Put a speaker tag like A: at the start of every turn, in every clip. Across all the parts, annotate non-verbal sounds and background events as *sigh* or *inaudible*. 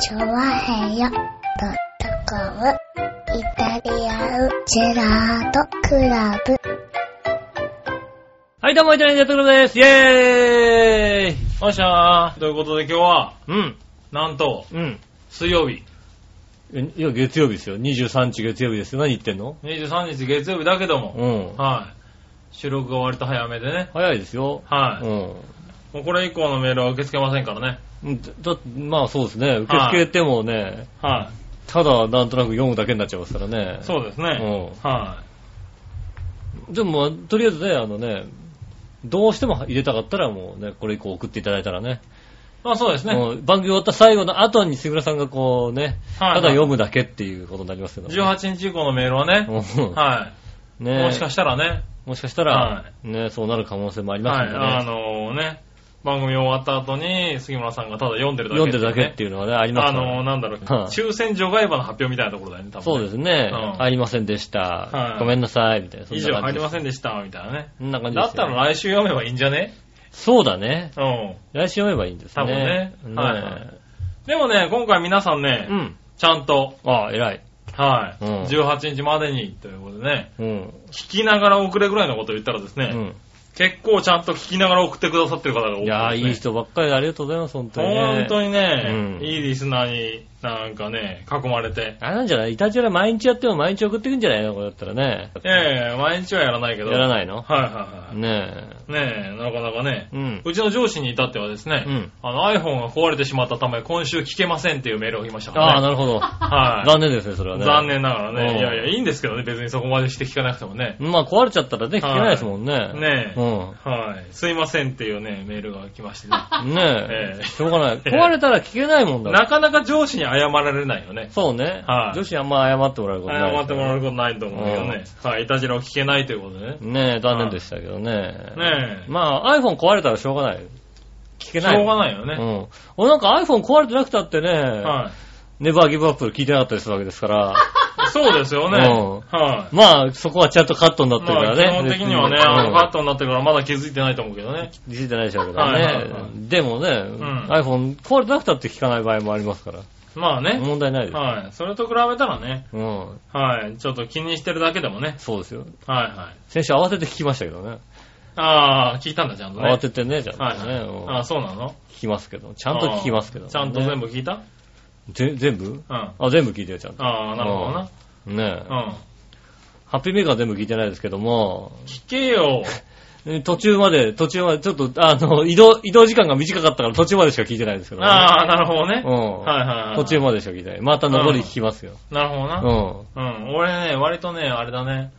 A: チョワヘヨドットコムイタリアンジェラートクラブ。
B: はい、どうも、イタリアンジェットクラブです。イェーイおっしゃー。
C: ということで今日は、
B: うん、
C: なんと、
B: うん。
C: 水曜日、
B: いや、月曜日ですよ。23日月曜日ですよ。何言ってんの
C: 23日月曜日だけど
B: う
C: も、
B: ん。
C: はい。収録が割と早めでね。
B: 早いですよ。
C: は
B: う
C: い。
B: ん
C: もうこれ以降のメールは受け付けませんからね。
B: うん。だだまあそうですね。受付ってもね、
C: は
B: ただなんとなく読むだけになっちゃいますからね
C: い。。そうですね。は
B: でも、まあとりあえずね、あのね、どうしても入れたかったらもうね、これ以降送っていただいたらね。
C: い。まあそうですね。
B: もう番組終わった最後の後に杉村さんがこうね、
C: はい
B: ただ読むだけっていうことになりますけど。
C: 18日以降のメールはね、
B: うん
C: は
B: ね
C: い。もしかしたらね、
B: もしかしたら、
C: は
B: ね、そうなる可能性もありま
C: は
B: す
C: い。
B: ので、ね
C: あのね、番組終わった後に杉村さんがただ読んでるだけ
B: 読んでるだけって
C: いうね。
B: いうのはね、あります
C: あ
B: から
C: の、なんだろう、
B: はい
C: 抽選除外馬の発表みたいなところだよね、多分ね。
B: そうですね、
C: うん
B: ありませんでした、
C: はい
B: ごめんなさい、みたいな。そん
C: 以
B: な
C: 上
B: 感
C: 入
B: じ
C: り
B: です
C: ませんでした、みたいなね。
B: そんな感じで
C: だ
B: す
C: っ
B: よ
C: たら来週読めばいいんじゃね
B: そうだね。
C: うん。
B: 来週読めばいいんですね。
C: 多分ねはい
B: ね
C: でもね、今回皆さんね、
B: うん。
C: ちゃんと、
B: ああ、偉い。
C: はい、
B: うん
C: 18日までにということでね、
B: うん。
C: 聞きながら送れぐらいのことを言ったらですね、結構ちゃんと聞きながら送ってくださってる方が多
B: う
C: い、
B: ん。いやー、いい。人ばっかりでありがとうございます、本当に、ね。
C: 本当
B: に。
C: にね、
B: うん
C: いいリスナーになんかね、囲まれて、
B: あれなんじゃないイタジラ毎日やっても毎日送ってくんじゃないのこれだったらね。
C: ええ毎日はやらないけど。
B: やら
C: い。
B: ないの
C: はいはいはい。
B: ね
C: ねえ、なかなかね
B: え。、うん。
C: うちの上司に至ってはですね、
B: うん
C: あの iPhone が壊れてしまったため、今週聞けませんっていうメールを来ましたからね。
B: ああ、なるほど。
C: はい。
B: 残念ですね、それはね。
C: 残念ながら
B: うん
C: ね。いやいや、いいんですけどね、別にそこまでして聞かなくてもね。
B: まあ壊れちゃったらね、聞けないですもんね。
C: ねえ。
B: う
C: はい。すいませんっていうね、メールが来まして
B: *laughs*
C: ね。
B: ん。ねえ
C: え。え
B: しょうがない。
C: ええ
B: 壊れたら聞けないもんだか
C: な
B: ら。
C: かなか上司に謝られないよね。
B: そうね。
C: はい
B: 女子あんま謝ってもらうことない。
C: 謝ってもらうことないと思うけどね。はい。いたじらを聞けないということでね。
B: ねえ、残念でしたけどね。
C: ねえ。
B: まあ iPhone 壊れたらしょうがない。聞け
C: し
B: ない。
C: ょうがないよ
B: う
C: ね。
B: ん。俺なんか iPhone 壊れてなくたってね、
C: は
B: ネバーギブアップ聞いてなかったりするわけですから、 *laughs*
C: い。そうですよね。
B: う
C: はい。
B: まあそこはちゃんとカットになってる
C: ま
B: から
C: あ、基
B: ね。
C: 本的にはね、
B: 別
C: あの、カッ
B: うん
C: トになってるからまだ気づいてないと思うけどね。
B: 気づいてないでしょうけど
C: はいはいは
B: ね。でもね、
C: ん
B: iPhone 壊れてなくたって聞かない場合もありますから。
C: まあね。
B: 問題ないです。
C: はい。それと比べたらね、
B: うん。
C: はい。ちょっと気にしてるだけでもね。
B: そうですよ。
C: はいはい。
B: 先週慌てて聞きましたけどね。
C: ああ、聞いたんだ、ちゃんとね。
B: 慌ててね、じゃあ
C: はい、
B: ね、うん
C: はい。あ、そうなの
B: 聞きますけど。ちゃんと聞きますけど、
C: あーちゃんと全部
B: 部。
C: 聞いた
B: ぜ全部
C: うん。あ
B: あ、全部聞いてる、ちゃんと。
C: あー、なるほどな。
B: ねえ、
C: うん。
B: ハッピーメーカーは全部聞いてないですけども、
C: 聞けよ。
B: え途中まで、途中まで、ちょっと、あの、 *laughs* 移動、移動時間が短かったから途中までしか聞いてないですけど、ね。
C: ああ、なるほどね。
B: うん、
C: はいはいはい。
B: 途中までしか聞いてない。また上り聞きますよ。
C: なるほど
B: う
C: な。
B: ん。
C: うん。俺ね、割とね、あれだね。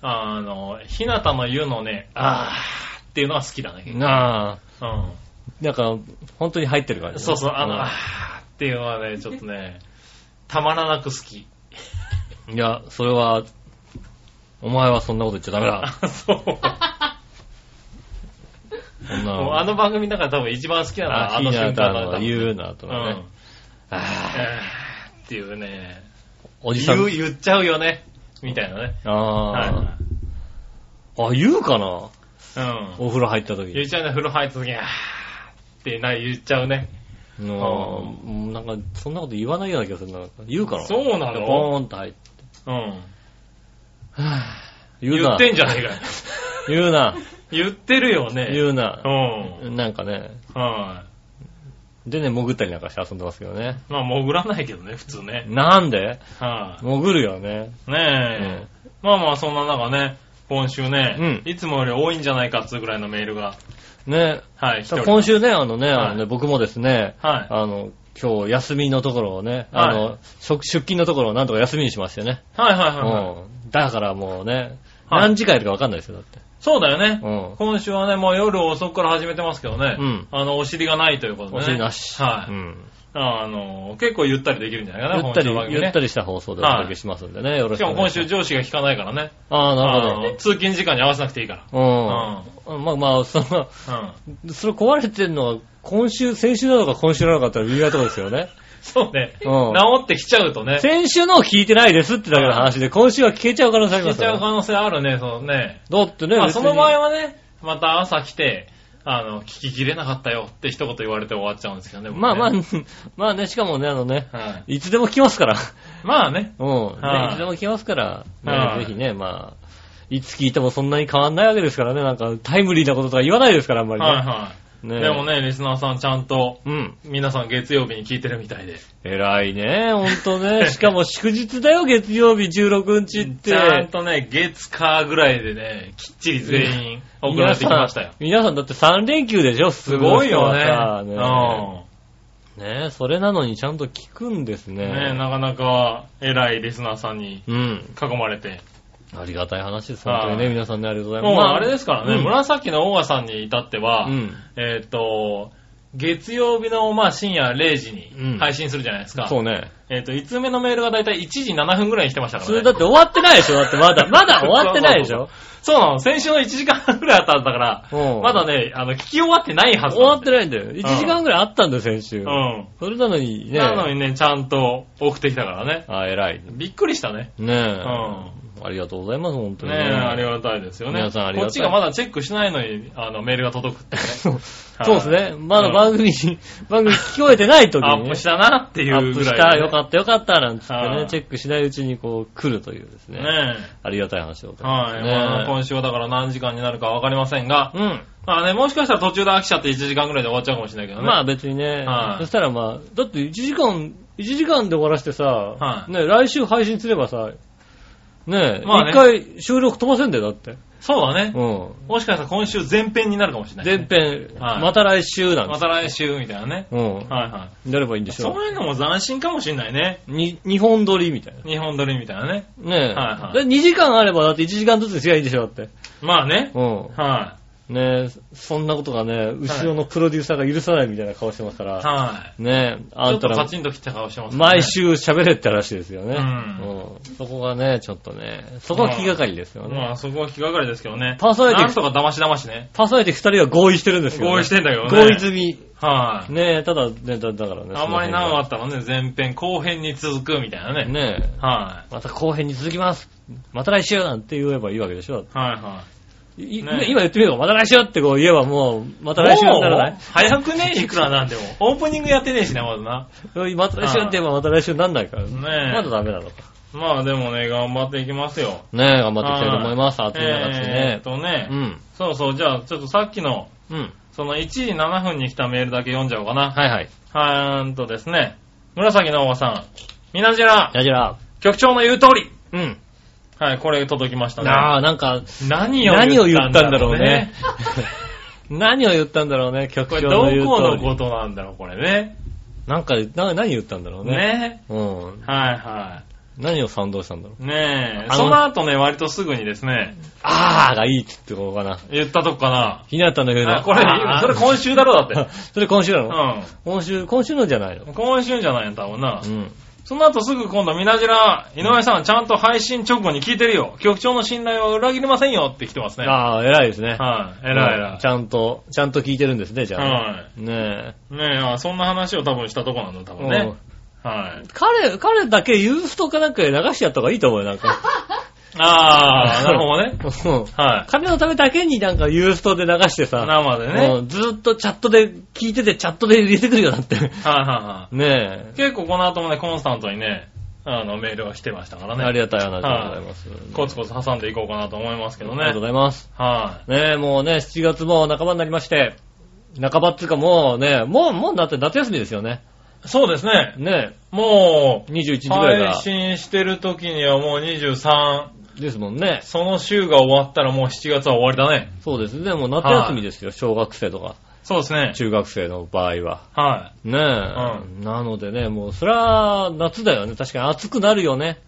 C: あの、ひなたの言うのね、ああっていうのは好きだね。結
B: なあ、
C: 構
B: なんか、本当に入ってる感
C: うん。
B: じ、
C: そうそう、あの、
B: ん
C: ああっていうのはね、ちょっとね、たまらなく好き。
B: いや、それは、お前はそんなこと言っちゃダ
C: *laughs*
B: メだ。
C: あそう。
B: そんな
C: もうあの番組の中で多分一番好きなのは
B: あ
C: あの
B: の
C: 瞬
B: 瞬間
C: 間だね。
B: 言うなと
C: う
B: かね
C: ん。。
B: あ
C: えーっていうね、
B: ーおじさん。
C: 言う、言っちゃうよね、みたいなね。は。
B: あー、あ、言うかない
C: うん。
B: お風呂入った時
C: 言っちゃうね、風呂入った時、あーってな、言っちゃうね。
B: のうんなんか、そんなこと言わないような気がするな。言うかな
C: そうなの
B: ボーンって入って。
C: うん。
B: 言う
C: 言
B: な。
C: ってんじゃねえ
B: *laughs*
C: かよ。
B: 言
C: *laughs*
B: うな。
C: 言ってるよね。
B: 言うな
C: う。ん。
B: なんかね。
C: は
B: でね、潜ったりなんかして遊んでますけどね。
C: い。まあ、潜らないけどね、普通ね。
B: なんで
C: は
B: 潜るよね。
C: い。ねえ。まあまあ、そんな中ね、今週ね、
B: う
C: いつもより多いんじゃないかっつうぐらいのメールが。
B: ね。
C: はい、一人。
B: 今。週ね、あのね、あのね
C: はい
B: 僕もですね、
C: はい。
B: あの、今日休みのところをね、あ
C: は
B: の、出出勤のところをなんとか休みにしましてね。
C: はいはいはいはい。
B: うん。だからもうね、
C: はい
B: 何時間いるかわかんないですよ、だって。
C: そうだよね。
B: うん。
C: 今週はね、もう夜遅くから始めてますけどね。
B: うん
C: あの、お尻がないということでね。
B: お尻なし。
C: はい。
B: うん。
C: あの、結構ゆったりできるんじゃないかな、
B: ゆった
C: 今週の番
B: り、
C: 組ね
B: ゆったりした放送でお届けしますんでね、よろし
C: し
B: く
C: か
B: お
C: も
B: 願
C: 今
B: いしま
C: 週
B: す。
C: 上司が聞かないからね。
B: ああ、なるほ
C: あの通勤時間に合わせなくていいから。
B: ど。うん。まあまあ、その、
C: うん。うん。
B: それ壊れてんのは、今週、先週なのか今週なのかって微妙なとこです
C: *laughs*
B: よね。
C: そうね。
B: う
C: 治
B: ん
C: ってきちゃうとね。
B: 先週のを聞いてないですってだけの話で、今週は消えちゃう可能性ありま
C: 聞
B: す
C: ちゃう
B: よね。
C: 可能性あるね、そうね。
B: だってね、
C: まあ
B: 別
C: そ
B: に
C: の場合はね、また朝来て、あの、聞ききれなかったよって一言言われて終わっちゃうんですけどね。僕ね
B: まあまあ、まあね、しかもね、あのね、
C: はい。
B: いつでも来ますから。
C: まあね。
B: うん。
C: は
B: ね
C: い
B: いつでも来ますから、
C: は
B: ね、
C: い
B: ぜひね、まあ、いつ聞いてもそんなに変わんないわけですからね、なんかタイムリーなこととか言わないですから、あんまりね。
C: はいはい。
B: ね
C: でもね、リスナーさんちゃんと、
B: うん。
C: 皆さん月曜日に聞いてるみたいで。
B: 偉いね、ほんとね。 *laughs* しかも祝日だよ、月曜日16日って。
C: ちゃんとね、月火ぐらいでね、きっちり全員送られてきましたよ。
B: 皆さん。皆さんだって3連休でしょ
C: すごいよね。
B: 普
C: う
B: 通の人はさねねそれなのにちゃんと聞くんですね。
C: ん。ねなかなか偉いリスナーさんに
B: うん。
C: 囲まれて。
B: ありがたい話です、本当にね。
C: はい
B: 皆さんね、ありがとうございま
C: も
B: す。
C: う
B: ま
C: あれですからね、
B: うん
C: 紫のオーガさんに至っては、
B: うん。
C: えっ、と、月曜日のまあ深夜0時
B: うん
C: に配信するじゃないですか。
B: そうね。
C: えっ、と、5つ目のメールがだいたい1時7分ぐらいに来てましたから
B: そ
C: ね。
B: れだって終わってないでしょだって
C: *laughs*
B: まだ、まだ終わってないでしょ
C: そうなの。先週の1時間半ぐらいあったんだから、
B: うん
C: まだね、あの、聞き終わってないはず
B: 終わ
C: なん
B: っ
C: だ
B: て
C: よ。
B: ないんだよ。1時間ぐらいあったんだよ、先週。それなのに
C: うん。
B: ね。
C: なのにね、ちゃんと送ってきたからね。
B: あ、偉い。ね
C: びっくりしたね。
B: え。ありがとうございます、本当
C: ね
B: に
C: え、
B: ね。
C: ありがたいですよね。
B: 皆さんありがたい
C: こっちがまだチェックしないのに、あの、メールが届くってね。
B: *laughs* そう
C: はい
B: そうですね。まだ番組、番組聞こえてない時に、ね。
C: アップしたなっていう
B: アップ
C: ぐらい、
B: した、よかった、よかった、なんつって
C: は
B: ね、
C: い
B: チェックしないうちにこう来るというですね。
C: ね
B: ありがたい話でござ
C: え。
B: いま
C: はい。まあ
B: すね。
C: 今週はだから何時間になるかわかりませんが、
B: うん。
C: まあね、もしかしたら途中で飽きちゃって1時間ぐらいで終わっちゃうかもしれないけどね。
B: まあ別にね、
C: はい
B: そしたらまあ、だって1時間、一時間で終わらしてさ、
C: はい
B: ね、来週配信すればさ、ねえ、一、
C: まあね
B: 回収録飛ばせんだよ、だって。
C: そうだね。 *laughs*
B: うん。
C: もしかしたら今週前編になるかもしれない、
B: 前編、
C: はい
B: また来週なんで。
C: ますた来週みたいなね。
B: うん。
C: はいは
B: やればいいんで
C: い。
B: しょ
C: そういうのも斬新かもしんないね。
B: に、2本撮りみたいな。
C: 日本撮りみたいなね。
B: ねえ。
C: はいはい
B: だって2時間あればだって1時間ずつにすりゃいいでしょ、だって。
C: まあね。
B: うん。
C: は
B: ねえ、そんなことがね、後ろのプロデューサーが許さないみたいな顔してますか
C: い。
B: ら、
C: は
B: ねえ、
C: い。ち
B: あ
C: ょ
B: ん
C: ったとカ
B: ら
C: チンときた顔してますね。
B: 毎週喋れって話ですよね。
C: うん
B: うんそこがね、ちょっとね、そこは気がかりですよね。
C: まあそこは気がかりですけどね。
B: パーソナリティ
C: なんとか騙し騙しね。
B: パーソナリティ2人は合意してるんですよ、ね。
C: 合意してんだけどね。
B: 合意済み。
C: はい。
B: ねえ、ただね、だだからね。
C: あんまり長か
B: っ
C: ったらね、前編後編に続くみたいな
B: た
C: ね。
B: ねえ。
C: は
B: また後編に続きます。また来週なんて言えばいいわけでし
C: い。
B: ょ。
C: はいはい。
B: い
C: ねえ
B: 今言ってみれば、また来週ってこう言えばもう、また来週にならない
C: もう早くね、いくら
B: *laughs*
C: なんでも。オープニングやってねえしね、まずな。
B: うんまた来週って言えばまた来週にならないから。
C: ねえ
B: まだダメなのか。
C: まあでもね、頑張っていきますよ。
B: ねえ、頑張っていきたいと思います。
C: は
B: 暑い中です
C: えー
B: ね
C: っ。とね、
B: うん。
C: そうそう、じゃあちょっとさっきの、
B: うん。
C: その1時7分に来たメールだけ読んじゃおうかな。
B: はいはい。
C: はーんとですね、紫のおばさん、みなじら、
B: やじら。
C: 局長の言う通り。
B: うん。
C: はい、これ届きましたね。
B: ああ、なんか、
C: 何
B: 何を
C: を
B: 言
C: 言
B: った
C: ったん
B: んだ
C: だろ
B: ろ
C: う
B: うね
C: ね。。
B: 何を言ったんだろ
C: *laughs*
B: うね、局
C: これ
B: 長
C: ど
B: の言う
C: この
B: 通り。
C: ことなんだろう、これね。
B: なんか、な何言ったんだろうね。
C: ね。
B: うん。
C: はいは
B: 何を賛同したんだろう。
C: い。ねえ。
B: あの
C: その後ね、割とすぐにですね、
B: あーがいいって言ってこうかな。
C: 言ったとこかな。
B: ひなたの言うの。
C: あ、これ、
B: あー
C: それ今週だろ、だっ
B: *laughs* それ今週なの、
C: て。
B: 今週、今週のじゃないの
C: うん。今週じゃないんだもんな
B: う。ん。
C: その後すぐ今度、みなじら、井上さん、ちゃんと配信直後に聞いてるよ。局長の信頼は裏切りませんよって来てますね。はい、
B: ああ、偉いです
C: え
B: ね。
C: らいえら
B: うん
C: い
B: ち。ゃんと、ちゃんと聞いてるんですね、じゃあ。
C: は
B: ね
C: い。ねえあ、そんな話を多分したとこなんだ、多
B: え。
C: 分
B: う
C: ね
B: ん。
C: はい。
B: 彼、彼だけユーストかなんかで流してやった方がいいと思うよ、なん *laughs* か。 *laughs*
C: ああ、なるほどね。
B: うん
C: はい。
B: 彼のためだけになんかユーストで流してさ。
C: 生でね。はいはい
B: うんずーっとチャットで聞いてて、チャットで入れてくるよ、だ *laughs* って。
C: は
B: ねえ
C: い。。結構この後もね、コンスタントにね、あの、メールが来てましたからね。
B: ありがたい話でございます。
C: コツコツ挟んでいこうかなと思いますけど
B: ありが
C: ね
B: とうご。ざいます。
C: は
B: ねえ、もうね、7月も半ばになりまして、半ばっていうかもうね、もう、もうだって夏休みですよね。
C: い。そうですね。
B: ね
C: も
B: え、21日
C: う、
B: ぐらい
C: 配
B: が、
C: 信してる時にはもう23、
B: ですもんね。
C: その週が終わったらもう7月は終わりだね。
B: そうですね、もう夏休みですよ、小学生とか、
C: そうですね。
B: 中学生の場合は。
C: は
B: ねえ、なのでね、もう、そりゃ、夏だよね。確かに暑くなるよね。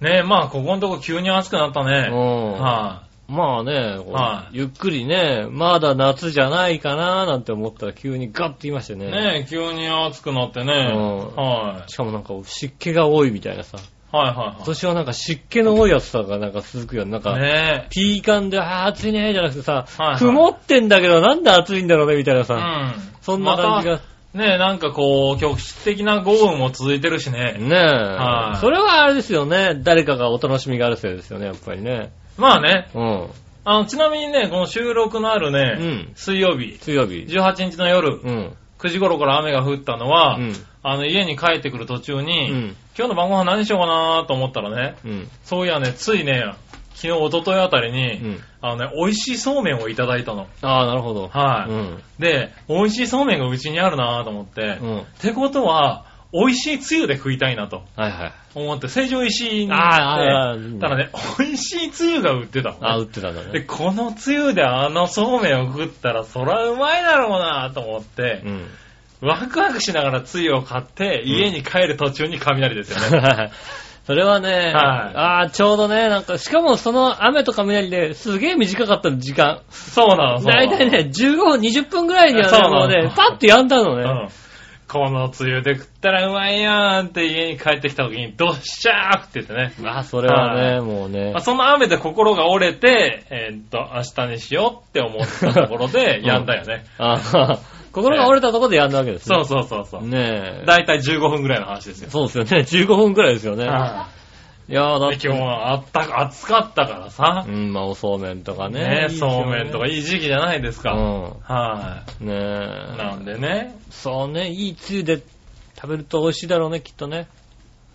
C: い。ねえ、まあ、ここのとこ急に暑くなった
B: う
C: ね。はい、
B: ん。まあね、こう
C: はい
B: ゆっくりね、まだ夏じゃないかななんて思ったら急にガッて言いましてね。
C: ねえ、急に暑くなってね。
B: うん
C: はい、
B: しかもなんか湿気が多いみたいなさ。
C: はい
B: 今
C: は
B: 年はなんか湿気の多い暑さがなんか続くような。なん
C: いは
B: か、
C: い。ねえ。
B: ピーカンで、あー暑いね、じゃなくて
C: は
B: さ、
C: いはい
B: 曇ってんだけどなんで暑いんだろうね、みたいな
C: う
B: さ。
C: ん。
B: そんな感じが。
C: またねえ、なんかこう、局地的な豪雨も続いてるしね。
B: ねえ、
C: はい
B: それはあれですよね。誰かがお楽しみがあるせいですよね、やっぱりね。
C: まあね、
B: うん。
C: あの、ちなみにね、この収録のある
B: う
C: ね、
B: ん。
C: 水曜日、
B: 水曜日。
C: 18日の夜、
B: うん。
C: 9時頃から雨が降ったのは、
B: うん。
C: あの、家に帰ってくる途中
B: う
C: に、
B: ん。
C: 今日の晩ご飯何しようかなと思ったらね、
B: うん。
C: そういやね、ついね、昨日、一昨日あたり
B: う
C: に、
B: ん。
C: あのね、美味しいそうめんをいただいたの。
B: ああ、なるほど。
C: はい。
B: うん。
C: で、美味しいそうめんがうちにあるなと思って、
B: う
C: っ
B: ん。はい
C: てことは、美味しいつゆで食いたいなと
B: はい。
C: 思って、成城石井に行って、
B: あーあーあー
C: ただね、美味しいつゆが売ってたのね、
B: ああ、売ってたんだ
C: で、
B: ね。
C: このつゆであのそうめんを食ったら、そらうまいだろうなと思って
B: う、ん。
C: ワクワクしながらつゆを買って、家に帰る途中に雷ですよね。
B: *laughs* *laughs* それはね、ああ、ちょうどね、なんか、しかもその雨と雷ですげえ短かったの時間。
C: そうなの、そうな
B: だい
C: の。
B: たいね、15分、20分ぐらいには
C: そう
B: ね、
C: なの
B: もうね、パッてやんだの
C: う
B: ね。
C: ん。このつゆで食ったらうまいやんって家に帰ってきた時に、どっしゃーって言ってね。
B: まあ、それは
C: は
B: ね、もうね
C: まあ、。その雨で心が折れて、えーっと、明日にしようって思ったところ
B: *laughs* う
C: で、
B: ん
C: やんだよね。
B: ああ、 *laughs* 心が折れたところでやんだわけですね。
C: そうそうそうそう。
B: ね
C: だいたい15分ぐらいの話です
B: え。
C: よ。
B: そうですよね。15分くらいですよね。
C: はい
B: やーだっ
C: いで
B: て。
C: 今日はあったか、暑かったからさ
B: う、ん、まあ、おそうめんとかね
C: ね。そうめんとかいい時期じゃないですか。
B: う
C: は
B: ん。ね
C: い。
B: え。
C: なんでね。
B: そうね、いいつゆで食べると美味しいだろうね、きっとね。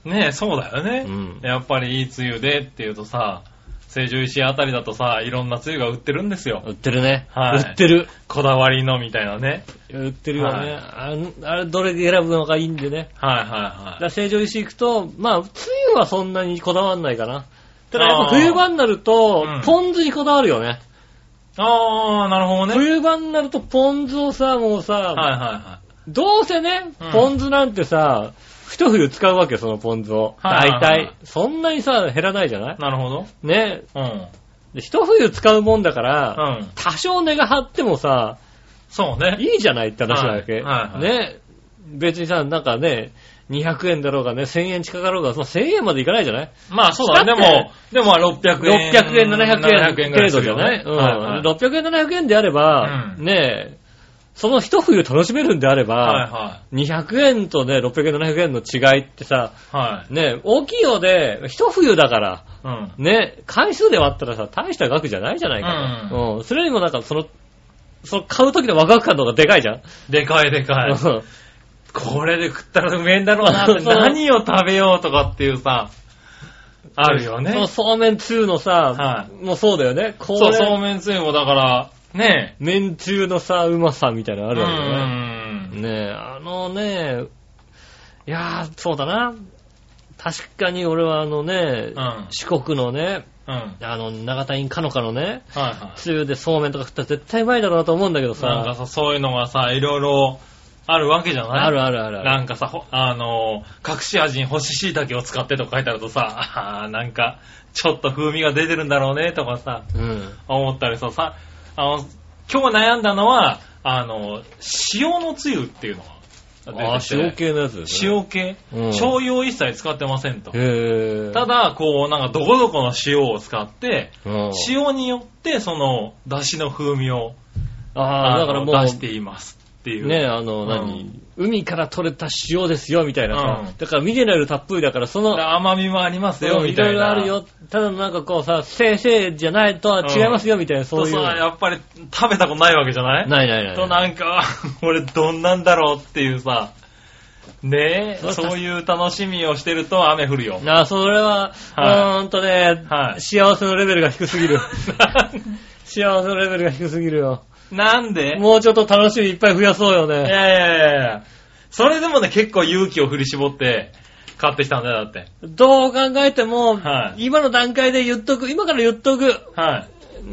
C: ねそうだよね。
B: うん
C: やっぱりいいつゆでっていうとさ、成城石井あたりだとさ、いろんなつゆが売ってるんですよ。
B: 売ってるね。
C: はい
B: 売ってる。
C: こだわりのみたいなね。
B: 売ってるよね。
C: は
B: あのあれ、どれで選ぶのがいいんでね。
C: はい
B: だ
C: は
B: か
C: いは
B: ら成城石井行くと、まあ、つゆはそんなにこだわんないかな。ただやっぱ
C: あー
B: 冬場になると、
C: うん
B: ポン酢にこだわるよね。
C: い。あー、なるほどね。
B: 冬場になるとポン酢をさ、もうさ、
C: はいはいはい。
B: どうせね
C: うん、
B: ポン酢なんてさ、一冬使うわけよ、そのポン酢を。
C: はいはい
B: 大
C: はい
B: 体。そんなにさ、減らないじゃない
C: なるほど。
B: ね。
C: うん。
B: で一冬使うもんだから、
C: うん。
B: 多少値が張ってもさ、
C: そうね。
B: いいじゃないって話なわけ。
C: はいはいはい
B: ね。別にさ、なんかね、200円だろうがね、1000円近かろうが、その1000円までいかないじゃない
C: まあそうだね。
B: だって
C: でも、でもまあ600円。
B: 600円、700
C: 700
B: 円
C: ぐら
B: 程
C: す
B: 度
C: る
B: じゃ
C: よ
B: ない
C: ね
B: うん
C: はいはい。
B: 600円、700円であれば、
C: うん
B: ねえ、その一冬楽しめるんであれば、
C: はいは
B: 200円とね、600円、700円の違いってさ、
C: い。はい。
B: ね、大きいようで、一冬だから、
C: うん。
B: ね、回数で割ったらさ、大した額じゃないじゃないかと。うん。それよりもなんか、その、その買う時のワクワク感の方がでかいじゃん。
C: でかいで
B: *laughs*
C: かい。
B: うん
C: これで食ったらうめえんだろうなって
B: *laughs* そう
C: 何を食べようとかっていうさ、あるよね。
B: そ
C: そ
B: の
C: う
B: そうめんつゆのさ、
C: は
B: もうそうだよね。こ
C: そう、
B: れ
C: そうめんつゆもだから、ね
B: めんつゆのさ、うまさみたいなのあ
C: え。
B: るわけだよね。
C: うん。
B: ねえ、あのね、いやー、そうだな。確かに俺はあのね、
C: うん
B: 四国のね、
C: うん。はい
B: あの、長田院かのかのね、
C: は
B: つゆでそうめんとか食ったら絶対うまいだろうなと思うんだけど
C: い。なんかさ、
B: さ、
C: そういうのがさ、いろいろあるわけじゃない
B: あるあるあるあ
C: な
B: る。
C: んかさ、ほあのー、隠し味に干し椎茸を使ってとか書いてあるとさ、あーなんか、ちょっと風味が出てるんだろうね、とかさ、
B: うん。
C: 思ったりさ、さ、あの、今日悩んだのは、あの、塩のつゆっていうの
B: あ
C: が
B: あ、
C: 出てて
B: 塩系のやつですね。
C: 塩系、
B: うん
C: 醤油を一切使ってませんと。
B: へえ。
C: ただ、こう、なんか、どこどこの塩を使って、
B: うん、
C: 塩によって、その、出汁の風味を、
B: あ
C: の
B: あ、だからもう、
C: 出していますっていう。
B: ね、あの、
C: うん
B: 何、海から取れた塩ですよ、みたいなさ、
C: うん
B: だからミネラルたっぷりだから、その、
C: 甘みもありますよ、
B: うん
C: み
B: い
C: た
B: ろ
C: いな。
B: いろあるよ。ただなんかこうさ、せいせいじゃないとは違いますよ、みたいな、
C: そ
B: そうういう。
C: さ、
B: ない
C: やっぱり食べたことないわけじゃない
B: ないない。
C: となんか、 *laughs* 俺どんなんだろうっていうさ、ね
B: そ
C: え、
B: う
C: そういう楽しみをしてると雨降るよ。
B: なあ、それは、
C: は
B: うーんとね、
C: はい
B: 幸せのレベルが低す
C: *laughs*
B: ぎる。幸せのレベルが低すぎるよ。
C: なんで
B: もうちょっと楽しみいっぱい増やそうよ
C: い
B: ね。
C: やいやいやいやそれでもね、結構勇気を振り絞って買ってきたんだよ、だって。
B: どう考えても、
C: はい
B: 今の段階で言っとく、今から言っとく、
C: はい。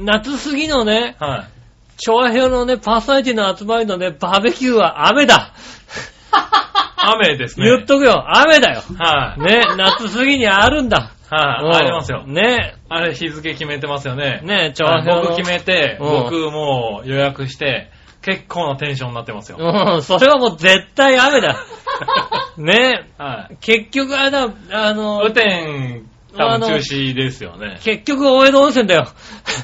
B: 夏過ぎのね、
C: はい。
B: 調和表のね、パーソナリティの集まりのね、バーベキューは雨だ。
C: 雨ですね。
B: 言っとくよ、雨だよ。
C: はい。 *laughs*
B: ね、夏過ぎにあるんだ。
C: はい、
B: うん
C: ありますよ。
B: ね
C: あれ日付決めてますよね。
B: ね調和
C: あ
B: 表の。
C: 僕決めて、
B: うん
C: 僕もう予約して、結構なテンションになってますよ。
B: うん、それはもう絶対
C: *laughs*
B: 雨だ。ね
C: はい。
B: 結局あれだ、あの
C: 雨、天、多分中止ですよね。
B: 結局大江戸温泉だよ。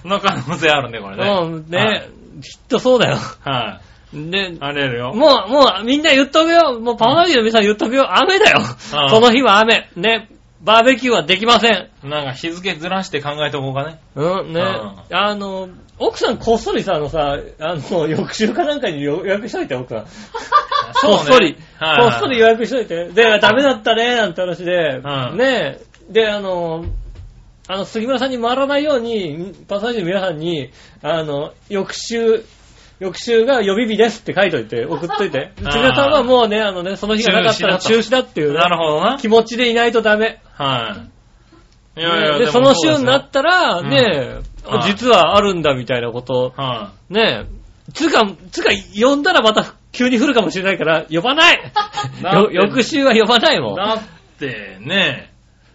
C: の可能性あるね、これね。
B: うん、ね、
C: はい。
B: きっとそうだよ。
C: はい
B: ね、
C: あれやるよ。
B: もう、もうみんな言っとくよ。もうパワーリーの皆さん言っとくよ。雨だよ。
C: ああ
B: その日は雨。ね。バーベキューはできません。
C: なんか日付ずらして考えておこうかね。
B: うん、ね。
C: う
B: あの、奥さんこっそりさ、あのさ、あの、 *laughs* 翌週かなんかに予約しといて、奥さん。 *laughs* こっそり、
C: はいはい
B: こっそり予約しといて。で、ダメだったね、なんて話で、
C: うん
B: ねえ、で、あの、あの、杉村さんに回らないように、パーソナリティの皆さんに、あの、翌週、翌週が予備日ですって書いといて、送っとい
C: *laughs*
B: て。杉村さんはもうね、あのね、その日がなかったら中
C: 中
B: 止だっていうね、
C: なるほどな。
B: 気持ちでいないとダメ。
C: はい。いやいや、
B: で、
C: も
B: その週にな
C: そう
B: ったら、
C: うん
B: ねえ、
C: はい
B: 実はあるんだみたいなこと
C: です、よは
B: ねえ、つうか、つうか、呼んだらまた急に降るかもしれないから、呼ばない
C: *laughs* だっ
B: よ
C: て
B: 翌週は呼ばない
C: い。
B: もん。
C: だってね、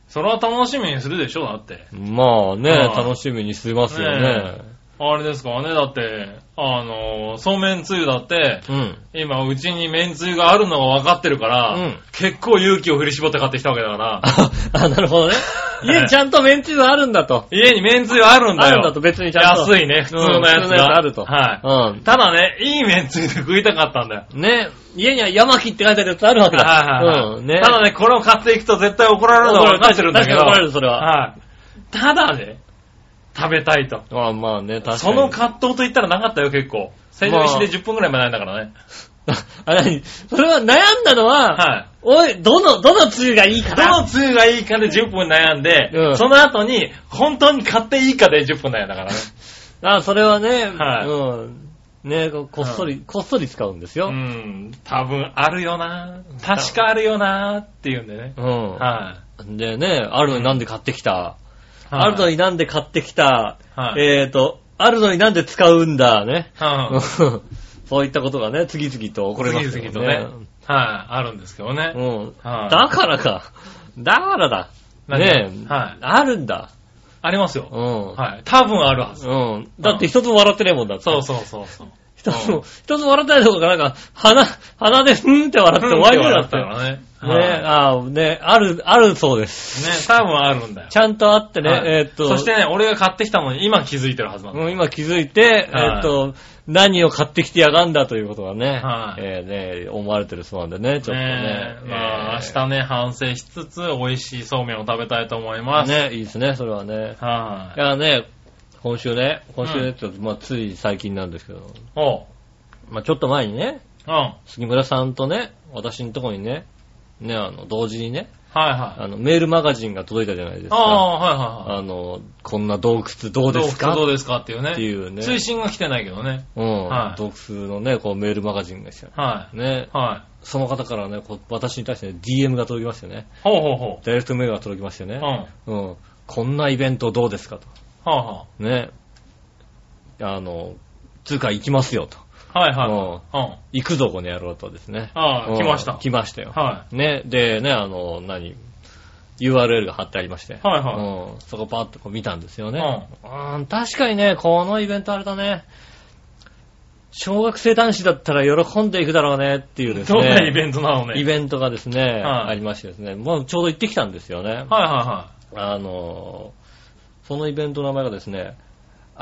C: それは楽しみにするでしょ、だって。
B: まあね、
C: はい
B: 楽しみにしてますよね
C: ね。あれですからね、だって、あの、そうめんつゆだって、
B: うん。
C: 今、うちにめんつゆがあるのが分かってるから、
B: うん
C: 結構勇気を振り絞って買ってきたわけだから、
B: あ、あなるほどね。
C: *laughs*
B: 家にちゃんとめんつゆあるんだと。
C: 家にめんつゆあるんだ
B: あ
C: よ。
B: るんだと、別にちゃんと。
C: 安いね、普通のやつ
B: うん普通のや
C: が。
B: つあると。
C: はい。ただね、いいめんつゆで食いたかったんだよ。
B: うん。ね、家には山木って書いてあるやつあるわけ
C: はいはい
B: だ。
C: はい
B: うん、ね。
C: ただね、これを買っていくと絶対怒られるのは分かってるんだけど。
B: 怒られる確かに怒られるそれは
C: はい。ただね、食べたいと。
B: まあまあね、確かに。
C: その葛藤と言ったらなかったよ、結構。成城石井で10分くらい前なんだからね。
B: *laughs* あ、なにそれは悩んだのは、
C: はい。
B: おい、どの、どのつゆがいいか
C: ど
B: な
C: のつゆがいいかで10分悩んで、
B: うん
C: その後に、本当に買っていいかで10分悩んだからね。
B: あ、それはね、
C: はい
B: うん。ねここっそり、こっそり使うんです
C: う
B: よ。
C: ん、多分あるよな確かあるよなっていうんでね。
B: うん。
C: は
B: でね、あるのになんで買ってきた、
C: い。
B: あるのになんで買ってきた、
C: はい
B: えっ、と、あるのになんで使うんだ、ね。 *laughs*
C: うん。
B: そういったことがね、次々と起こりますよ
C: 次々とね。はい、あるんですけどね。
B: うん。
C: はい、
B: だからか。だからだ。ね
C: 何はい
B: あるんだ。
C: あります
B: う
C: よ。
B: ん。
C: はい。多分あるはず。
B: うん。だって一つも笑ってねえもんだって。
C: そうそうそうそう。
B: 一つも、一つも笑ってないとこがなんか、鼻、鼻で、ふんって笑って終わりだったよ。ね、
C: ね。はい
B: ああ、ね、ある、あるそうです。
C: ね、多分あるんだよ。
B: ちゃんとあってね、
C: はい
B: えーっと、
C: そしてね、俺が買ってきたものに今気づいてるはずなんだ。
B: うん、今気づいて、
C: はい
B: えーっと、何を買ってきてやがんだということがね、
C: はい
B: えーね、思われてるそうなんでね、ちょっとね
C: ね。えまあ、
B: えー
C: 明日ね、反省しつつ、美味しいそうめんを食べたいと思います。
B: ね、いいですね、それはね。
C: はいい。
B: やね、今週ね、今週ね、ちょっと、まあ、つい最近なんですけど、
C: おう。
B: まあ、ちょっと前にね、
C: うん。はい
B: 杉村さんとね、私のとこにね、ね、あの、同時にね、
C: はい。
B: あの、メールマガジンが届いたじゃないです
C: あ
B: か。
C: あ、はいはいはい。
B: あの、こんな洞窟どうですか
C: どうですかっていうね。
B: っていうね
C: 推進が来てないけどね。
B: うん、
C: はい
B: 洞窟のね、こうメールマガジンがですよ。
C: は
B: ね
C: い。、は
B: その方からね、こう私に対して、ね、DM が届きましてね
C: い。、ほうほうほ
B: ダイレクトメールが届きまして
C: う。う
B: ね
C: ん。、は
B: うん、こんなイベントどうですかと。
C: あは
B: ね、あの、通貨行きますよと。
C: あ。はいはい。
B: う
C: うん。は
B: 行くぞ、この野郎とですね。
C: ああ
B: うん
C: 来ました
B: 来ましたよ。
C: は
B: ね、でね、あの、何 ?URL が貼ってありまして。
C: いは
B: うん、そこパッとこう見たんですよ
C: い。
B: ね。うん、確かにね、このイベントあれだね。小学生男子だったら喜んでいくだろうねっていう
C: うん。
B: ですね。
C: どんなイベントなのね。
B: イ
C: ン
B: ベントがですね、
C: はい
B: ありましてですね、もうちょうど行ってきたんですよね。
C: はいは
B: あのー、そのイベントの名前がですね、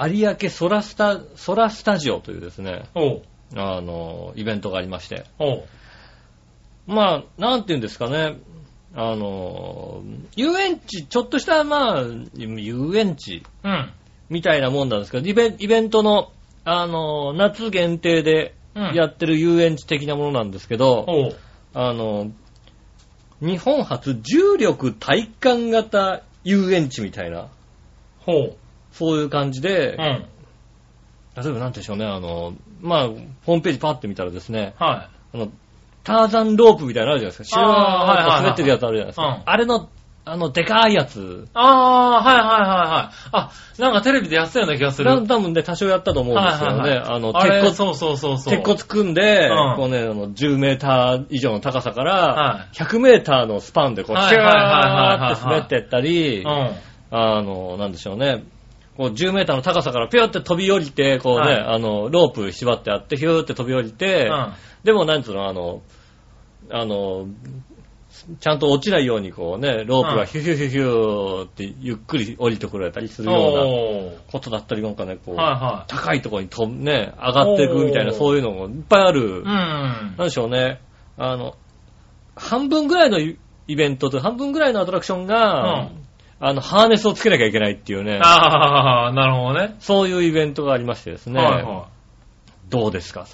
B: 有明ソラスタ、ソラスタジオというですね、
C: いはい。おう。
B: あのー、イベントがありまして、
C: おう。
B: まあ、なんて言うんですかね、あのー、遊園地、ちょっとした、まあ、遊園地
C: うん。
B: みたいなもんなんですけど、イベイベントの、あの、夏限定で
C: うん
B: やってる遊園地的なものなんですけど、
C: おう。
B: あの、日本初重力体感型遊園地みたいな、
C: ほう。
B: そういう感じで
C: う、ん。
B: 例えばなんて言うんでしょうね、あの、まあ、ホームページパッて見たらですね、
C: は
B: あの、ターザンロープみたいなのあるじゃないですか。シュ
C: あー
B: ワー
C: はいはいはい
B: ッと滑ってるやつあるじゃないです
C: うん
B: か。あれの、あの、でかいやつ
C: い。。ああー、はいはいはいはい。あ、なんかテレビでやってたような気がする。
B: 多分ね、多少やったと思うんですけど
C: はいは
B: ね、
C: いはい
B: あの、
C: あ
B: 鉄
C: れ
B: 骨
C: そうそうそうそう。
B: 鉄骨組んで、
C: うん
B: こうね、あの10メーター以上の高さか
C: は
B: ら、100メーターのスパンでこう、
C: は
B: シ
C: い
B: ュ
C: はいはい
B: ワ
C: はいはい
B: ーって滑ってったり、
C: うん。
B: あの、なんでしょうね、こう10メーターの高さからピューって飛び降りて、こうね、
C: はい
B: あの、ロープ縛ってあって、ヒューって飛び降りて、
C: うん
B: でもなんつうの、あの、あの、ちゃんと落ちないようにこうね、ロープ
C: う
B: が
C: ん
B: ヒュヒュヒュヒューってゆっくり降りてくれたりするような
C: おう
B: ことだったりなんかね、こう、
C: は
B: 高いところに飛んね、上がっていくみたいな、
C: おー
B: そういうのもいっぱいある。
C: いはい。うん。
B: なんでしょうね。あの、半分ぐらいのイベントと半分ぐらいのアトラクションが、
C: うん
B: あの、ハーネスをつけなきゃいけないっていうね、
C: ああ、なるほどね。
B: そういうイベントがありましてですね、
C: はいは
B: どうですか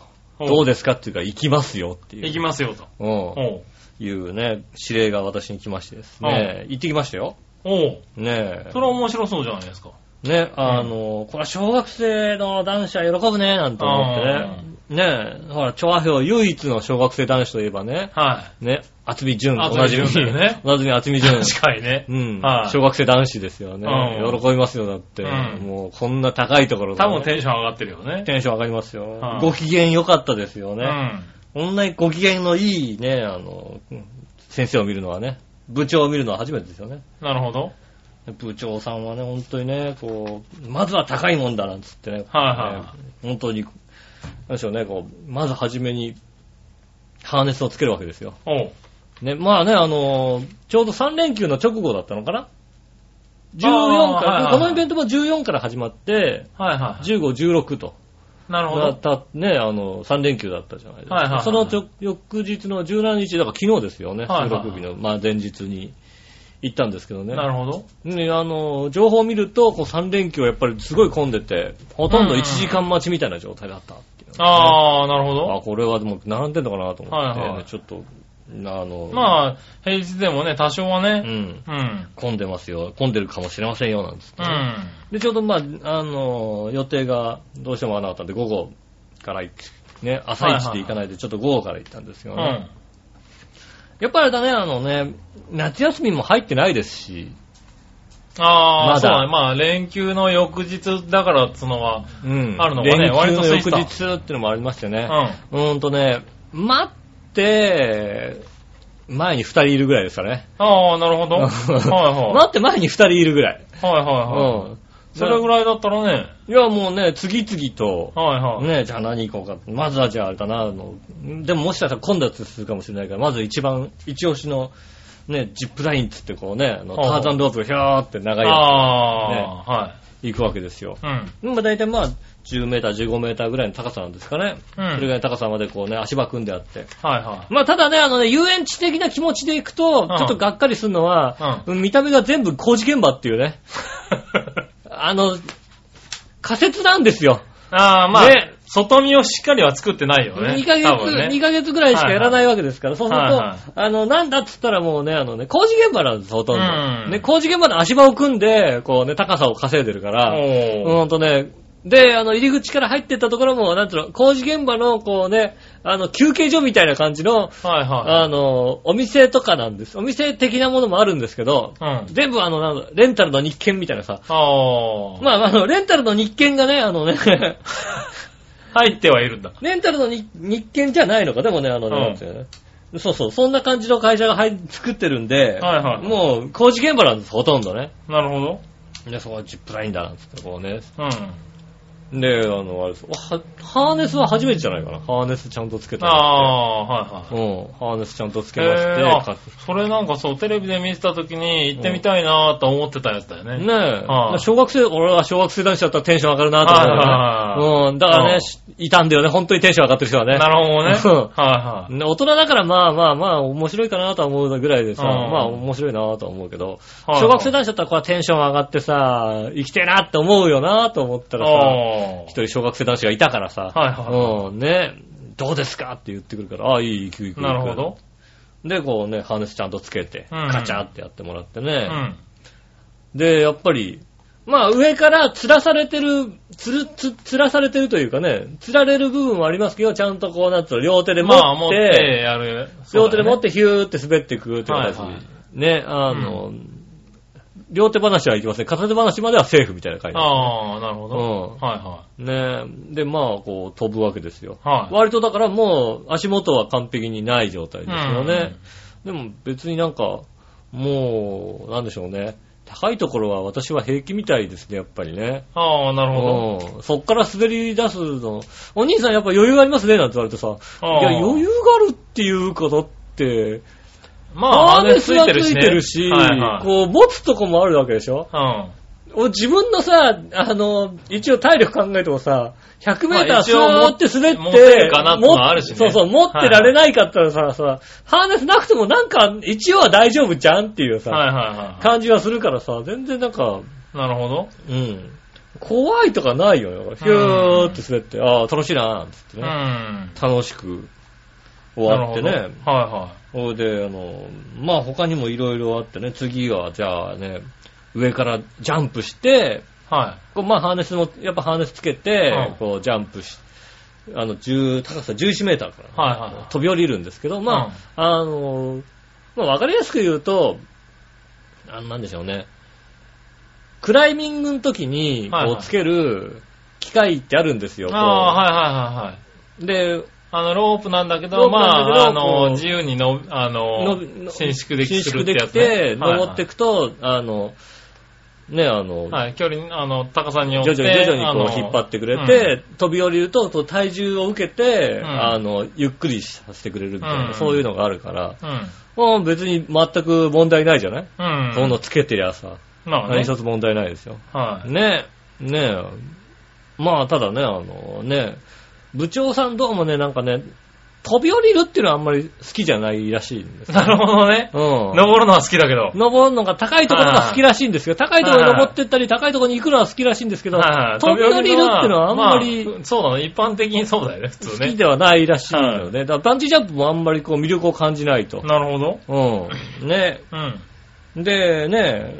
C: ほ
B: と。
C: う
B: どうですかっていうか、行きますよっていう。
C: い。行きますよと。
B: うん
C: おう。
B: いうね、指令が私に来ましてですね、行ってきましたよ。
C: おう。
B: ねえ
C: そ。れは面白そうじゃないですか。
B: ね、あの、これは小学生の男子は喜ぶね、なんて思ってね。ねえ、ほら、調和表唯一の小学生男子といえばね、
C: は
B: ね、厚み純、お
C: 渥
B: な
C: 美
B: じみ、
C: 淳だよね
B: おなじみ厚み
C: い。
B: *laughs* 純。
C: *laughs* 確かにね。
B: うん
C: はい。
B: 小学生男子ですよね。
C: うん
B: 喜びますよ、だって。
C: うん
B: もう、こんな高いところで
C: 多分テンション上がってるよね。
B: テンション上がりますよ
C: は。い
B: ご機嫌良かったですよ
C: う
B: ね。
C: ん。
B: こんなにご機嫌のいいね、あの、うん先生を見るのはね、部長を見るのは初めてですよね。
C: なるほど。
B: 部長さんはね、本当にね、こう、まずは高いもんだなんつってね、
C: はいはい
B: ね *laughs* 本当に、なんでしょうね、こう、まず初めに、ハーネスをつけるわけですよ。
C: おう。
B: ね、まあね、あのーちょうど3連休の直後だったのかな ?14 か
C: はい
B: ら、
C: はい
B: このイベントも14から始まって、
C: はいはい。
B: 15、16と、
C: なるほど
B: だっ。た、ね、あの、3連休だったじゃないですか。
C: はいはいはい
B: そのちょ翌日の17日、だから昨日ですよね、
C: はいはいはい
B: 収録日の、まあ前日に行ったんですけどね。
C: なるほど。
B: ね、あの、情報を見ると、こう3連休はやっぱりすごい混んでて、ほとんど1時間待ちみたいな状態だったっていう、
C: ああ、なるほ
B: あ、
C: ど。
B: これはでも並んでんのかなと思って、
C: はいはい
B: ちょっと、あの、
C: まあ、平日でもね、多少は
B: う
C: ね。
B: ん、
C: うん。
B: 混んでますよ、混んでるかもしれませんよ、なんつって
C: う
B: ね、
C: ん。
B: で、ちょうどまあ、あの、予定がどうしても合わなかったんで、午後から行く、ね、朝一で行かないで、ちょっと午後から行ったんです
C: う
B: よね。
C: ん。
B: やっぱりあれだね、あのね、夏休みも入ってないですし、
C: あ
B: まだ
C: あ、そうだね。まあ、連休の翌日だからっつうのは、
B: うん
C: あるのがね
B: 連休
C: 割と空いて
B: 翌
C: た
B: 日ってのもありましてね。
C: うん。
B: うーんとね、待って、前に二人いるぐらいですかね。
C: ああ、なるほど。はいはい。
B: *laughs* 待って前に二人いるぐらい。
C: はいはいうは
B: ん。
C: い。それぐらいだったらね。
B: いや、もうね、次々と、
C: はいはい。
B: ね、じゃあ何行こうか。まずはじゃああれだな、あの、でももしかしたら混雑するかもしれないから、まず一番、一押しの、ね、ジップラインっつってこうね、あのタ
C: ほうほう
B: ーザンロープがひゃーって長いや
C: ああ、はい。
B: つ行くわけですよ。
C: うん。
B: まあ大体まあ、10メーター、15メーターぐらいの高さなんですかね。
C: うん
B: それぐらいの高さまでこうね、足場組んであって。
C: はいは
B: まあただね、あのね、遊園地的な気持ちで行くと、
C: うん
B: ちょっとがっかりするのは、見た目が全部工事現場ってい
C: *laughs*
B: うね、
C: い。
B: あの、仮説なんですよ。
C: ああ、まあ、
B: ね
C: 外見をしっかりは作ってないよね。
B: 2ヶ
C: 多分
B: 月、
C: ね
B: 二ヶ月ぐらいしかやらないわけですから、そうすると、
C: はいはい
B: あの、なんだっつったらもうね、あのね、工事現場なんです、ほとんど。
C: うん
B: ね、工事現場の足場を組んで、こうね、高さを稼いでるから、う
C: おー
B: ーんとね、で、あの、入り口から入ってったところも、なんつうの、工事現場の、こうね、あの、休憩所みたいな感じ
C: は
B: の、
C: いは
B: あの、お店とかなんです。お店的なものもあるんですけど、
C: い。うん。
B: 全部あの、なんだレンタルの日券みたいなさ。
C: ああ、
B: まあ、あの、レンタルの日券がね、 *laughs* あのね、
C: 入ってはいるんだ。
B: レンタルの日日券じゃないのか、でもね、あのね、
C: うん
B: なんていうのそうそう、そんな感じの会社が入作ってるんで、
C: はいはい
B: もう工事現場なんです、ほとんどね。
C: なるほど。
B: で、そこはジップラインだなんつって、こうね。
C: うん。
B: で、あの、あれですはハーネスは初めてじゃないかな。ハーネスちゃんとつけた
C: あ
B: のっ
C: あ、はいはい
B: て。。うん、ハーネスちゃんとつけまし
C: へー
B: て
C: あ、それなんかそう、テレビで見てた時に行ってみたいなーと思ってたやつだよね。
B: ねえ、
C: ああ
B: 小学生、俺は小学生男子だったらテンション上がるなと思う
C: はい
B: よね。うん、だから
C: う
B: ね
C: ん、
B: しいたんだよね、本当にテンション上がってる人はね。
C: なるほどね。
B: そう
C: はいはい。
B: ね大人だからまあまあまあ面白いかなとは思うぐらいでさ、
C: うん
B: まあ面白いなとは思うけど、
C: はいはい
B: 小学生男子だったらこれはテンション上がってさ、生きてえなって思うよなと思ったらさ、
C: あ
B: 一人小学生男子がいたからさ、
C: はいは
B: うん、ね、どうですかって言ってくるから、ああ、いい、行く行
C: あ。
B: く。
C: なるほ。ど。
B: で、こうね、ハーネスちゃんとつけて、
C: うん
B: カチャってやってもらって
C: う
B: ね。
C: ん。
B: で、やっぱり、まあ上から吊らされてる、吊る、つ、吊らされてるというかね、吊られる部分はありますけど、ちゃんとこうなんつうの、両手で持っ
C: まあ、持ってやる。。
B: 両手で持っててヒューって滑っていくって形
C: はいはい
B: ね、あの、両手話はいきません。片手話まではセーフみたいな感じ。
C: ああ、なるほど。
B: うん
C: はいは
B: ねで、まあ、こう、飛ぶわけですよ。
C: い。はい。
B: 割とだからもう、足元は完璧にない状態ですよね。でも別になんか、もう、なんでしょうね。高いところは私は平気みたいですね、やっぱりね。
C: ああ、なるほど。
B: うんそっから滑り出すの、お兄さんやっぱ余裕ありますね、なんて言われてさ、い
C: あー
B: や、余裕があるっていうことって、
C: ま
B: ハ
C: あ、
B: ーネ
C: 羽
B: ス
C: つ
B: が
C: い
B: つ
C: てるし、
B: い
C: ね。
B: てるし、
C: はいはい
B: こう、持つとこもあるわけでしょ
C: うん。
B: 俺自分のさ、あの、一応体力考えてもさ、100メータ
C: まあ
B: ー
C: 一
B: ス
C: 応
B: ーって滑って、
C: 持ってるかなってのはあるしね
B: もそうそう、持ってられないかったらさ、さ、ハーネスなくてもなんか、一応は大丈夫じゃんっていうさ、
C: はいはいはいは
B: 感じはするからさ、全然なんか、
C: い。なるほど。
B: うん。怖いとかないよ。だからヒューって滑って、ああ、楽しいなーって
C: うん。
B: 言ってね、
C: な
B: 楽しく終
C: る
B: わっ
C: ほ
B: て
C: ど。
B: ね。
C: はいは
B: それで、あの、まあ、他にもいろいろあってね、次は、じゃあね、上からジャンプして、
C: い。は
B: こうまあ、ハーネスも、やっぱハーネスつけて、
C: うん
B: こう、ジャンプし、あの、10高さ11メーターから、
C: はいはいはい
B: 飛び降りるんですけど、まあ、あの、まあ、わかりやすく言うと、あのなんでしょうね、クライミングの時に、
C: はいはい
B: こう、つける機械ってあるんですよ。
C: い。
B: こう
C: ああ、はいはいはいはい。
B: で、
C: あの、ロープなんだけ
B: ロー
C: ど、
B: プ
C: ま
B: なんだけど
C: あ、あ
B: こ
C: の、
B: う
C: 自由にの、あの、
B: のの
C: 伸縮できす
B: 伸
C: る
B: 縮
C: って
B: で
C: や
B: き
C: つね。
B: て、登ってい
C: く。
B: くと、あの、ね、あの、
C: はい、距離、あの、高さによって、
B: 徐々に徐々に
C: あ
B: こ
C: の
B: う引っ張ってくれ、て、飛び降りるとこう体重を受けて、
C: うん
B: あの、ゆっくりさせてくれるみたいな、
C: うん
B: そういうのがあるから、
C: うん。うん。
B: もう別に全く問題ないじゃない、
C: うん。
B: こういうのつけてりゃさ、
C: まあね
B: 何一つ問題ないですよ。
C: はい。
B: ねえ、ねえ、まあただね、あのね、部長さんどうもね、なんかね、飛び降りるっていうのはあんまり好きじゃないらしい
C: *laughs*
B: んですよ。
C: なるほどね。
B: うん。
C: 登るのは好きだけど。
B: 登るのが高いところが好きらしいんですよ。高いところに登ってったり、高いところに行くのは好きらしいんですけど
C: はいは、い
B: 飛び降りるってのはあんまり
C: あそうだね。一般的にそうだよね、普
B: 好
C: 通
B: き
C: ね。
B: ではないらしいのよね。だからバンジージャンプもあんまりこう魅力を感じないと。
C: なるほど。
B: うん。ね。
C: うん。
B: で、ね、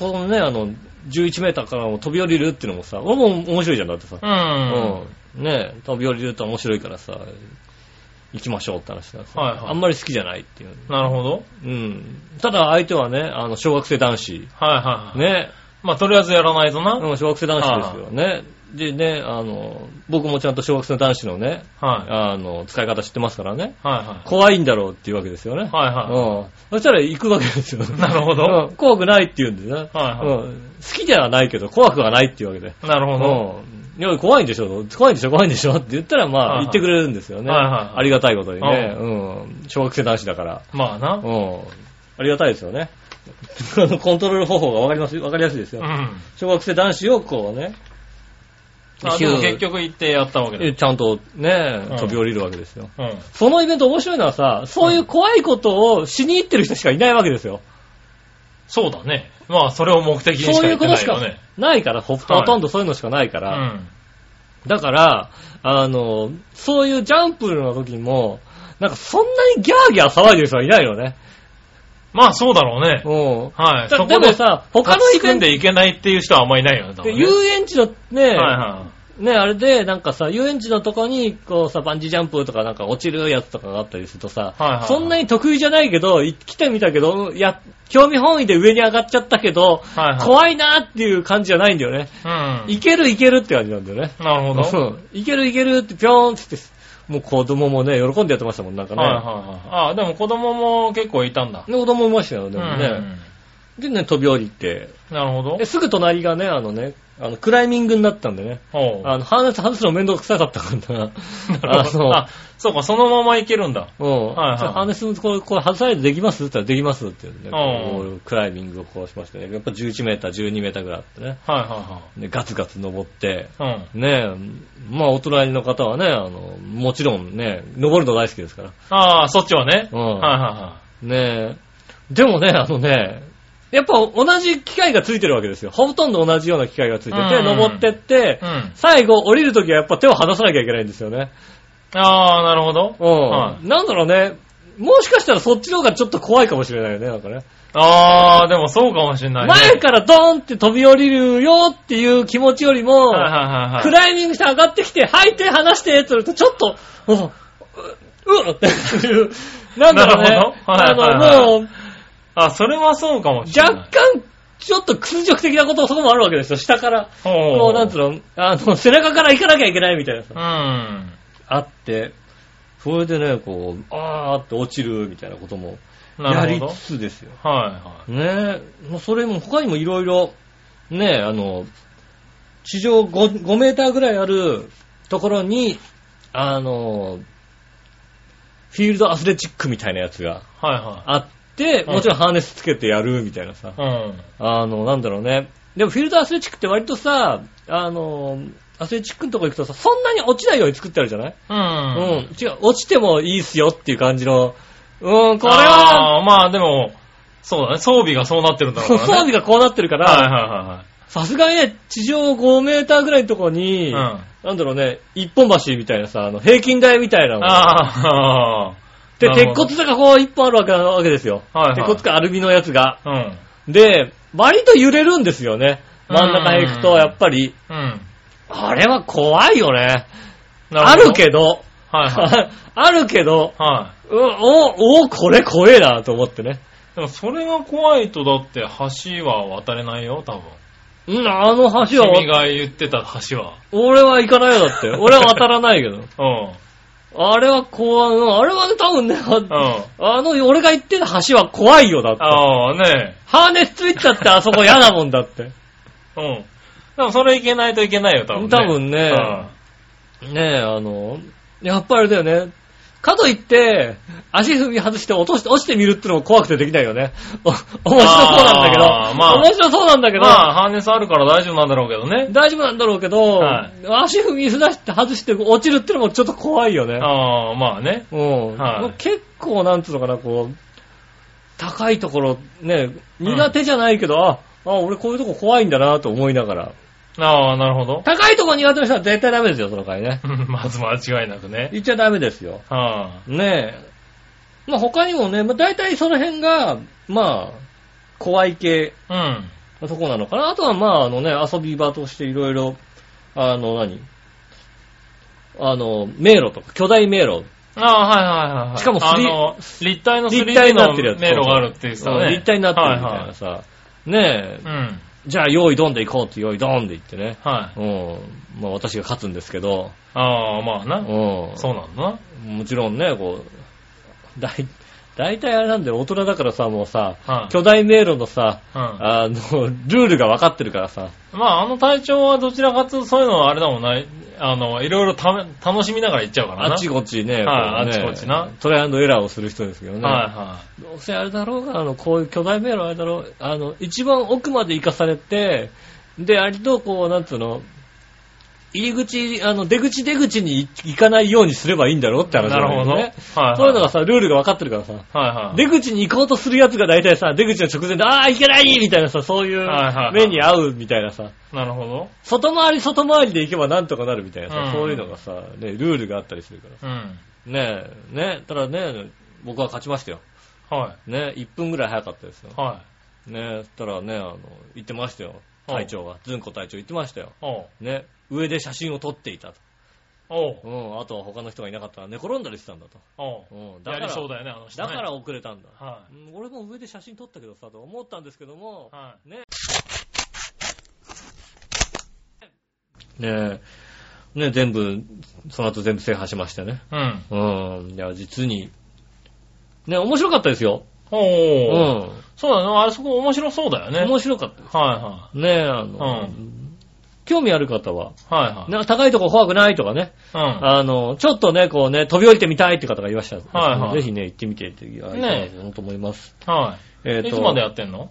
B: このね、あの、11メーターからも飛び降りるっていうのもさ、俺も面白いじゃん、だってさ。
C: う。。
B: うんね、飛び降りると面白いからさ、行きましょうって話ださ、
C: はいはい
B: あんまり好きじゃないっていう。
C: なるほど。
B: うん。ただ相手はね、あの、小学生男子。
C: はいはいはい。。
B: ね。
C: まあ、とりあえずやらないとな。
B: うん、小学生男子ですよね。でね、あの、僕もちゃんと小学生男子のね、
C: はい。
B: あの、使い方知ってますからね。
C: はいは
B: 怖いんだろうっていうわけですよね。
C: い。はいは
B: うん。そしたら行くわけですよ。
C: い。なるほど。
B: うん怖くないって言うんでね。
C: はいうは
B: ん。好きではないけど、怖くはないっていうわけで。
C: い。なるほど。
B: うん。いや、怖いんでしょ怖いんでしょ怖いんでしょって言ったら、ま
C: は
B: あ、
C: いはい
B: 言ってくれるんですよね。
C: はいはい
B: ありがたいことにね。うん。小学生男子だから。
C: まあな
B: う。ん。ありがたいですよね。 *laughs* コントロール方法がわかります、わかりやすいです
C: う
B: よ。
C: ん。
B: 小学生男子をこうね、
C: あでも結局行ってやったわけだ。
B: えちゃんとね
C: う、ん
B: 飛び降りるわけですよ。
C: うん。
B: そのイベント面白いのはさ、そういう怖いことをしに行ってる人しかいないわけですよ。
C: そうだね。まあ、それを目的にし
B: そう
C: か
B: い
C: 言
B: う
C: って
B: こと
C: ない
B: しか
C: よね。
B: ないから、ほ
C: はい
B: ほとんどそういうのしかないか
C: う
B: ら。
C: ん。
B: だから、あの、そういうジャンプの時も、なんかそんなにギャーギャー騒いでる人はいないよね。
C: まあ、そうだろうね。
B: うん。
C: はい。
B: だ
C: そこ
B: でもさ、他の
C: 立
B: イ
C: ち組
B: ベ
C: ん
B: ント
C: でいけないっていう人はあんまいないよね、多分
B: で、
C: ね
B: 遊園地のね、
C: はいは
B: ね、あれで、なんかさ、遊園地のとこに、こうさ、バンジージャンプとかなんか落ちるやつとかがあったりするとさ、
C: はいはいはい
B: そんなに得意じゃないけど、い来てみたけど、いや、興味本位で上に上がっちゃったけど、
C: はいはい
B: 怖いなーっていう感じじゃないんだよね。
C: い。
B: いけるいけるって感じなんだよね。
C: うん。なるほど。
B: うんいけるいけるってぴょーんって言って、もう子供もね、喜んでやってましたもん、なんかね。
C: はいはいはい。ああ、でも子供も結構いたんだ。
B: で子供もいましたよ、
C: う
B: で
C: ん
B: もね。でね、飛び降りて。
C: なるほど
B: で、。すぐ隣がね、あのね、あの、クライミングになったんでね。
C: おう
B: あの、ハーネス外すの面倒くさかったから。
C: な
B: あ
C: るほど *laughs*
B: の、
C: あ、そうか、そのままいけるんだ。
B: うん。
C: はいはい
B: じゃあハーネス、これ、これ外さないでできますって言ったら、できますって言うんで、
C: うん
B: こうクライミングをこうしましてね。やっぱ11メーター、12メーターぐらいあってね。
C: はいは
B: でガツガツ登って、
C: いはい。うん。
B: ねえ、まあ、お隣の方はね、あの、もちろんね、登るの大好きですから。
C: ああ、そっちはね。
B: うん
C: はいは
B: ねえ。でもね、あのね、やっぱ同じ機械がついてるわけですよ。ほとんど同じような機械がついて
C: うん
B: て、登ってって
C: い、はい。うん。
B: 最後降りるときはやっぱ手を離さなきゃいけないんですよね。
C: ああ、なるほど。
B: うん。
C: はい
B: なんだろうね。もしかしたらそっちの方がちょっと怖いかもしれないよね、なんかね。
C: ああ、でもそうかもしれないね。
B: 前からドーンって飛び降りるよっていう気持ちよりも、
C: はいはいはい
B: ク
C: はい。
B: ライミングして上がってきて、吐いて離してって言うと、ちょっと、うううっていう、なんだろう
C: なる
B: ね。
C: ほどは
B: あ
C: いはいはい
B: の、もう、
C: あ、それはそうかもしれない。
B: 若干、ちょっと屈辱的なことそこもあるわけですよ、下から。も
C: ほ
B: う、なんつうの、あの、背中から行かなきゃいけないみたいなさ
C: う。ん。
B: あって、それでね、こう、あーって落ちるみたいなことも、や
C: なる
B: り
C: ほど
B: つ。つですよ。
C: はい
B: ねえ、もうそれも他にもいろいろ、ねえ、あの、地上 5, 5メーターぐらいあるところに、あの、フィールドアスレチックみたいなやつが
C: はい。はい
B: あって、もちろんハーネスつけてやるみたいなさ、
C: はい。うん。
B: あの、なんだろうね、でもフィルターアスレチックって割とさ、あの、アスレチックのとこ行くとさ、そんなに落ちないように作ってあるじゃない、うん、
C: ん。
B: 違う、落ちてもいいっすよっていう感じの、うん、これは、
C: あーまあでも、そうだね。装備がそうなってるんだろ
B: そう
C: う
B: *laughs* 装
C: から
B: 備
C: ね。
B: がこうなってるか
C: はい
B: ら、
C: はいはいはい。
B: さすがにね、地上5メーターぐらいのとこに、
C: うん
B: なんだろうね、一本橋みたいなさ、あの、平均台みたいなのが
C: ああ。
B: で、
C: なるほ
B: 鉄
C: ど
B: 骨がこう一本あるわけなわけですよ。
C: はいはい
B: 鉄骨かアルミのやつが。
C: うん。
B: で、割と揺れるんですよね。真ん中へ行くと、
C: うん
B: やっぱり。
C: うん。
B: あれは怖いよね。
C: な
B: ある
C: ど。
B: けど、
C: はいはい。
B: *laughs* あるけど、
C: は
B: うお、お、これ怖えなと思ってね。
C: い。でもそれが怖いとだって橋は渡れないよ、多分。
B: うん、あの橋は
C: 君、が言ってた橋は。
B: 俺は行かないよだって。俺は渡らないけど。
C: う
B: あれは怖い、うんあれはね、多分ね、
C: ん。うん。
B: ああの、俺が行ってた橋は怖いよだって。
C: ああ、ね
B: ハーネスついちゃってあそこ嫌だもんだって。
C: え。うん。でもそれいけないといけないよ、多分ね。
B: 多分ね *laughs* ねえ、あの、やっぱりあれだよね。かといって、足踏み外して落として、落ちてみるってのも怖くてできないよね。お面白そうなんだけど、
C: あーまあ
B: 面白そうなんだ
C: う
B: け
C: ん。
B: ど、
C: まあ、ハーネスあるから大丈夫なんだろうけどね。
B: 大丈夫なんだろうけど、
C: は
B: 足踏み外して外して落ちるってのもちょっと怖いよね。
C: ああ、まあね。
B: うん
C: はい
B: 結構、なんつうのかな、こう、高いところ、ね、苦手じゃないけど、あ、あ、俺こういうとこ怖いんだなと思いながら。
C: ああ、なるほど。
B: 高いとこ苦手な人は絶対ダメですよ、その回ね。
C: *laughs* まず間違いなくね。
B: 言っちゃダメですよ。
C: は
B: ねえ。まあ他にもね、まあ大体その辺が、まあ、怖い系
C: あ。うん。
B: のとこなのかな。あとはまああのね、遊び場としていろいろ、あの何あの、迷路とか、巨大迷路。
C: ああ、はいはいはいはい。
B: しかもス
C: あ
B: リー
C: の、立体の
B: 立体
C: 3D
B: にな
C: の
B: ってるやつ
C: 迷路があるっていうさ、
B: うん
C: ね。
B: 立体になってるみ
C: は
B: たい
C: いは
B: ないさ。ねえ、
C: うん。
B: じゃあ用意ドンで行こうって用意ドンで言ってね。
C: はい。
B: うん。まあ私が勝つんですけど、
C: ああ、まあ
B: う
C: な。
B: ん。
C: そうなんだな。
B: もちろんね、こう、だい、大体あれなんだよ、大人だからさ、もうさ、
C: はい
B: 巨大迷路のさ、
C: うん。
B: あの、ルールが分かってるからさ。
C: まあ、あの体調はどちらかというとそういうのはあれだもんな。あの、いろいろため楽しみながら行っちゃうからな。
B: あっちこっち
C: は
B: ね、
C: い
B: こうね
C: あっちこっちな。
B: トライアンドエラーをする人ですけどね。
C: はいは
B: どうせあれだろうが、あの、こういう巨大迷路あれだろう、あの、一番奥まで行かされて、で、あれとこう、なんつうの、入り口、あの、出口出口に行かないようにすればいいんだろうって
C: い。
B: 話
C: な
B: だ
C: るほ
B: よ
C: ど。はい
B: ね。
C: はい。
B: そういうのがさ、ルールが分かってるからさ。
C: はいはい。
B: 出口に行こうとするやつが大体さ、出口の直前で、ああ、行けないみたいなさ、そういう
C: はいはいはい
B: 目に合うみたいなさ、
C: なるほど。
B: 外回り外回りで行けばなんとかなるみたいなさ、
C: うん
B: そういうのがさ、ね、ルールがあったりするからさ。
C: うん。
B: ねえ、ねえ、ただね、僕は勝ちましたよ。
C: は
B: ねえ、1分ぐらい早かったですよ
C: い。。はい。
B: ねえ、そしたらね、あの、言ってましたよ。
C: うん
B: 隊長が、ずんこ隊長言ってましたよ。
C: おう。
B: ね、上で写真を撮っていたと。
C: おう。
B: うん、あとは他の人がいなかったら寝転んだりしてたんだと。
C: おう。
B: うん、だ
C: や
B: か
C: り
B: ら、
C: そうだよね、あの人、
B: だ
C: ね。
B: から遅れたんだ。
C: は
B: うん俺も上で写真撮ったけどさ、と思ったんですけども
C: い。、は
B: ね。ねえ、ねえ全部、その後全部制覇しましたね。
C: い。うん。
B: うん。いや、実に。ね面白かったですよ。う
C: おう。
B: ん。
C: そうだね。あれそこ面白そうだよね。
B: 面白かったで
C: はいは
B: す。ねえ、あ
C: い。うん。
B: の、興味ある方は、
C: はいはい。
B: なんか高いとこ怖くないとかね、
C: うん。
B: あの、ちょっとね、こうね、飛び降りてみたいって方がいらっしゃる。
C: はいはい
B: ぜひね、行ってみていただきたいなと思います。
C: は
B: え
C: い。
B: ー
C: いつまでやってんの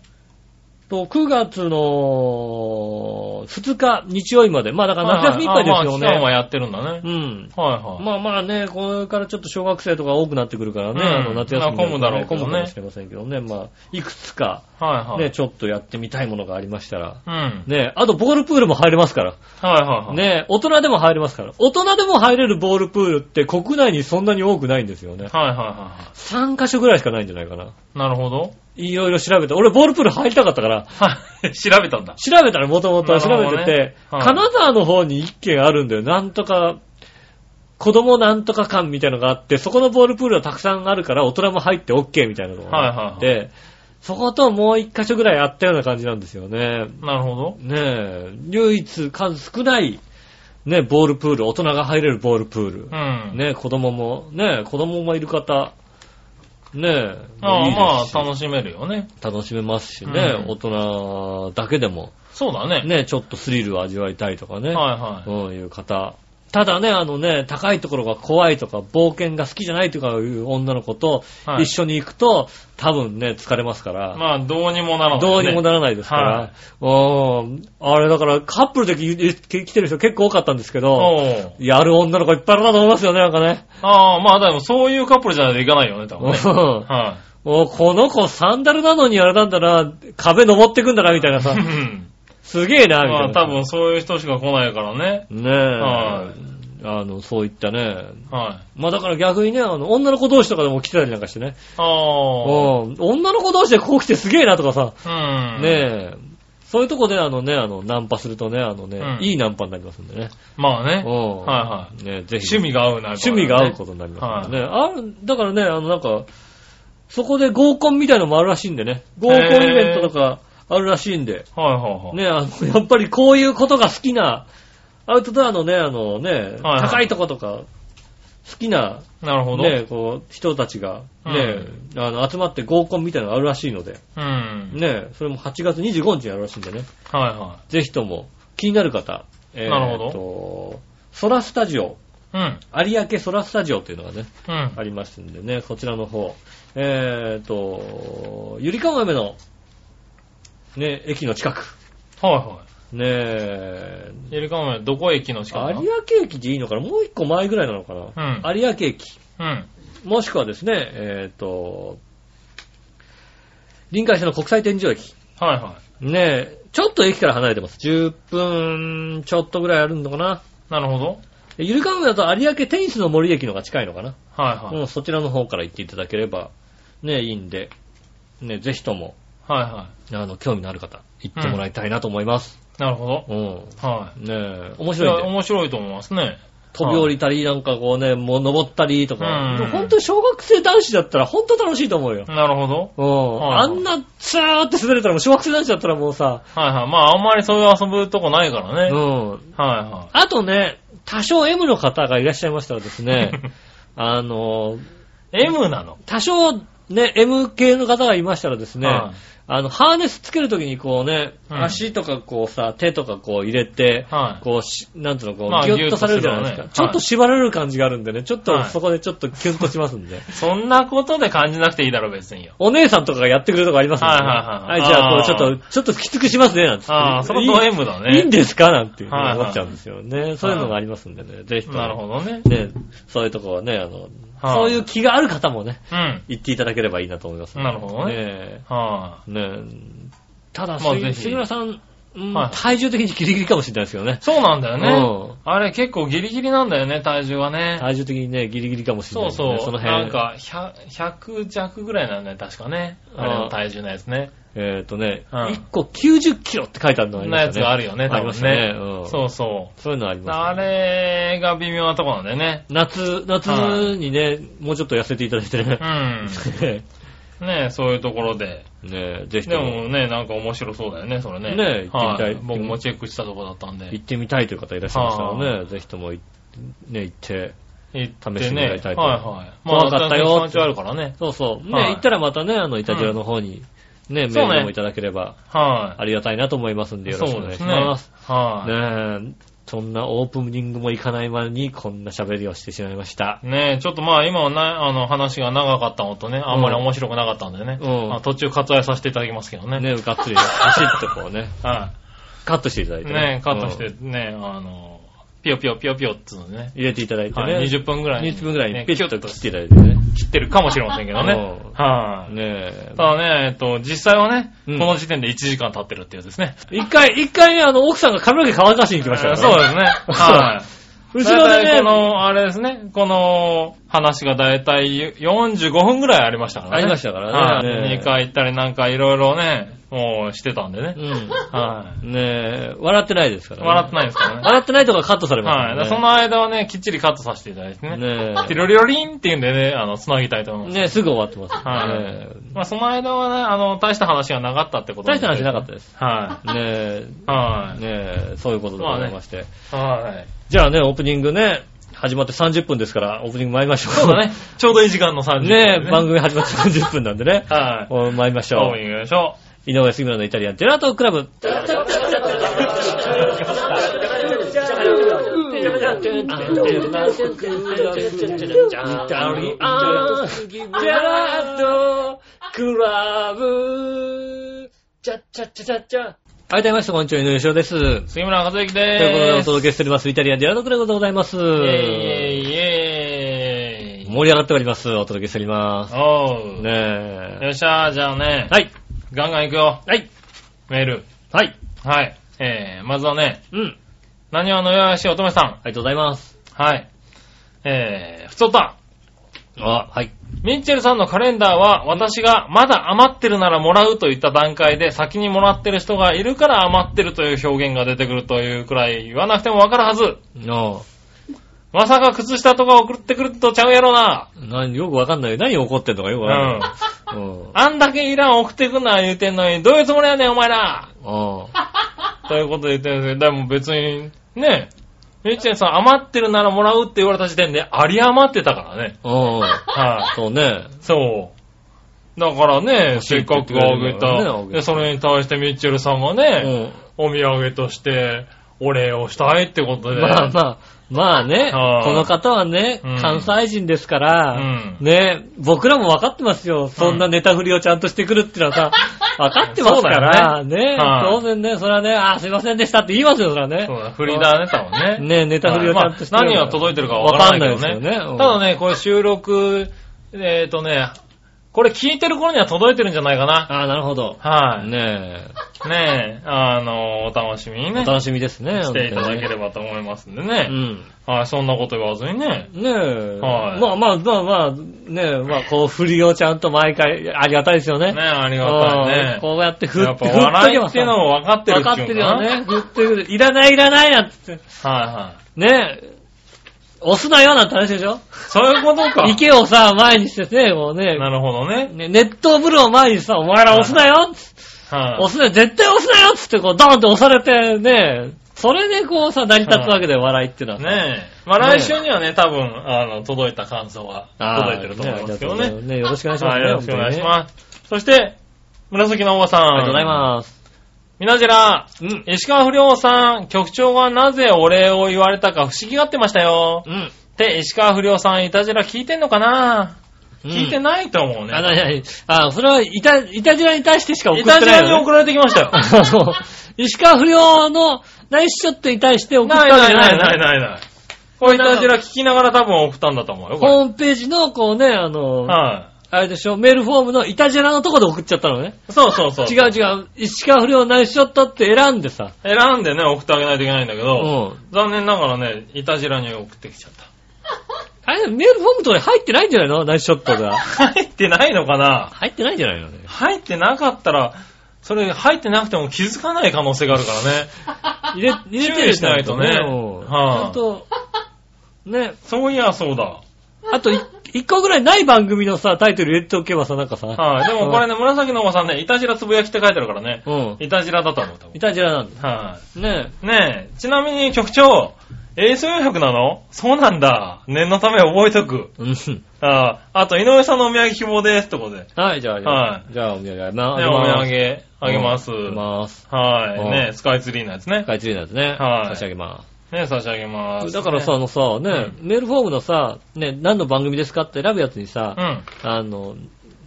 B: と、9月の2日、日曜日まで。まあだから夏休みいっぱいですよ
C: はいはいあまあ期間は
B: ね。
C: やってるんだね。
B: うん。
C: はいはい。
B: まあまあね、これからちょっと小学生とか多くなってくるからね、
C: うん
B: あの夏休み
C: まあ混むだろうけどね
B: 混むかもしれませんけどね、まあ、いくつか、
C: はいはい。
B: ね、ちょっとやってみたいものがありましたら、
C: うん。はい
B: ね、あとボールプールも入れますから、
C: はいはい。。
B: ね、大人でも入れますから、大人でも入れるボールプールって国内にそんなに多くないんですよね。
C: はいはいは
B: 3カ所ぐらいしかないんじゃないかな。
C: い。なるほど。
B: いろいろ調べて、俺ボールプール入りたかったから、
C: はい。 *laughs* 調べたんだ。
B: 調べたらもともと調べて
C: なるほど
B: て、
C: ねはい
B: 金沢の方に一軒あるんだよ。なんとか、子供なんとか館みたいのがあって、そこのボールプールはたくさんあるから大人も入って OK みたいなのがあって、
C: は
B: そこともう一箇所ぐらいあったような感じなんですよね。
C: なるほど。
B: ねえ、唯一数少ない、ね、ボールプール、大人が入れるボールプール
C: う。ん。
B: ねえ、子供も、ねえ、子供もいる方、ねえ、
C: あ
B: いい
C: あ
B: ですし
C: まあ、楽しめるよね。
B: 楽しめますしね、
C: うん
B: 大人だけでも
C: そうだね。
B: ね、ちょっとスリルを味わいたいとかね、
C: はいはい。
B: うん、いう方、ただね、あのね、高いところが怖いとか、冒険が好きじゃないとかいう女の子と
C: はい
B: 一緒に行くと、多分ね、疲れますから、
C: まあ、どうにもならない、
B: どうにもならないですから、
C: は
B: うんあれだからカップルで来てる人結構多かったんですけど、
C: おう
B: やる女の子いっぱいいるなと思いますよね、なんかね。
C: ああ、まあでもそういうカップルじゃないといかないよね、多分
B: *laughs*
C: ね。
B: うん
C: は。
B: もうこの子サンダルなのにあれなんだな、壁登ってくんだな、みたい *laughs* ない
C: *laughs*
B: さ
C: う。ん
B: すげえな、み
C: ま
B: たい
C: あ
B: な。
C: 多分そういう人しか来ないからね。
B: ねえ。
C: は
B: あの、そういったね。
C: はい。
B: まあだから逆にね、あの、女の子同士とかでも来てたりなんかしてね。
C: ああ。
B: うん女の子同士でこう来てすげえなとかさ。
C: うん。
B: ねえ。そういうとこであのね、あの、ナンパするとね、あのね、
C: うん
B: いいナンパになりますんでね。
C: まあ
B: う
C: ね。
B: ん。。
C: はい
B: ねぜひ。
C: 趣味が合うな、
B: 趣味が合うことになりますからね。あるだからね、あのなんか、そこで合コンみたいのもあるらしいんでね。合コンイベントとかあるらしいんで。
C: はいはいはい。
B: ね、あの、やっぱりこういうことが好きな、アウトドアのね、あのね、
C: はい
B: 高いとことか、好きな、
C: なるほど。
B: ね、こう、人たちが、ね、あの、集まって合コンみたいなのがあるらしいので、
C: うん。
B: ね、それも8月25日にあるらしいんでね、
C: はいは
B: ぜひとも、気になる方、えー
C: なるほど
B: と、ソラスタジオ、
C: い。うん。
B: 有明ソラスタジオっていうのがね、
C: うん
B: あ。りますんでね、そちらの方、えーと、ゆりかもめの、ね、駅の近く、
C: はいは
B: ね
C: い。ゆりかもめ、どこ駅の近く
B: 有明駅でいいのかなもう一個前ぐらいなのかな、有明駅。
C: うん。
B: もしくはですね、えっ、と、臨海線の国際天井駅。
C: はいは
B: ねえ、ちょっと駅から離れてます。10分ちょっとぐらいあるのかな。
C: い。なるほど。
B: ゆるかむだと有明テニスの森駅のが近いのかな。
C: はいはい。
B: うんそちらの方から行っていただければ、ねえ、いいんで、ねえ、ぜひとも、
C: はいは
B: あの、興味のある方、行ってもらいたいなと思います。
C: い。なるほど。
B: うん。
C: は
B: ねえ、面
C: い。
B: 白いんで
C: や面白いと思いますね。
B: 飛び降りたり、なんかこうね、もう登ったりとか
C: う、ん
B: もう本当に小学生男子だったら本当楽しいと思うよ。
C: なるほど。
B: うん。
C: はい
B: あんな、ツーって滑れたらもう小学生男子だったらもうさ、
C: はいはい。まあ、あんまりそういう遊ぶとこないか
B: う
C: らね。
B: ん。
C: はいは
B: あとね、多少 M の方がいらっしゃいましたらです
C: *laughs*
B: ね、あの、
C: い。M なの。
B: 多少ね、M 系の方がいましたらですね、
C: はい
B: あの、ハーネスつけるときにこうね、
C: うん
B: 足とかこうさ、手とかこう入れて、
C: はい
B: こうし、なんつうの、こ
C: まあ
B: う、ギュッとされるじゃないですか。
C: ギュッとす
B: ち
C: る
B: ょ
C: わね
B: っと縛られる感じがあるんでね、ちょっと
C: はい
B: そこでちょっとキュンとしますんで。
C: そんなことで感じなくていいだろ、別によ。
B: お姉さんとかがやってくれるとこありますもんね。
C: はいはいはい
B: はい、じゃあ、こ
C: あ
B: う、
C: ー
B: ちょっと、ちょっときつくしますね、なんつって。
C: ああ、それと M だ
B: いいいいん
C: ね。
B: ですかなんていうふう
C: はい
B: に
C: はい
B: 思っちゃうんですよね。そういうのがありますんでね、ぜひとも。
C: なるほどね。
B: ね、そういうとこはね、あの、
C: はい
B: そういう気がある方もね、
C: うん。
B: 言っていただければいいなと思います。
C: なるほどね
B: ね
C: は
B: え。ねえただ、
C: まあ
B: 杉
C: ぜひ
B: 杉村さん、うん
C: はい
B: 体重的にギリギリかもしれないですけどね
C: い。。そうなんだよね。
B: うん
C: あれ結構ギリギリなんだよね、体重はね。
B: 体重的にね、ギリギリかもしれな
C: そ
B: いうですね、
C: そう。
B: その辺。
C: なんか100、100弱ぐらいなんだよ、確かね。
B: あー
C: あれの体重のやつね。
B: えっとね、
C: うん
B: 1個90キロって書いてあるのがありま
C: な
B: し
C: やつ
B: たね。
C: があるよね、
B: あ
C: 多
B: りま
C: 分
B: したね
C: ね。。
B: うん
C: そうそ
B: そういうのあり
C: う。あ
B: ます、ね。
C: れが微妙なとこなんだよね。
B: 夏、夏にね、もうちょっと痩せていただいてね
C: う。ん。
B: ね
C: ねそういうところ
B: *laughs*
C: で。
B: えぜひ
C: で
B: とも
C: もね、なんか面白そうだよね、それね。
B: ね行ってみたい
C: は僕もチェックしたとこだったんで
B: 行。ってみたいという方いらっしゃいましたらね、ぜひともいね、行って。
C: 行って
B: 試してもらいたいと
C: はいはい。
B: 怖かったよ
C: まあ、気持ちあるからね。
B: そうそう。ね、
C: はい
B: 行ったらまたね、あの、イタジラの方に、ね、メ
C: そうね
B: ールでもいただければ
C: は
B: ありがたいなと思いますんで、
C: い。
B: よろしくお
C: そう
B: 願
C: で
B: い
C: す
B: しま
C: ね
B: す。。
C: は
B: ねえ、そんなオープニングも行かない間に、こんな喋りをしてしまいました。
C: い。ねちょっとまあ今はな、あの話が長かったのとね、あんまり面白くなかったんでね。
B: うん
C: まあ途中割愛させていただきますけどね。
B: ね、うかっつり、パシッとこうね、 *laughs*
C: は
B: カットしていただい
C: い。
B: て
C: ねカットしてね、あの、ピヨピヨピヨピヨっつうのね。
B: 入れていただいてね。
C: はい、20分ぐらいに。
B: 20分ぐらいに
C: ね
B: ピ
C: ピ
B: ッ
C: ュ
B: と
C: ッ
B: 切
C: と
B: っていただいてね。
C: 切ってるかもしれませんけどね。
B: うん
C: はい、
B: ねえ。
C: ただね、えっと、実際はね、
B: うん
C: この時点で1時間経ってるっていうですね。
B: 一回、一回ね、あの、奥さんが髪の毛乾かしに来ましたから、ね。
C: そう
B: *laughs*
C: ですね。はい。
B: う後ろで
C: 大
B: ね
C: 体こ、の、あれですね、この話がだいたい45分ぐらいありましたからね。
B: ありましたからね
C: はい。
B: ね
C: 2回行ったりなんかいろいろね、もうしてたんでね。は
B: うん。ねえ、笑ってないですから
C: い。
B: ね。
C: 笑ってないですからね。
B: 笑ってないとこがカットされますから
C: は
B: ね。
C: い。でその間はね、きっちりカットさせていただいてね。
B: ね
C: テロリロリンっていうんでね、あの、繋ぎたいと思い
B: え、
C: ます。
B: ねえ、すぐ終わってます。
C: はい
B: ね
C: まあ、その間はね、あの、大した話がなかったってこ
B: え
C: と
B: 大した話なかった
C: で
B: です。
C: す。は
B: ねえ、
C: い。はい。
B: ねえ、そういうことでございまして。
C: はい。
B: じゃあね、オープニングね、始まって30分ですから、オープニング参りましょう。
C: そうだね。ちょうどいい時間の30分、
B: *laughs* ねえ、番組始まって30分なんでね。
C: はい。
B: お参りまし
C: どう
B: ょ
C: も
B: う。
C: よいしょ。
B: 井上杉村のイタリアンジェラートクラブ。
C: う
B: 改めまして、こんにちは、井上翔です。というこ
C: 杉村和之
B: とで、
C: で
B: お
C: ーす。
B: 届けしております、イタリアンディアドクラブでございます。
C: イェ
B: 盛
C: イイェイイェイ。
B: り上がっております。お届けしておりま
C: お
B: す。
C: う。
B: ね
C: よっしゃー、じゃあね
B: え。、はい。
C: ガンガン行くよ。
B: はい。
C: メール。
B: はい。
C: はい。えー、まずはね、
B: うん。
C: 何はのよやし乙女さん。
B: ありがとうございます。
C: はい。えー、ふつおた。
B: あ、はい。
C: ミッチェルさんのカレンダーは、私がまだ余ってるならもらうといった段階で、先にもらってる人がいるから余ってるという表現が出てくるというくらい言わなくてもわかるはず。
B: なあ。
C: まさか靴下とか送ってくるとちゃうやろな。
B: なよくわかんない。何怒ってんのかよく
C: う
B: わかん
C: ん
B: ない。。うん。
C: あんだけいらん送ってくんな言うてんのに、どういうつもりやねんお前ら。
B: あ
C: ということで言ってるんですけど、でも別に、ね、ミッチェルさん余ってるならもらうって言われた時点で、あり余ってたからね。
B: あ。うん。
C: はい、
B: そうね。
C: そう。だからね、
B: しい
C: せ
B: っ
C: って
B: 言
C: か
B: って
C: く
B: くれ
C: あ
B: る
C: げ
B: からねあ
C: た。
B: げた
C: で、それに対してミッチェルさんが
B: う
C: ね、
B: ん。
C: お土産として、お礼をしたいってことで。
B: まあまあ、まあね、
C: はい
B: この方はね、
C: うん
B: 関西人ですから、
C: うん
B: ね、僕らも分かってますよ。そんなネタ振りをちゃんとしてくるっての
C: *laughs*
B: はさ、分かってますから、
C: そうだよ
B: ね
C: ねはい
B: 当然ね、それはね、あーすいませんでしたって言いますよ、それはね
C: そう。だ、フリーダーね、多分ね。
B: *laughs* ねネタ振りをちゃんとして
C: まあ
B: る
C: 何が届いてるかわからないけど
B: わかんない
C: ね。
B: ですよねうん
C: ただね、これ収録、えっ、とね、これ聞いてる頃には届いてるんじゃないかな。
B: ああ、なるほど。
C: はい、
B: ねえ、
C: ねえ、あの、お楽しみに
B: お
C: ね、
B: 楽しみですね。
C: していただけれ
B: ば。
C: ばと思いますんで
B: う
C: ね。
B: ん。
C: はい、そんなこと言わずにね。
B: ねえ、
C: はい
B: まあまあまあまあ、ねえ、まあこう振りをちゃんと毎回、ありがたいですよね。
C: ねありがたいね
B: うん。こうやって振っ
C: や
B: て、
C: っぱ
B: 振っと
C: 笑
B: け
C: い
B: ば
C: っ
B: さ
C: ていうのも分かってる
B: わかってるよ
C: っ
B: ね。振ってくる。いらないいらないなんつって。
C: ていうのは。はいはい。
B: ねえ。押すなよなんて話でしょ
C: そういうこと
B: *laughs*
C: か。
B: 池をさ、前にしてね、もうね。
C: なるほどね。
B: ね熱湯風呂を前にさ、お前ら押すなよ
C: は。
B: 押すなよ絶対押すなよつってこう、ドーンって押されてね、それでこうさ、成り立つわけで笑いっていうのはいさ。
C: ねえ。まあ
B: ねえ
C: 来週にはね、多分、あの、届いた感想は
B: あー
C: 届いてると思いますけど
B: あ
C: ね
B: りがとうござい。ますねよろしくお願いしま
C: は
B: すね。
C: い、よろしくお願いし
B: す。
C: ます。そして、紫のおばさん。
B: ありがとうござい
C: す。
B: ます。
C: みなじら、
B: うん。
C: 石川不良さん、局長がなぜお礼を言われたか不思議がってましたよ。
B: うん。
C: で、石川不良さん、いたじら聞いてんのかな
B: うん
C: 聞いてないと思うね。
B: あ、なになにあ、それは、いた、いたじらに対してしか送
C: い
B: ってな
C: た
B: い
C: じ
B: のね。
C: らに送られてきましたよ。
B: あの、 *laughs* 石川不良のナイスショットに対して送った
C: なんい
B: じゃ
C: な
B: ない
C: ない
B: い
C: ない
B: い。
C: ないない。こういたじら聞きながら多分送ったんだと思うよ、こ
B: ホームページの、こうね、あ
C: れ。
B: の、
C: は
B: あれでしょ、メールフォームのいたじらのとこで送っちゃったのね。
C: い。そうそうそう。
B: 違う違う、石川不良ナイスショットって選んでさ。
C: 選んでね、送ってあげないといけないんだけ
B: う
C: ど、
B: ん。
C: 残念ながらね、いたじらに送ってきちゃっ
B: あれ、メールフォームとかに入ってないんじゃないのナイスショット
C: *laughs*
B: が。
C: た。入ってないのかな
B: 入ってないんじゃないのね。
C: 入ってなかったら、それ入ってなくても気づかない可能性があるからね。
B: 入れ、入れてる人
C: 注意しないとね
B: うんち
C: はい
B: ゃんと、ね。
C: そういや、そうだ。
B: あと、い一個ぐらいない番組のさ、タイトル入れておけばさ、なんかさ。
C: はい。でもこれね、紫のおばさんね、いたじらつぶやきって書いてあるからね。
B: うん。
C: いたじらだと思う、多分
B: いたじらなんだ。
C: は
B: ね
C: い。ねえ、ちなみに局長、AS400 なのそうなんだ。念のため覚えとく。
B: え。うん。
C: ああ、あと、井上さんのお土産希望ですってことで。ね、
B: はい、じゃあ、
C: は
B: じゃあ、お土産、な、
C: お
B: あ
C: 土
B: げます
C: 産あげます。
B: うんあげます。
C: は
B: うん
C: い。ね、スカイツリーのやつね。
B: 外注なんですね。
C: はい
B: 差し上げま
C: ね、差し上げます。
B: す。だからさ、あのさ、ね、メールフォームのさ、ね、何の番組ですかって選ぶやつに
C: うん。
B: さ、
C: はい
B: あの、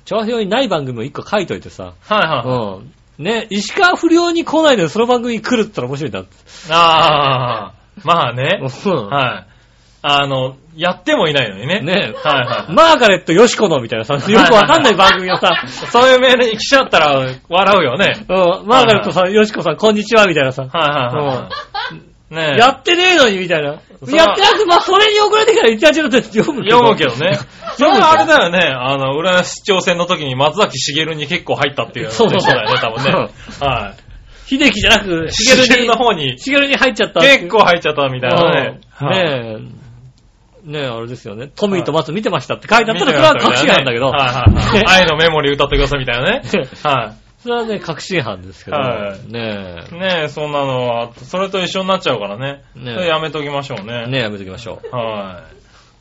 B: 調和表にない番組を一個書いといてさ、う
C: はい。
B: ん。ね、石川不良に来ないのにその番組に来るって言ったら面白いなって。
C: ああ、まあね。
B: う
C: はい。あの、やってもいないのにね。
B: ん。ね
C: はいはい。
B: マーガレット・ヨシコのみたいなさ、よくわかんない番組を
C: *laughs*
B: さ、
C: そういうメールに来ちゃったら笑うよね。
B: うん、マーガレットさん、ヨシコさん、こんにちは、みたいなさ、
C: はいはいはい。 *laughs* ねえ。
B: やってねえのに、みたいな。
C: それ
B: や
C: は
B: ってなくて、まあ、それに送られてきたら18だって読む
C: 読むけど
B: *laughs*
C: ね。それ
B: むけど
C: はあれだよね。あの、浦安市長選の時に松崎しげるに結構入ったっていう
B: そうそう
C: そうだよね、多分ね。は
B: 秀樹じゃな
C: *laughs*
B: く、
C: い。
B: しげ
C: しげ
B: る
C: る
B: に
C: の、方に
B: しげるに入っちゃった。
C: 結構入っちゃったみたいなね。
B: うん
C: はい
B: ねえ、ねえ、あれですよね。トミーと松見てましたって書いてあったら、それは確信犯だけど、
C: はいはいはい。
B: *laughs* ね
C: 愛のメモリー歌ってくださいみたいなね。は
B: それはね、確信犯ですけど
C: はい、
B: ね
C: い。ねえ、そんなのは、それと一緒になっちゃうからね。
B: ねえ
C: それやめときましょう
B: え、
C: ね。
B: ねえ、やめときましょ
C: は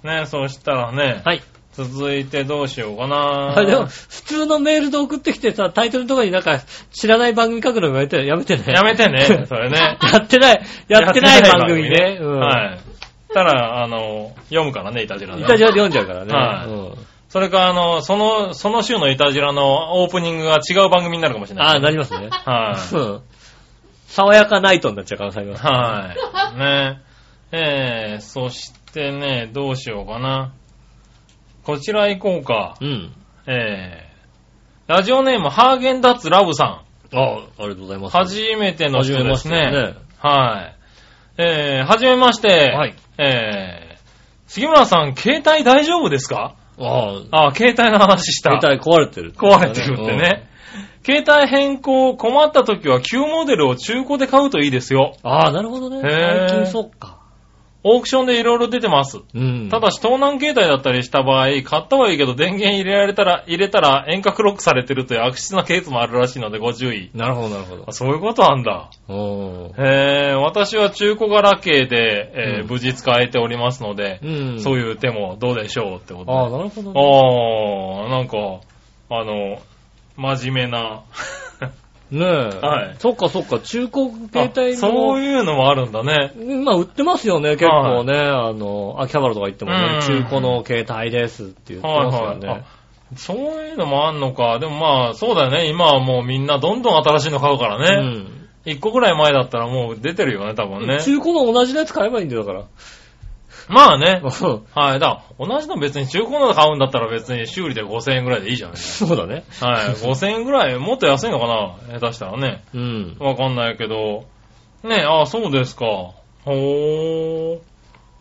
C: い。ねえ、そしたらね
B: う。、はい。
C: 続いてどうしようかな。
B: あれでも、普通のメールで送ってきてさ、タイトルのとこになんか、知らない番組書くのやめて、やめてね。 *laughs*。
C: やめてね、それね
B: やってない、やってない番組ね。うん
C: はい。たら、あの、読むからね、イタジラ
B: イ
C: ね。
B: タジラで読んじゃうからね。
C: はい
B: うん
C: それか、あの、その、その週のイタジラのオープニングが違う番組になるかもしれ
B: あ
C: な
B: あ、
C: い。
B: なりますね。
C: はい。
B: うん爽やかナイトになっちゃう可能性あります。
C: はい。ねえ。えー、そしてね、どうしようかな。こちら行こうか。
B: うん。
C: えー、ラジオネーム、ハーゲンダッツラブさ
B: ああ、ありがとうござい
C: ん。
B: ます。
C: 初めての人ですね。
B: 初めましてね
C: はい。えー、はじめまして。
B: はい。
C: えー、杉村さん、携帯大丈夫ですか
B: ああ、
C: あ、携帯の話した。
B: 携帯壊れてる。
C: 壊れてるってね。携帯変更困った時は旧モデルを中古で買うといいですよ。
B: うん。ああ、なるほどね。
C: へえ
B: 最近そっか。
C: オークションでいろいろ出てます。
B: うん
C: ただし盗難携帯だったりした場合、買ったはいいけど電源入れられたら、入れたら遠隔ロックされてるという悪質なケースもあるらしいのでご注意。
B: なるほど、なるほど
C: あ。そういうことなんだ。
B: おー
C: へえ、私は中古ガラケーで、えー
B: うん
C: 無事使えておりますので、
B: うん。
C: そう
B: いう。
C: いう手もどうでしょうってこと
B: ああ、
C: で。
B: なるほどね。
C: ああ、なんか、あの、真面目
B: *laughs*
C: な。
B: ねえ。
C: はい
B: そっかそっか、中古携帯
C: あそう
B: いう。
C: いうのもあるんだね。
B: まあ、売ってますよね、結構ね。あの、秋葉原とか行っても
C: う
B: ね
C: ん、
B: 中古の携帯ですって言って
C: はい
B: ますよ
C: はい。
B: ね
C: あ。そういうのもあんのか。でもまあ、そうだよね。今はもうみんなどんどん新しいの買うからね。一個ぐらい前だったらもう出てるよね、多
B: う
C: 分
B: ん
C: ね。
B: 中古の同じのやつ買えばいいんだよ、だか
C: まあね
B: *laughs* ら。。
C: はい。だから同じの別に中古の買うんだったら別に修理で5000円ぐらいでいいじゃない。
B: そうだね。
C: はい。5000円ぐ
B: *laughs*
C: らい、もっと安いのかな下手したらね。
B: うん。
C: わかんないけど。ねああ、そうですか。ほー。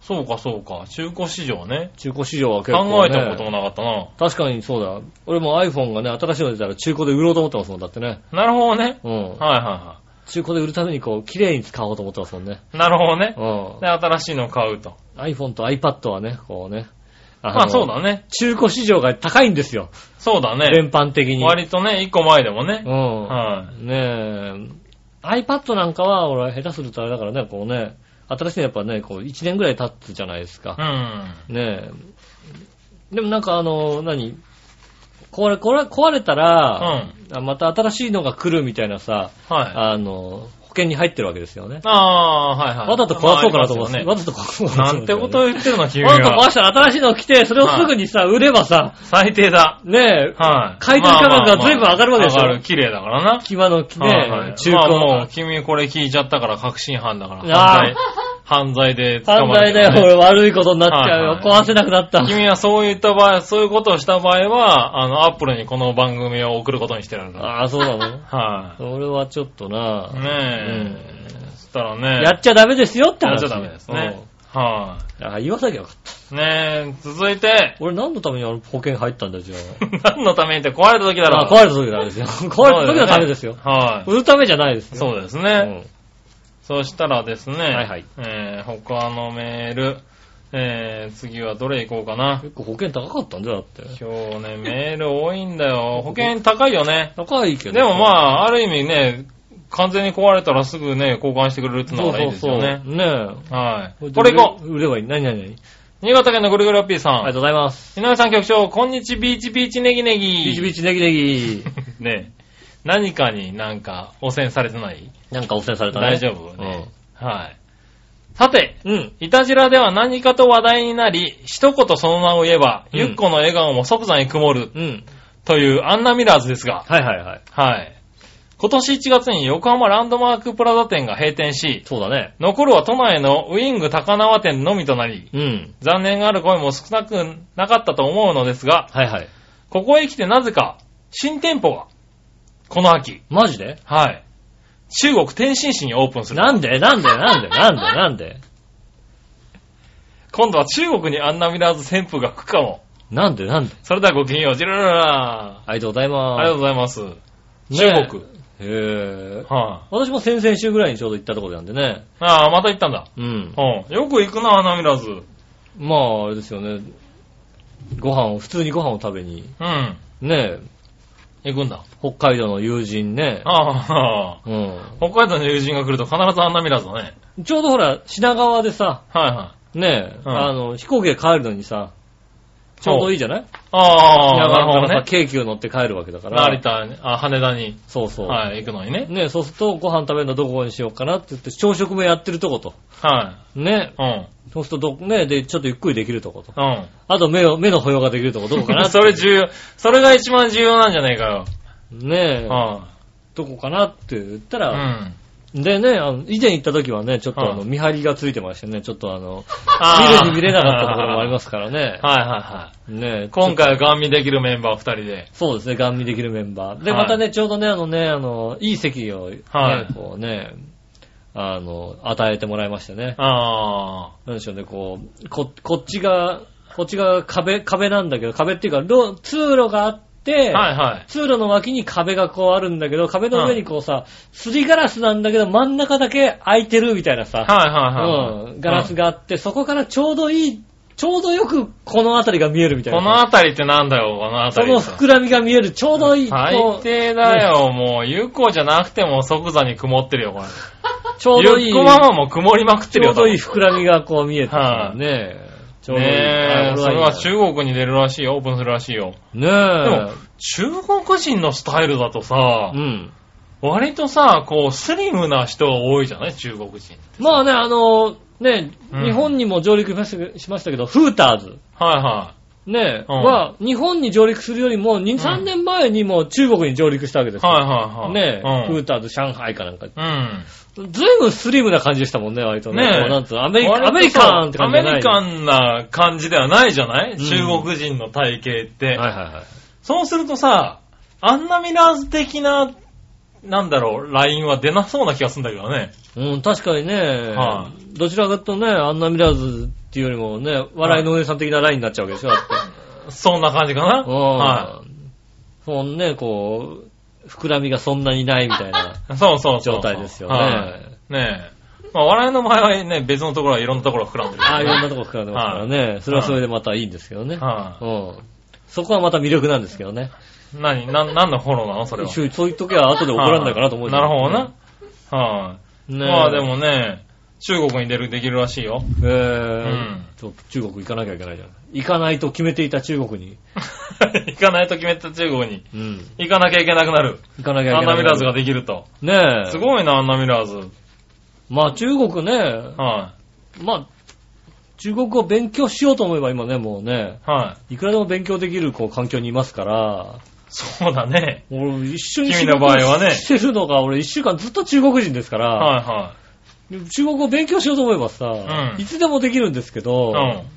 C: そうか、そうか。中古市場ね。
B: 中古市場は結構、ね。
C: 考えたこともなかったな。
B: 確かにそうだ。俺も iPhone がね、新しいの出たら中古で売ろうと思ってますもん、だってね。
C: なるほどね。
B: う
C: は
B: ん。
C: いはいは
B: 中古で売るためにこう、綺麗に使おうと思ってますもんね。
C: い。なるほどね
B: う。ん。
C: で、新しいのを買うと。
B: iPhone と iPad はね、こうね。あの
C: まあそうだね。
B: 中古市場が高いんですよ。
C: そうだね。
B: 全般的に。
C: 割とね、一個前でもね。は
B: うん。ねえ。iPad なんかは、俺、下手するとあれだからね、こうね、新しいのやっぱね、こう、1年ぐらい経つじゃないです
C: う
B: か。
C: ん。
B: ねえ。でもなんかあの、何壊れ、これ、壊れた
C: うん。
B: ら、
C: は
B: あまた新しいのが来るみたいなさ、
C: い。
B: あの、保険に入ってるわけですよね。
C: ああー、はいはい。
B: わざと壊そうかなと思って、
C: まああり
B: わ
C: ます
B: ざと壊そう
C: よ
B: か
C: ね。な
B: と思
C: ん
B: って
C: こ
B: わ
C: とを言ってるの、君
B: ざと
C: は。
B: 壊したら新しいの来て、それをすぐにさ、売ればさ、
C: 最低だ。
B: ねえ、
C: はい。
B: 買い取り価格が随分上がるわけでしょ
C: まあまあまあ上がる、綺麗だからな。
B: 際のね、
C: はいはい
B: 中古
C: まあも
B: の
C: う、君これ聞いちゃったから確信犯だから。
B: あ
C: 犯罪。犯罪で捕
B: 犯
C: まる
B: 罪
C: け
B: だ
C: ど
B: よ、
C: ね。
B: 俺悪いことになっちゃうよ。
C: はいはい
B: 壊せなくなった。
C: 君はそういった場合、そういうことをした場合は、あの、アップルにこの番組を送ることにしてるんだ。
B: ああ、そうなの
C: は。、
B: 俺はちょっとない
C: ねえ。そしたらね。
B: やっちゃダメですよって
C: やっ
B: 話。
C: ちゃダメですね。は
B: うん。ああ、言わなきゃよかった。
C: い。ねえ、続いて、
B: 俺何のためにあの保険入ったんだ、じゃ
C: *laughs* 何のためにって壊れた時だ
B: あ。
C: ろ。
B: ああ壊れた時なんで
C: *laughs*
B: すよ。壊れた時はダメですよ。
C: はい。
B: 売るためじゃないですよ。
C: そうです
B: う
C: ね。
B: ん。
C: そしたらですね、
B: はいはい
C: えー他のメール、えー次はどれいこうかな。
B: 結構保険高かったんだよ、だって。
C: 今日ね、メール多いんだ
B: *laughs*
C: よ。保険高いよね。
B: 高いけど。
C: でもまあ、ある意味ね、完全に壊れたらすぐね、交換してくれるっての
B: そう
C: がい
B: そ
C: いうです
B: そう。
C: よね。
B: ね
C: はい。
B: え。
C: これいこう。
B: う。売ればいい。何何何
C: 新潟県のぐるぐるおっぴーさ
B: ありが
C: ん。
B: とうございます。
C: 井上さん局長、こんにちビーチビーチネギネギ。
B: ビチビチネギネギ。
C: *laughs* ねえ何かになんか汚染されてない
B: なんか汚染されたね。
C: 大丈夫ね。はい。さて、
B: うん。うん。
C: いたじらでは何かと話題になり、一言その名を言えば、
B: うん
C: ゆっこの笑顔も即座に曇る
B: うん。
C: というアンナミラーズですが、
B: はいはいはい。
C: はい。今年1月に横浜ランドマークプラザ店が閉店し、
B: そうだね。
C: 残るは都内のウィング高輪店のみとなり、
B: うん。
C: 残念がある声も少なくなかったと思うのですが、
B: はいはい。
C: ここへ来てなぜか、新店舗が、この秋、
B: マジで
C: はい。中国天津市にオープンする。
B: なんでなんでなんでなんでなんで
C: 今度は中国にアンナミラーズ旋風が吹くかも。
B: なんでなんで
C: それではごきげんよう、ジェラララ
B: ありがとうござい
C: ありがと
B: ま
C: うございます。
B: す。ね
C: 中国。
B: へえ。
C: はい、
B: 私も先々週ぐらいにちょうど行ったところなんでね。
C: ああ、また行ったんだ。
B: うん。
C: うん。よく行くな、アンナミラーズ。うん。
B: まあ、あれですよね。ご飯を、普通にご飯を食べに、ねえ、
C: 行くんだ。
B: 北海道の友人ね。
C: ああ、 *laughs*
B: う
C: 北海道の友人が来ると必ずアンナミラーズだね。
B: ん。ちょうどほら、品川でさ、
C: はいはい。
B: ねえ、
C: うん
B: あの、飛行機で帰るのにさ、ちょうどいいじゃない
C: ああ、な
B: な
C: る
B: かな
C: ほ
B: か
C: ど
B: さ、
C: ね。
B: 京急乗って帰るわけだから。
C: 成田に、あ、羽田に、
B: そうそう。
C: はい、行くのにね。
B: ね、そうするとご飯食べるのどこにしようかなって言って、朝食もやってるとこと。
C: は
B: ね
C: い。。うん。
B: そうするとど、ね、で、ちょっとゆっくりできるとこと。
C: うん。
B: あと目を、目の保養ができるとこどこか
C: *laughs*
B: な
C: それ重要。それが一番重要なんじゃねえかよ。
B: ねえ、
C: う
B: どこかなって言った
C: ん。う
B: ら、
C: ん。
B: でね、あの以前行った時はね、ちょっとあの、
C: うん
B: 見張りがついてましてね、ちょっとあの、
C: あー
B: 見るに見れなかったところもありますか
C: *laughs*
B: らね。
C: はいはいはい。
B: ねえ
C: 今回はガン見できるメンバー二人で。
B: そうですね、ガン見できるメンバー。で、
C: はい
B: またね、ちょうどね、あのね、あの、いい席を、ね、
C: はい
B: こうね、あの、与えてもらいましてね。
C: ああ。
B: なんでしょうね、こう、こ、こっちが、こっちが壁、壁なんだけど、壁っていうか、ろ通路があって、
C: はいはい。
B: 通路の脇に壁がこうあるんだけど、壁の上にこうさ、すりガラスなんだけど、真ん中だけ開いてるみたいな
C: は
B: さ、
C: いはいは
B: う
C: い。
B: ん、ガラスがあって、そこからちょうどいい、ちょうどよくこの辺りが見えるみた
C: う
B: い
C: ん。
B: な。
C: この辺りってなんだよ、この
B: そ
C: 辺り
B: の
C: って。
B: 膨らみが見える、ちょうどいい、こ
C: 最
B: う
C: 低だよ、もう。有効じゃなくても即座に曇ってるよ、これ。
B: ちょうどい
C: ゆ
B: い、
C: っ
B: ち
C: こママも曇りまくってる
B: ょ
C: よ、
B: うどいい膨らみがこう見えて
C: は
B: さ、
C: い
B: ねえ。ち
C: 多
B: ょう
C: 分
B: どいい。
C: ねえ、それは中
B: ね
C: 国に出るらしいよ、オープンするらしいよ。でも
B: え。、
C: 中国人のスタイルだとさ
B: う、ん。
C: 割とさ、こう、スリムな人が多いじゃない中国人。
B: まあね、あの、ね、
C: うん
B: 日本にも上陸しましたしましたけど、フーターズ。
C: はいは
B: ね、
C: うん
B: は、日本に上陸するよりも、2、3年前にもう中国に上陸したわけで
C: い。
B: すよ。
C: はいはいはい。
B: ねえ、フ
C: う
B: ーターズ、上海かなんか。
C: ん。
B: ずいぶんスリムな感じでしたもんね、割とね。
C: ねえ
B: こうなんつうのア
C: う
B: メリ
C: ん。
B: カ、アメリカンって感じじ
C: ア
B: ゃない
C: メリカンな感じではないじゃない、中国人の体型って。
B: はいはいはい。
C: そうするとさ、アンナミラーズ的な、なんだろう、ラインは出なそうな気がするんだけどね。
B: うん、確かにね、
C: は
B: どちらかというとね、アンナ・ミラーズっていうよりもね、笑いのお姉さん的なラインになっちゃうわけでしょ、だって。
C: そんな感じかな。
B: うん。
C: は
B: そんね、こう、膨らみがそんなにないみたいな
C: い。そうそうそう。
B: 状態ですよ
C: はい
B: ね。
C: ねえ。まあ、笑いの場合はね、別のところはいろんなところが膨らんでる。
B: ああ、いろんなとこ膨らんでますからね。それはそれでまたいいんですけどね。
C: は
B: うん。そこはまた魅力なんですけどね。
C: い。何、な、何のフォローなのそれは。
B: そうそういう時は後で怒らんないかなと思う。
C: なるほどな。。は
B: ね
C: い。まあで。もね、中国に出る、できるらしいよ。
B: えー
C: ん
B: ちょっと中国行かなきゃいけないじゃん。行かないと決めていた中国に。
C: *laughs* 行かないと決めた中国に。
B: うん。
C: 行かなきゃいけなくなる。
B: 行かなきゃいけな
C: ア
B: い。
C: ンナミラーズができると。
B: ねえ。
C: すごいな、アンナミラーズ。
B: まあ中国ね、
C: は
B: まあ、中国語を勉強しようと思えば今ね、もうね、
C: い。はい。
B: いくらでも勉強できるこう環境にいますから、
C: そうだね。
B: 俺一緒に
C: 君の場合はね
B: 仕事してるのが、俺一週間ずっと中国人ですから、
C: は
B: 中国語を勉強しようと思えばさ、
C: うん
B: いつでもできるんですけど、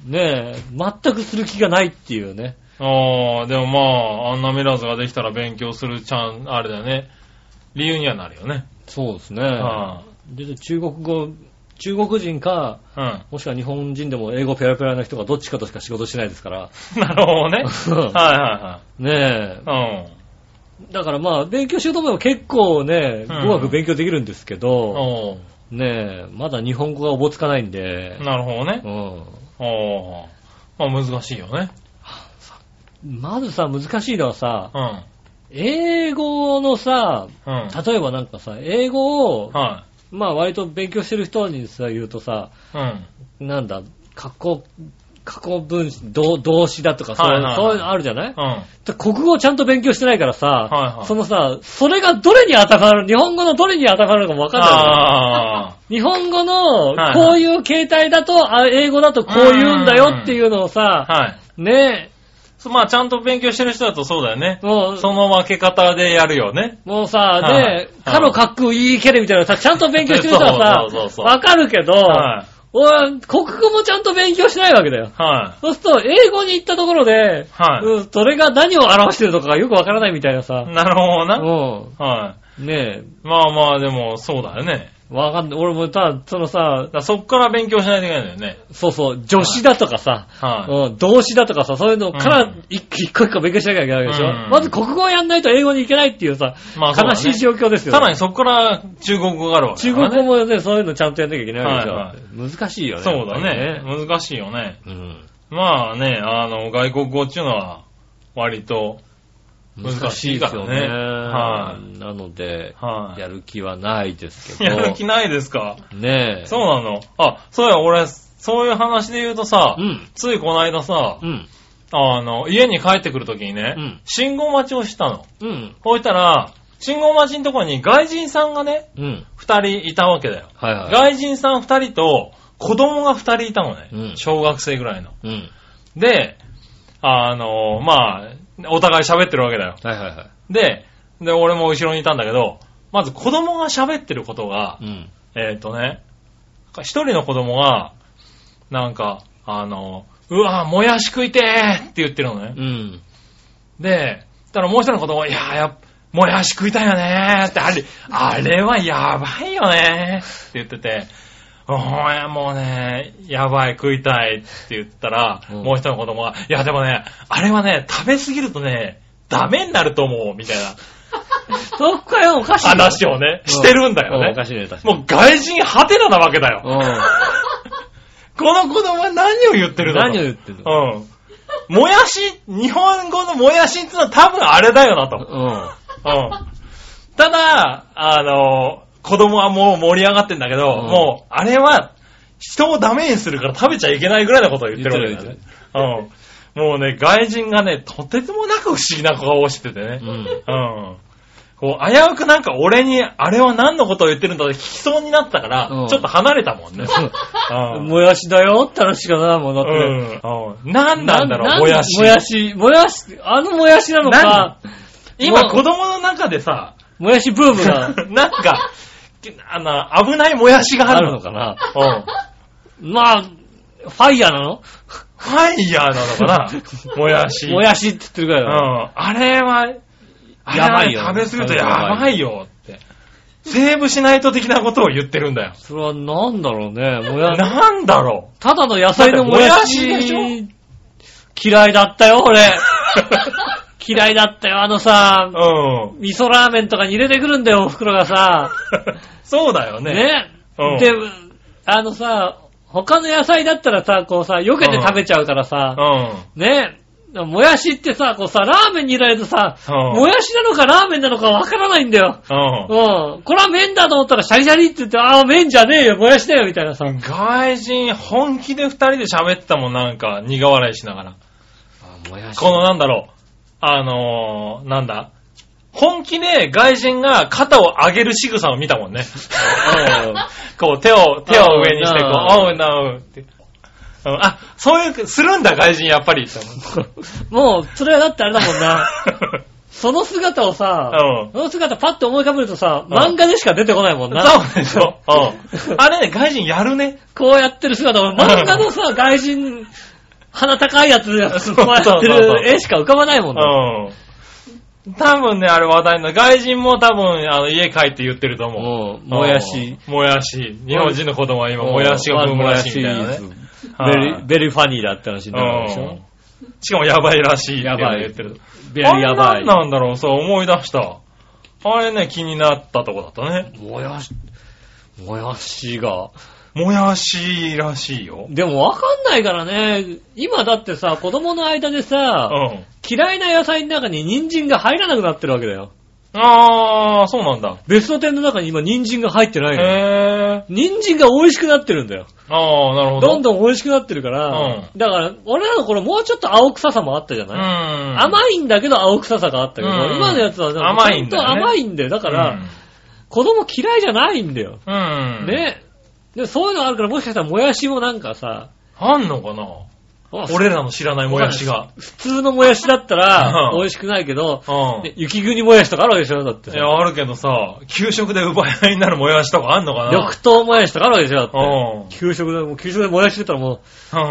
C: う
B: ねえ、全くする気がないっていうね。
C: いはい。ああ、でもまあ、アンナミラーズができたら勉強するチャン、あれだよね。理由にはなるよね。
B: そうですね。
C: は
B: で中国語、中国人か、
C: い。うん。 *laughs*
B: もしくは日本人でも英語ペラペラな人がどっちかとしか仕事しないですから、
C: なるほどね。は
B: ねえ
C: いはい、はい。
B: だからまあ、勉強しようと思えば結構ね、
C: うん
B: 語学勉強できるんですけ
C: うん。
B: ど、
C: お
B: ねえ、まだ日本語がおぼつかないんで
C: ー、なるほどね
B: う。ん。
C: おー。まあ難しいよね。
B: まずさ、難しいのはさ、
C: うん。
B: 英語のさ、
C: うん。
B: 例えばなんかさ、英語を、
C: は
B: まあ割と勉強してる人にさ、言うとさ、
C: い。うん。
B: なんだ、過去、過去分詞、動動詞だとか、そう
C: はいいうはいはい
B: そういうのあるじゃない
C: うん。はい
B: で国語をちゃんと勉強してないからさ、
C: はい。
B: そのさ、それがどれに当てはまる、日本語のどれに当てはまるのかもわかんないじゃない。
C: あ
B: 日本語
C: は
B: の
C: いはい、
B: こういう形態だと、あ英語だとこう言うんだよっていうのを
C: あ。
B: さ、
C: はい。
B: ね
C: そまあちゃんと勉強してる人だとそうだよね
B: え、。もう、
C: その分け方でやるよね。
B: もうさ、
C: はいはい
B: ねえ、かの格好いいけるみたいなさ、ちゃんと勉強してる人は
C: そうそうそうそ
B: さ、
C: う
B: わかるけど、
C: は
B: 俺、国語もちゃんと勉強してないわけだよ。
C: い。はい。
B: そうすると、英語に行ったところで、
C: はい
B: うんそれが何を表してるのかがよくわからないみたいなさ、
C: なるほどな。
B: う
C: は
B: ん。ね
C: い。
B: え、
C: まあまあでもそうだよね。
B: わかんない。俺もた、そのさ
C: だか、らそっから勉強しないといけないんだよね。
B: そうそう、助詞だとかさ、
C: は
B: うん、動詞だとかさ、そういうのか
C: う
B: ら
C: ん
B: 一個一個一個勉強しなきゃいけないわけでしょ、
C: うん
B: まず国語をやんないと英語にいけないっていうさ、
C: まあそうだ
B: 悲
C: ね
B: しい状況です
C: い。
B: よ、
C: さらにそっから中国語があるわけ
B: 中
C: だから
B: 国
C: ね。
B: 語もね、そういうのちゃんとやんなきゃいけないわけでしょ、
C: はい
B: 難しいよね。
C: そうだ
B: や
C: ね
B: っ。ぱ
C: 難しいよね。
B: りね。
C: まあね、あの、外国語っていうのは、割と、
B: うん
C: 難しい
B: 難しいですよね。
C: からね
B: なので、
C: はい
B: やる気はないですけど。
C: やる気ないですか
B: ねえ。
C: そうなのあ、そうや、俺、そういう話で言うとさ、
B: うん。
C: ついこの間さ
B: う、ん。
C: あの、家に帰ってくるときにね、
B: うん
C: 信号待ちをしたの。
B: うん。
C: こうしたら、信号待ちのところに外人さんがね、
B: うん。
C: 二人いたわけだよ。
B: はいはい。
C: 外人さん二人と、子供が二人いたのね、
B: うん
C: 小学生ぐらいの。
B: うん。
C: で、あの、まあ、お互い喋ってるわけだよ。
B: はいはいは
C: で、で、俺も後ろにいたんだけど、まず子供が喋ってることが
B: い。、うん。
C: えーっ、とね、一人の子供が、なんか、あの、うわもやし食いてーって言ってるのね。
B: うん。
C: で、たらもう一人の子供が、いやーやっもやし食いたいよねーって、あれ、あれはやばいよねーって言ってて、お前もうね、やばい、食いたいって言ったら、
B: うん
C: もう一人の子供が、いやでもね、あれはね、食べすぎるとね、ダメになると思う、みたいな
B: そっかよ、おかしいよ。
C: 話をね、してるんだよ
B: うお
C: ね
B: か。しいね、確かに。
C: もう外人ハテナなわけだよ。
B: う
C: この子供は何を言ってる
B: ん。
C: だろう
B: 何を言ってんの
C: うん。もやし、日本語のもやしってのは多分あれだよなと。
B: うん。
C: うん。ただ、あの、子供はもう盛り上がってんだけど、
B: うん
C: もう、あれは、人をダメにするから食べちゃいけないぐらいのことを言ってるわけだよね。うん。もうね、外人がね、とてつもなく不思議な顔をしててね。
B: うん。
C: うん。こう、危うくなんか俺に、あれは何のことを言ってるんだって聞きそうになったから、
B: うん
C: ちょっと離れたもんね。うん
B: もやしだよって話かな、もうだって。
C: うんうん。何なんだろ
B: な
C: う、もやし。
B: もやし、もやし、あのもやしなのか、
C: 今、
B: も
C: 子供の中でさ、
B: もやしブーム
C: *laughs* な
B: が
C: んか、あの、危ないもやしがあ
B: あ
C: るの
B: るの
C: か
B: か
C: な
B: な。。
C: うん。
B: まあ、ファイヤーなの
C: ファイヤーなのかな、
B: *laughs*
C: もやし。
B: もやしって言ってるぐら
C: う
B: いだよ。
C: ん。あれは、あれ
B: や
C: は
B: ばい
C: ね
B: よ
C: 食べ過ぎるとやばいよって。セーブしないと的なことを言ってるんだよ。
B: それはなんだろうね、もや
C: なんだろ
B: ただの野菜のもやし
C: だってもやし
B: 嫌いだったよ、俺。嫌いだったよ、あのさ *laughs*
C: う。、うん。 *laughs*
B: 味噌ラーメンとかに入れてくるんだよ、お袋がさ。
C: そうだよね。
B: ね。
C: うん
B: で、あのさ、他の野菜だったらさ、こうさ、避けて食べちゃうからさ、
C: うん。
B: ね。もやしってさ、こうさ、ラーメンに入れるとさ、
C: うん
B: もやしなのかラーメンなのかわからないんだよ。
C: うん。
B: うん。これは麺だと思ったらシャリシャリって言って、ああ、麺じゃねえよ、もやしだよ、みたいなさ。
C: 外人、本気で二人で喋ってたもん、なんか、苦笑いしながら。
B: もや
C: このなんだろう、あのー、なんだ、本気で外人が肩を上げる仕草を見たもんね。 *laughs* こう手を、手を上にして、こう、
B: あ
C: おうなうって。うんあ、そういう、するんだ、外人、やっぱり。って思う
B: もう、それはだってあれだも
C: *laughs*
B: んな。その姿をさ、
C: うん
B: その姿パッと思い浮かべるとさ、
C: うん
B: 漫画でしか出てこないもんな。
C: そうでしょ。うんあれね、外人やるね。
B: こうやってる姿、俺漫画のさ、外人、鼻高いやつ、
C: *laughs* そう
B: こうやって
C: そうそうそう
B: る絵しか浮かばないもんな。
C: うん。多分ね、あれ話題の、外人も多分、あの、家帰って言ってると思う。
B: もう、もやし。
C: うん。もやし。日本人の子供は今、もやしがブームらしいみたいなね。
B: ベ
C: はい
B: リ、ベリーファニーだって話になるでし
C: う
B: ょ
C: ん。しかもやばいらしい。
B: やばい
C: 言ってる。
B: ベリーやば
C: あれ
B: い。
C: 何なんだろう、そう思い出した。あれね、気になったとこだったね。
B: もやし、もやしが。
C: もやしらしいよ。
B: でもわかんないからね、今だってさ、子供の間で
C: う
B: さ、
C: ん。
B: 嫌いな野菜の中に人参が入らなくなってるわけだよ。
C: あー、そうなんだ。
B: ベスト10の中に今人参が入ってないのよ。
C: へー。
B: 人参が美味しくなってるんだよ。
C: あー、なるほど。
B: どんどん美味しくなってるから、だから、俺らの頃もうちょっと青臭さもあったじゃ
C: う
B: ない、
C: ん。い
B: 甘いんだけど青臭さがあったけど、
C: うん
B: 今のやつはなんか
C: 甘いん
B: ち
C: だ
B: ゃ
C: よね
B: と甘いんだよ。だ
C: か
B: か、
C: ら
B: 子供嫌いじゃないんだよ。
C: うん。うん。
B: ね。で、そういうのがあるから、もしかしたらもやしもなんかさ、
C: あんのかな
B: 俺、
C: 俺らの知らないもやしが。
B: 普通のもやしだったら
C: う、ん
B: 美味しくないけど、
C: うん。
B: で雪国もやしとかあるわけでしょだって
C: い。や、あるけどさ、給食で奪い合いになるもやしとかあんのかな
B: 緑豆もやしとかあるわけでしょだって。
C: うん。
B: 給食で、もう給食でもやし出たらもう、
C: うん。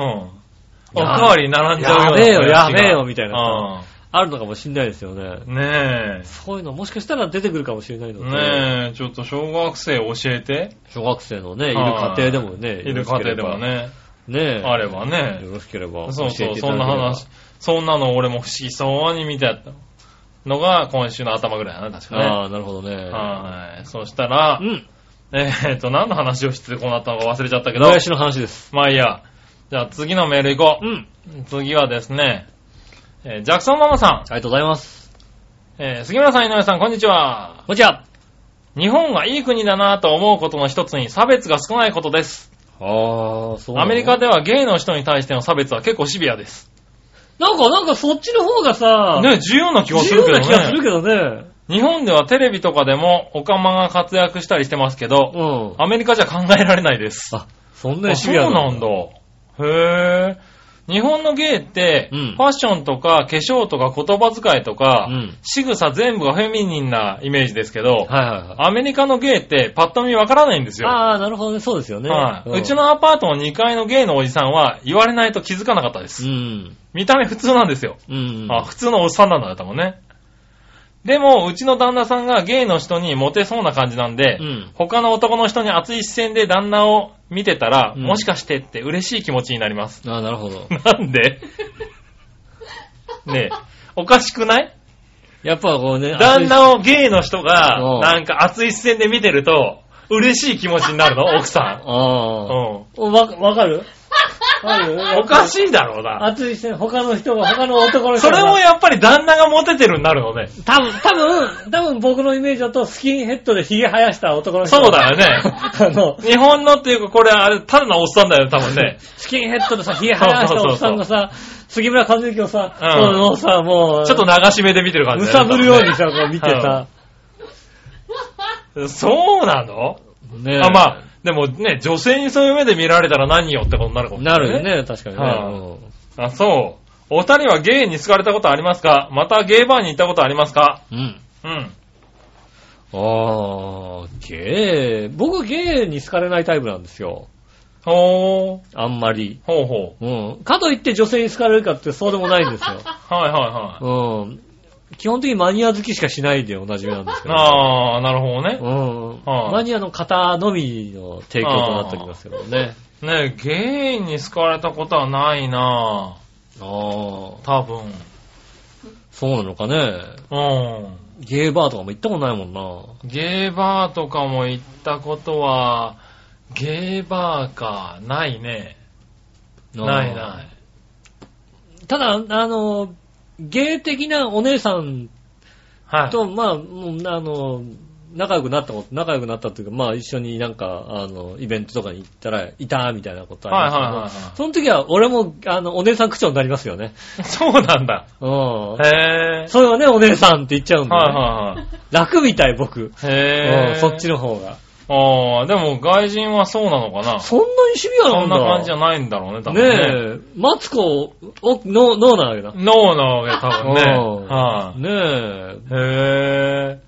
C: おかわり並んじゃうような
B: やべえよやべえよみたいな
C: な。
B: あるのかもしんないですよね。
C: うん。ね
B: そういうのもしかしたら出てくるかもしれないの
C: え。
B: で、
C: ねえ、ちょっと小学生教えて。
B: 小学生のね、いる
C: は
B: 家
C: い
B: 庭でもね、
C: いる家庭でもね。
B: よろしければ。ねえ
C: あればね
B: よろしければ。
C: そう
B: 教
C: そ
B: え
C: う、
B: てい
C: そ
B: た
C: ん
B: だけ
C: な
B: れば
C: 話。。そんなの俺も不思議そうに見てたのが今週の頭ぐらいだな、確かね。
B: ああ、なるほどね。
C: はい。そしたら
B: う、ん。
C: えーっと、何の話をしててこうなったのか忘れちゃったけど
B: も。やしの話です。
C: まあいいや。じゃあ次のメール行こ
B: うん。あり
C: う。次はですね、えージャクソンママさん。
B: がとうございます。
C: えー杉村さん、井上さん、こんにちは。
B: こんにちは。
C: 日本がいい国だなぁと思うことの一つに差別が少ないことです。
B: ああ、そう
C: アメリカではゲイの人に対しての差別は結構シビアです。
B: なんか、なんかそっちの方がさ、
C: ね、重要な気がす
B: 自
C: るけ
B: 由
C: ど
B: な気がする
C: ね。
B: けどね。
C: 日本ではテレビとかでも、オカマが活躍したりしてますけ
B: う
C: ど、
B: ん。
C: アメリカじゃ考えられないです。
B: あ、そん
C: あ
B: なにシ
C: そう
B: ビア
C: なんだ。へえ。日本の芸って、
B: うん
C: ファッションとか化粧とか言葉遣いとか、
B: うん
C: 仕草全部がフェミニンなイメージですけど、
B: はいはいはい。
C: アメリカの芸ってパッと見わからないんですよ。
B: ああ、なるほどね。そうですよね。
C: はい
B: ん
C: うち、のアパートの2階のゲイのおじさんは言われないと気づかなかったで
B: う
C: す。
B: ん。
C: 見た目普通なんですよ。
B: うん。
C: あ、普通のおっさんなんだ、多分ね。でも、うちの旦那さんがゲイの人にモテそうな感じなんで、
B: うん
C: 他の男の人に熱い視線で旦那を見てたら、
B: うん
C: もしかしてって嬉しい気持ちになります。
B: あーなるほど。
C: なんで *laughs* ねえ、おかしくない
B: やっぱこ *laughs* うね、
C: 旦那をゲイの人が
B: う、ん
C: なんか熱い視線で見てると、嬉しい気持ちになる
B: *laughs*
C: の、奥さん。うん。
B: ああ。わ、わかるわかる
C: おか
B: い。
C: しいだろうな。
B: 熱い視線、他の人が、他の男の人
C: そ
B: が。
C: れもやっぱり旦那がモテてるになるのね。
B: 多分、多分、多分僕のイメージだと、スキンヘッドで髭生やした男の人が。
C: そうだよ
B: *laughs*
C: ね。
B: あの、
C: 日本のっていうか、これあれ、ただのおっさんだよ、多分ね。
B: スキンヘッドでさ、髭生やしたおっさんがさ、杉村和之をさ、
C: うん
B: このさ、もう、
C: ちょっと流し目で見てる感
B: む
C: じ
B: さ
C: だね
B: ぶるようにさ、こう見てさ、
C: そうなの
B: ねえ
C: あ、まあ、でもね、女性にそういう目で見られたら何よってことになるかもしれな。
B: ないるよ。ね、確かにね。
C: は
B: うん
C: あ、そう。お二人はゲイに好かれたことありますかまたゲイバーに行ったことありますか
B: うん。
C: うん。
B: あー、ゲー。僕ゲーに好かれないタイプなんですよ。
C: ほー。
B: あんまり。
C: ほうほ
B: うん。かといって女性に好かれるかってそうでもないんです
C: う。
B: *laughs*
C: はいはいはい。
B: よ。うん。基本的にマニア好きしかしないでおなじみなんですけど。
C: あー、なるほどね。
B: うん。
C: はい
B: マニアの方のみの提供となっておりますけどね。
C: ねゲイに好かれたことはないな
B: ああー。
C: 多分。
B: そうなのかね。
C: うん。
B: ゲーバーとかも行ったことないもんな。。
C: ゲーバーとかも行ったことは、ゲーバーか、ないね。ないないい。
B: ただ、あの、ゲー的なお姉さん
C: はい。
B: と、まあ、もう、あの、仲良くなったこと、仲良くなったというか、まあ一緒になんか、あの、イベントとかに行ったら、いた、みたいなことありますけど、
C: はいはいはいはい
B: その時は俺も、あの、お姉さん口調になりますよね。
C: そうなんだ。
B: うん。
C: へぇ
B: それはね、お姉さんって言っちゃうん
C: ー。
B: だよ、ね
C: はいはいはい。
B: 楽みたい、僕。
C: へ
B: う
C: ぇ
B: ん、そっち。の方が。
C: ああ、でも外人はそうなのかな。
B: そんなにシビア
C: そ
B: なんん
C: な
B: だ。
C: 感じじゃないんだろうね、多分ね。
B: ねえ、マツコ、お、の、のなわけだ。ね
C: ノーなわけ、多分ね。
B: うん
C: はい。
B: え、
C: へぇー。ね、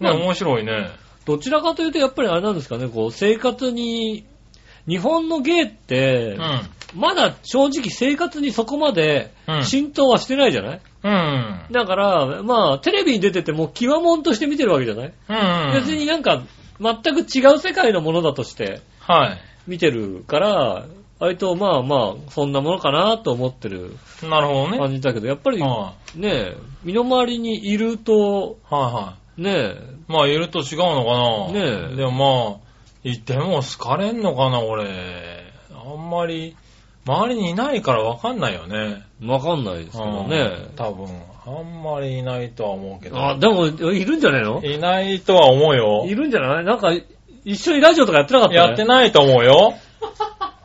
B: まあ
C: 面白いね。
B: どちらかというとやっぱりあれなんですかね、こう、生活に、日本の芸っ
C: う
B: て、
C: ん。
B: まだ正直生活にそこまで
C: うん
B: 浸透はしてないじゃない、
C: うん。
B: だから、まあ、テレビに出てても、きわもんとして見てるわけじゃない、
C: うん。
B: 別に。なんか、全く違う世界のものだとして
C: はい。
B: 見てるから、割とまあまあ、そんなものかなと思ってる
C: なるほどね。はい。
B: 感じだけど、やっぱりね
C: は
B: え、身の回りにいると、
C: いはい。
B: ねえ、
C: まあ、いると違うのかな。
B: ねえ
C: でもまあ、いても好かれんのかな、俺。あんまり、周りにいないからわかんないよね。
B: わかんないですけどね
C: うん。多分、あんまりいないとは思うけど。
B: あ、でも、いるんじゃないの
C: いないとは思うよ
B: い。るんじゃないなんか、一緒にラジオとかやってなかった、ね、
C: やってないと思う
B: *laughs*
C: よ。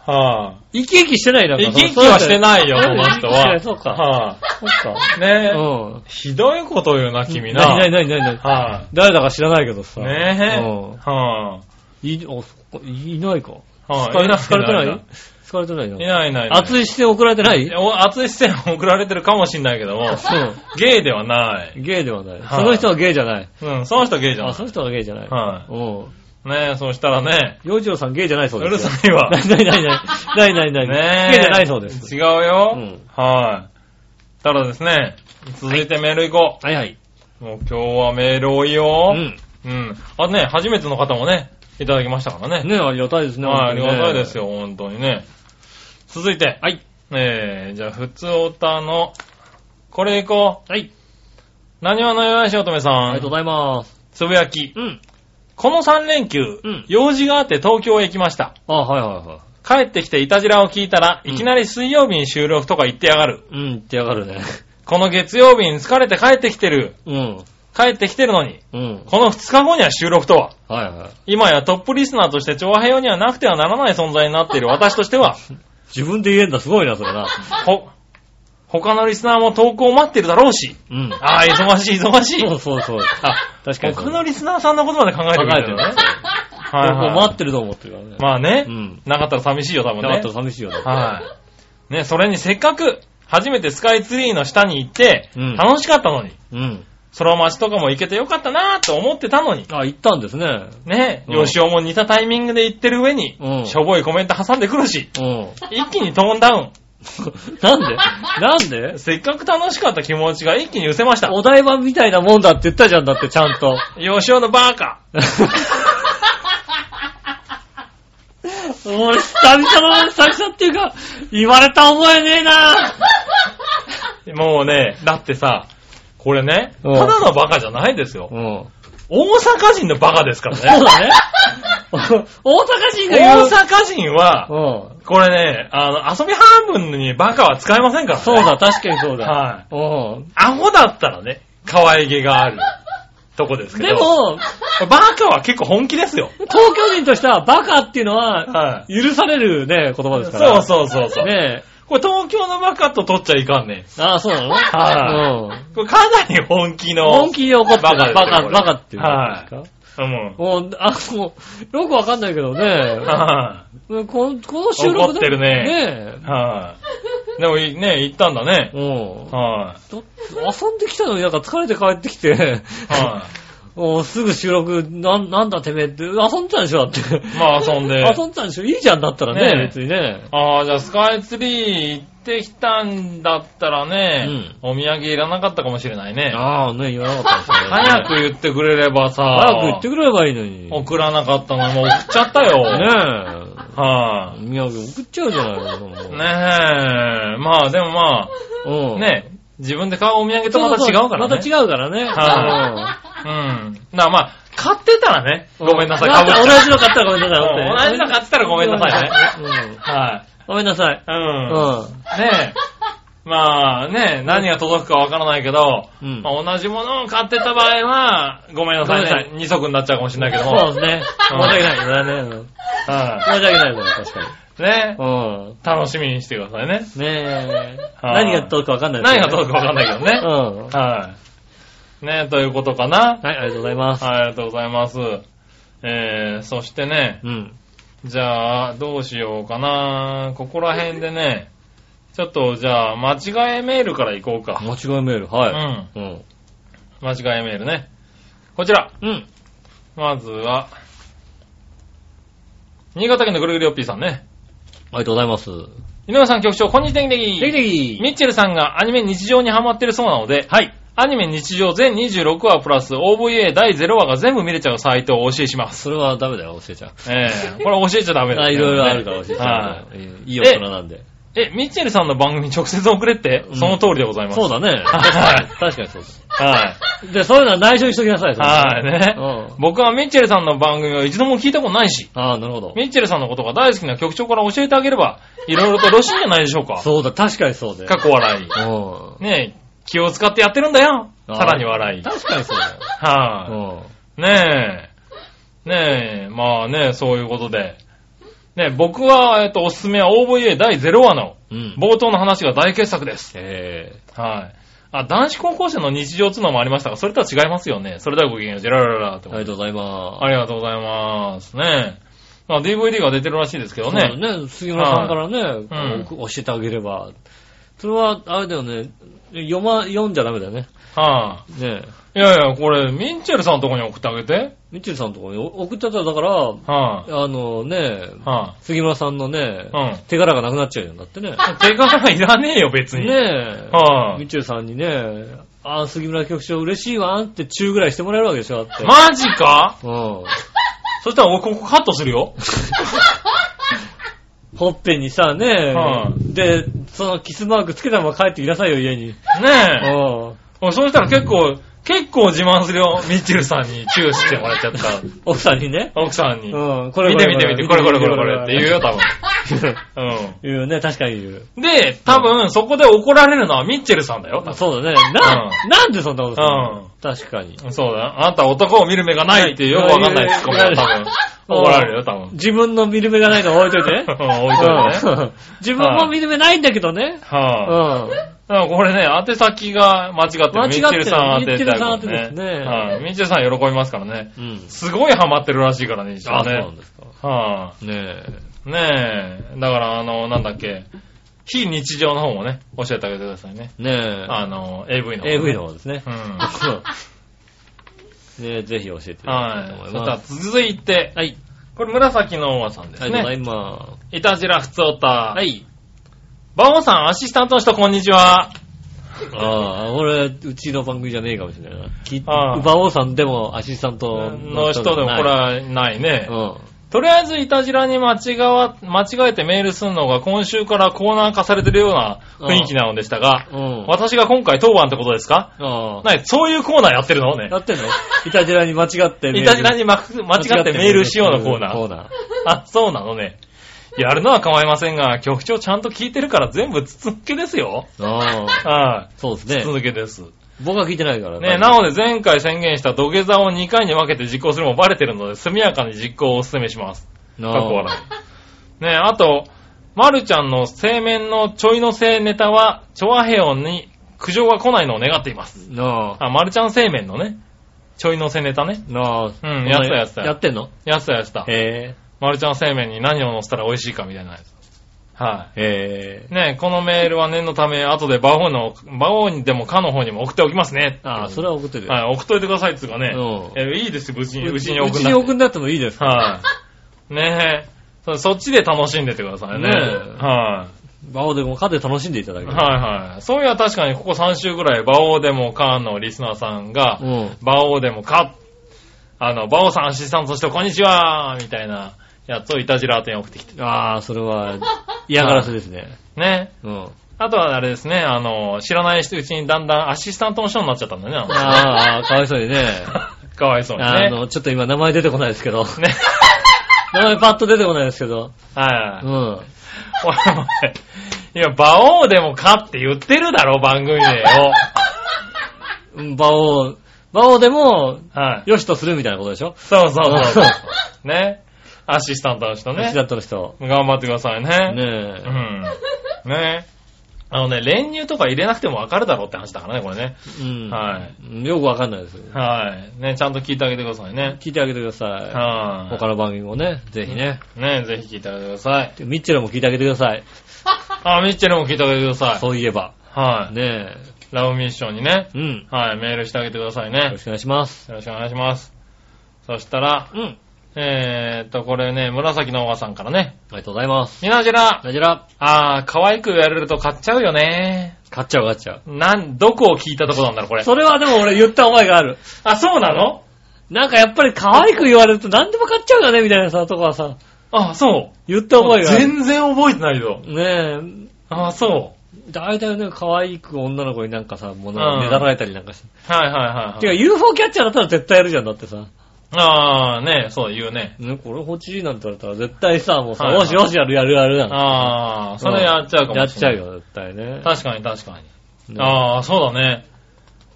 C: は。
B: 生き生きしてないないんか。
C: 生き生きはしてないよ、
B: そ
C: こ
B: う
C: の
B: だ
C: 人は。
B: *laughs* そうか
C: は
B: そっか。
C: い。ねえ。
B: う
C: ひどいこと言うな、君
B: ん。
C: な。
B: なになになになになに
C: は
B: 誰だか知らないけど
C: い。
B: さ。
C: ねえ。
B: うん
C: はい
B: い、あ、そっか、いいない
C: い。
B: か。
C: はい。
B: 疲れ疲れてないい疲れてない
C: い
B: な。
C: ないいないいない。
B: 熱い視線送られてない
C: お熱い視線を送られてるかもしんないけども、
B: そう。
C: ゲイではない。
B: ゲイではな
C: は
B: い。
C: い
B: その人はゲイじゃない。
C: うん、その人ゲイじゃ
B: あ、
C: な
B: その人はゲイじゃない。
C: は
B: うん。
C: い。ねえ、そうしたらね、
B: 洋一郎さんゲイじゃないそううで
C: る
B: すよ。
C: さいわ。ね
B: なになに
C: *laughs*
B: なになになにな
C: え。
B: にゲイじゃないそうです。
C: 違うよ。
B: うん
C: はい。ただですね、続いてメール行こ
B: はいはい。
C: う。もう今日はメール多いよ。うん。あとね、初めての方もね、いただきましたから
B: うん。
C: ね。
B: ねありがたいですね。
C: はい、ありがたい
B: 本当にね
C: ですよ、本当にね。続いて。はい。えー、じゃあ、普通おたの、これ行こ
B: はい。
C: う。なにわのよやしおとめさん。
B: ありがとうございます。
C: つぶやき。
B: うん。
C: この3連休、
B: うん
C: 用事があって東京へ行きました。
B: あ、はいはいはい。
C: 帰ってきていたじらを聞いたら、
B: うん
C: いきなり水曜日に収録とか言ってやがる。
B: うん、言ってやがるね。 *laughs*
C: この月曜日に疲れて帰ってきてる。
B: うん。
C: 帰ってきてるのに。
B: うん。
C: この2日後には収録とは。
B: はいはい。
C: 今やトップリスナーとして調和平和にはなくて
B: *laughs*
C: はならない存在になっている私としては、
B: 自分で言えんだ、すごいな、それな。
C: ほ、他のリスナーも投稿を待ってるだろうし。
B: うん。
C: ああ、忙しい、忙しい。
B: そうそうそう。
C: あ、
B: 確かにそう
C: 他のリスナーさんのことまで考えてるんだよね。はい、
B: 僕
C: はい。
B: も待ってると思ってるからね。
C: まあね、
B: うん。
C: なかったら寂しいよ、多分
B: なか
C: ね
B: った。ら寂しいよね。
C: はい。ね、それにせっかく、初めてスカイツリーの下に行って
B: う、ん
C: 楽しかったのに、
B: うん。
C: 空町とかも行けてよかったなぁと思ってたのに、
B: あ、行ったんですね。
C: ね、
B: うん
C: 吉尾も似たタイミングで行ってる上に
B: う、ん
C: しょぼいコメント挟んでくるし、
B: うん。 *laughs*
C: 一気にトーンダウ
B: なんでなんで
C: ン。せっかく楽しかった気持ちが一気に失せました。
B: お台場みたいなもんだって言ったじゃんだって、ちゃん
C: *laughs*
B: と。
C: 吉尾のバー
B: *laughs*
C: カ。
B: もう、久々の、久々っていうか、言われた覚えねえな
C: もうね、だってさ、これね、た
B: うん
C: だのバカじゃないですよ。
B: うん。
C: 大阪人のバカですから
B: そ
C: ね。
B: うだ
C: *laughs*
B: ね。大阪人が言
C: 大
B: う。
C: 阪人は、
B: うん。
C: これね、あの、遊び半分にバカは使えませんからね。
B: そうだ、確かにそうだ。
C: はい。
B: うん。
C: アホだったらね、可愛げがあるとこですけど。
B: で、も、
C: バカは結構本気ですよ。
B: 東京人としてはバカっていうのは、
C: は
B: 許されるね、言葉で
C: い。
B: すから。
C: そうそうそうそう。
B: ねえ。
C: これ東京のバカと取っちゃいかんね。
B: ああ、そうなの
C: は
B: うん。
C: これかなり本気の。
B: 本気で怒ってる。
C: バカですよ
B: バカ、
C: これ
B: バカっていうことですか
C: うん。
B: もう、あ、もう、よくわかんないけどね。
C: は
B: このこの収録
C: 怒ってるね
B: ね
C: い。はい。でもい、ね、行ったんだね
B: え。。うん。
C: は
B: だって遊んできたのになんか疲れて帰ってきて、
C: い。は
B: もうすぐ収録、なん、なんだてめえって、遊んでたんでしょだって。
C: い。まあ遊んで。
B: 遊んでたんでしょいいじゃんだったらね、
C: ねえ
B: 別にね。
C: ああ、じゃあスカイツリー行ってきたんだったらね、お土産いらなかったかもしれないね。
B: ああ、ね、言わなかったんですよね。
C: 早く言ってくれればさ、
B: 早く言ってくれればいいのに。
C: 送らなかったのにもう送っちゃったよ。
B: ねえ。
C: は
B: お土産送っちゃうじゃないのそんなも
C: い、
B: ん
C: ねえ。まあでもま
B: う
C: あ、
B: ん。
C: ねえ、自分で買うお土産とまた違うからね。
B: また違うからね。
C: はうん。なあまあ、買ってたらね、
B: う
C: ごめんなさい、
B: 同
C: かぶっちゃう
B: じの買ったらごめんなさ
C: うん
B: い。
C: 同じの買ってたらごめんなさいね。
B: うん
C: はい、
B: ごめんなさい。
C: う。
B: うんん。 *laughs*
C: ねえ。まあね、何が届くかわからないけど、
B: うん
C: まあ同じものを買ってた場合は、ごめんなさい
B: ごめんな
C: ね。二足になっちゃうかもしれないけども。
B: そうですね。申し訳ない。それはね。うん
C: は
B: 申し訳ないですね、確かに。
C: いね
B: うん。
C: 楽しみにしてくださいね。
B: ねえ。
C: はい
B: 何が届くかわかんないです
C: 何
B: よ
C: が
B: ね
C: 届くかわかんないけどね。
B: うん。
C: はい。ねということかな。
B: はい、ありがとうございます。
C: はい、ありがとうございます。えー、そしてね、
B: うん。
C: じゃあ、どうしようかな。ここら辺でね、ちょっと、じゃあ、間違えメールからいこうか。
B: 間違いメール、はい。うん。
C: 間違えメールね。こちら。
B: うん。
C: まずは、新潟県のぐるぐるよっぴーさんね。
B: ありがとうございます。
C: 井上さん局長、こんにちは。ネギ
B: できでき
C: ミッチェルさんがアニメ日常にハマってるそうなので、はい。アニメ日常全26話プラス OVA 第0話が全部見れちゃうサイトをお教えします。
B: それはダメだよ、教えちゃう。
C: ええ
B: *laughs*
C: これ教えちゃダメだ、
B: あ、いろいろあるから教えちゃ
C: は
B: う。いいいい大人なんで。
C: い。え、ミッチェルさんの番組直接送れって、
B: うん
C: その通りでございます。
B: そう
C: *laughs*
B: だね。
C: はい
B: 確かにそうです。
C: はい。
B: で、そういうのは内緒にしときなさい。それ
C: はいね。
B: うん。
C: 僕はミッチェルさんの番組を一度も聞いたことないし、
B: ああ、なるほど。
C: ミッチェルさんのことが大好きな局長から教えてあげれば、いろいろとよろしいんじゃないでしょうか。
B: そうだ、確かにそうだよ。
C: かっこ笑い。
B: う
C: ねえ、気を使ってやってるんだよ。
B: あー
C: さらに笑い。
B: ん。
C: はい、
B: 確かにそうだよ。うん。
C: ねえ。ねえ、まあね、そういうことで。ねえ、僕は、えっと、おすすめは OVA 第0話の
B: うん。
C: 冒頭の話が大傑作です。
B: え
C: はい。あ、男子高校生の日常っていうのもありましたが、それとは違いますよね。それではごきげんよう、ジェララララってこ
B: ー、
C: と
B: ありがとうございます。
C: ありがとうございます。ねえ。まあ DVD が出てるらしいですけど
B: そう
C: ね。
B: だね、杉村さんからね、
C: はいうん
B: こう教えてあげれば。それは、あれだよね、読ま、読んじゃダメだよね。
C: は
B: ね
C: い。
B: え。
C: いやいや、これ、ミンチェルさんのとこに送ってあげて。
B: みっちりさんのとこに送っちゃったら、だから、
C: は
B: あのね、
C: い。は
B: 杉村さんのね、
C: い。うん。
B: 手柄がなくなっちゃうよ、だってね。
C: 手柄はいらねえよ、別に。
B: ね
C: は
B: え、
C: い
B: みっちりさんにね、あー杉村局長嬉しいわんって中ぐらいしてもらえるわけでしょ、だって。
C: マジか
B: うん。
C: そしたら俺ここカットするよ。
B: ほっぺにさ、ね
C: は
B: で、そのキスマークつけたまま帰ってきなさいよ、家に。
C: ねえ。
B: うん。
C: 俺そうしたら結構、結構自慢するよ。ミッチェルさんにチューしてもらっちゃ *laughs* った。
B: 奥さんにね。
C: 奥さんに。
B: うん。こ
C: 見て見て見て、これこれこれこれって言うよ、多
B: 分。
C: 分。
B: 言うよね、確かに言う。
C: うん。で、多分そこで怒られるのはミッチェルさんだよ。
B: そうだね。な、
C: う
B: なんでそんなことするの
C: うん
B: 確かに。
C: そうだよ。あなたは男を見る目がないってよくわかんないツッコミだよ、多分。怒られるよ、多分。。
B: 自分の見る目がないの置いといてね
C: *laughs* 置いといてね。
B: うん自分も見る目ないんだけどね。うん。
C: はい、
B: は
C: だからこれね、宛先が間違ってる。
B: 間違って
C: ミッ
B: る
C: チェルさん宛てだから
B: ミッチェルさん宛てですね
C: はい、ミッチェルさん喜びますからね。
B: い。うん。
C: すごいハマってるらしいからね、一
B: あ、
C: 応
B: そうなん
C: ね。
B: ですか。
C: は
B: ねえ。
C: い、ねえ。だから、あの、なんだっけ、非日常の方もね、教えてあげてくださいね。
B: ね
C: あの、AV の方、
B: え。AV。の方ですね
C: う。ん。
B: *laughs* ねえ、ぜひ教えていただきたいと
C: はい。
B: 思い
C: そしたら
B: ます。
C: 続いて、
B: はい。
C: これ紫のおばさんで
B: あ
C: す
B: りがとうご
C: ね。
B: ざいます。
C: いたじらふつおた。
B: は
C: はい。
B: い。
C: バオさん、アシスタントの人、こんにちは。
B: ああ、俺、うちの番組じゃねえかもしれないな。き
C: ああ
B: 馬王さんでもアシスタント
C: の人でもこれ
B: は
C: はないね。
B: うん。
C: とりあえず、いたじらに間違わ、間違えてメールするのが今週からコーナー化されてるような雰囲気なのでしたが、
B: うん。
C: 私が今回当番ってことですか
B: ああ。
C: なに、そういうコーナーやってるのね
B: や。ってんのいたじらに間違ってメール。
C: いたじらにまく間違ってメールしようのコーナ
B: コー
C: ー。
B: ナー。
C: あ、そうなのね。やるのは構いませんが、局長ちゃんと聞いてるから全部続けですよ。
B: ああ。
C: は
B: そうです
C: い、
B: ね。
C: 続けです。
B: 僕は聞いてないから
C: ね、なので前回宣言した土下座を2回に分けて実行するのもバレてるので、速やかに実行をお勧めします。
B: な
C: かっこ笑い。ね、あと、まるちゃんの製麺のちょいのせネタは、チョアヘオンに苦情が来ないのを願っています。
B: なあ。
C: あ、まるちゃん製麺のね、ちょいのせネタね。
B: なあ。
C: うんやってたやってた
B: やってんの
C: やつたやつた。
B: へ
C: まるちゃん製麺に何を乗せたら美味しいかみたいなやつ。は
B: え。へえ
C: い。。ねこのメールは念のため、後でバオの、バオにでもかの方にも送っておきますね。
B: ああ、それは送ってるよ。
C: はい、送っといてくださいっつうかね。
B: うん
C: えいいですよ、うちに、うちに
B: う
C: 送
B: ち
C: んな
B: に
C: く
B: 送
C: て。
B: んなくてもいいですか
C: はい。ねえそ。そっちで楽しんでってくださいね。
B: ねえ
C: はい。
B: 馬王でもかで楽しんでいただける。
C: はいはい。そういや確かにここ3週ぐらい、バオでもカーのリスナーさんが、
B: うん。
C: バオでもカあの、バオさんアシスタントとしてこんにちはみたいなやつをいたじら宛に送ってきて。
B: ああ、それは嫌がらせですね。
C: ね。
B: うん。
C: あとはあれですね、あの、知らない人うちにだんだんアシスタントの人になっちゃったんだねあの。
B: ああ、かわいそうに
C: *laughs*
B: ね。
C: かわいそうに
B: あ
C: ね。
B: の、ちょっと今名前出てこないですけど。
C: ね。
B: 名前パッと出てこないですけど。
C: はい。
B: う
C: おい
B: ん。
C: おいいや、バオでもカって言ってるだろ、番組でよ。
B: うん馬王、馬王でも、
C: はい。
B: よしとするみたいなことでしょ
C: そうそうそうそう。ね。アシスタントの人
B: *laughs* う
C: ね
B: ち。だったの人。
C: 頑張ってくださいね。
B: ね
C: うん。ねあのね、練乳とか入れなくてもわかるだろうって話だからね、これね。
B: え。うん。。
C: はい
B: よくわかんないです。
C: はい。ね、ちゃんと聞いてあげてくださいね。
B: 聞いてあげてください。
C: は
B: 他の番組もね、ぜひね。
C: い。ね、ぜひ聞いてあげてください。
B: でミッチェルも聞いてあげてください。
C: あ、ミッチェルも聞いてあげてください。
B: そういえば。
C: はい。
B: ね
C: ラブミッションにね
B: え。。うん。
C: はい、メールしてあげてください
B: よろ
C: ね。
B: しくお願いします。
C: よろしくお願いします。そしたら、
B: うん。
C: えーっと、これね、紫のおばさんからね。
B: ありがとうございます。
C: みなじら、
B: なじら、
C: あー、可愛く言われると買っちゃうよね。
B: 買っちゃう買っちゃう。
C: なん、どこを聞いたとこなんだろう、これ。
B: それはでも俺言った覚えがある。
C: あ、そうなの
B: なんかやっぱり可愛く言われると何でも買っちゃうよね、みたいなさ、とこはさ、
C: あ、そう。
B: 言った覚えがある。
C: 全然覚えてないよ。
B: ね
C: ああ、そ
B: え、大体ね、可愛く女の子になんかさ、も
C: うん
B: のねだられたりなんかして。
C: う。はいはいはい、はい。
B: てか UFO キャッチャーだったら絶対やるじゃん、だってさ。
C: ああ、ねそう言うね。
B: ね、これ欲しいなんて言われたら絶対さ、もうさ、
C: はいはい
B: よしよしやるやるやるなん
C: ああ、それやっちゃうか
B: や
C: も
B: っ
C: し
B: ちゃ
C: れな
B: う
C: い。
B: よ、絶対ね。
C: 確かに確かに。
B: ね
C: ああ、そうだね。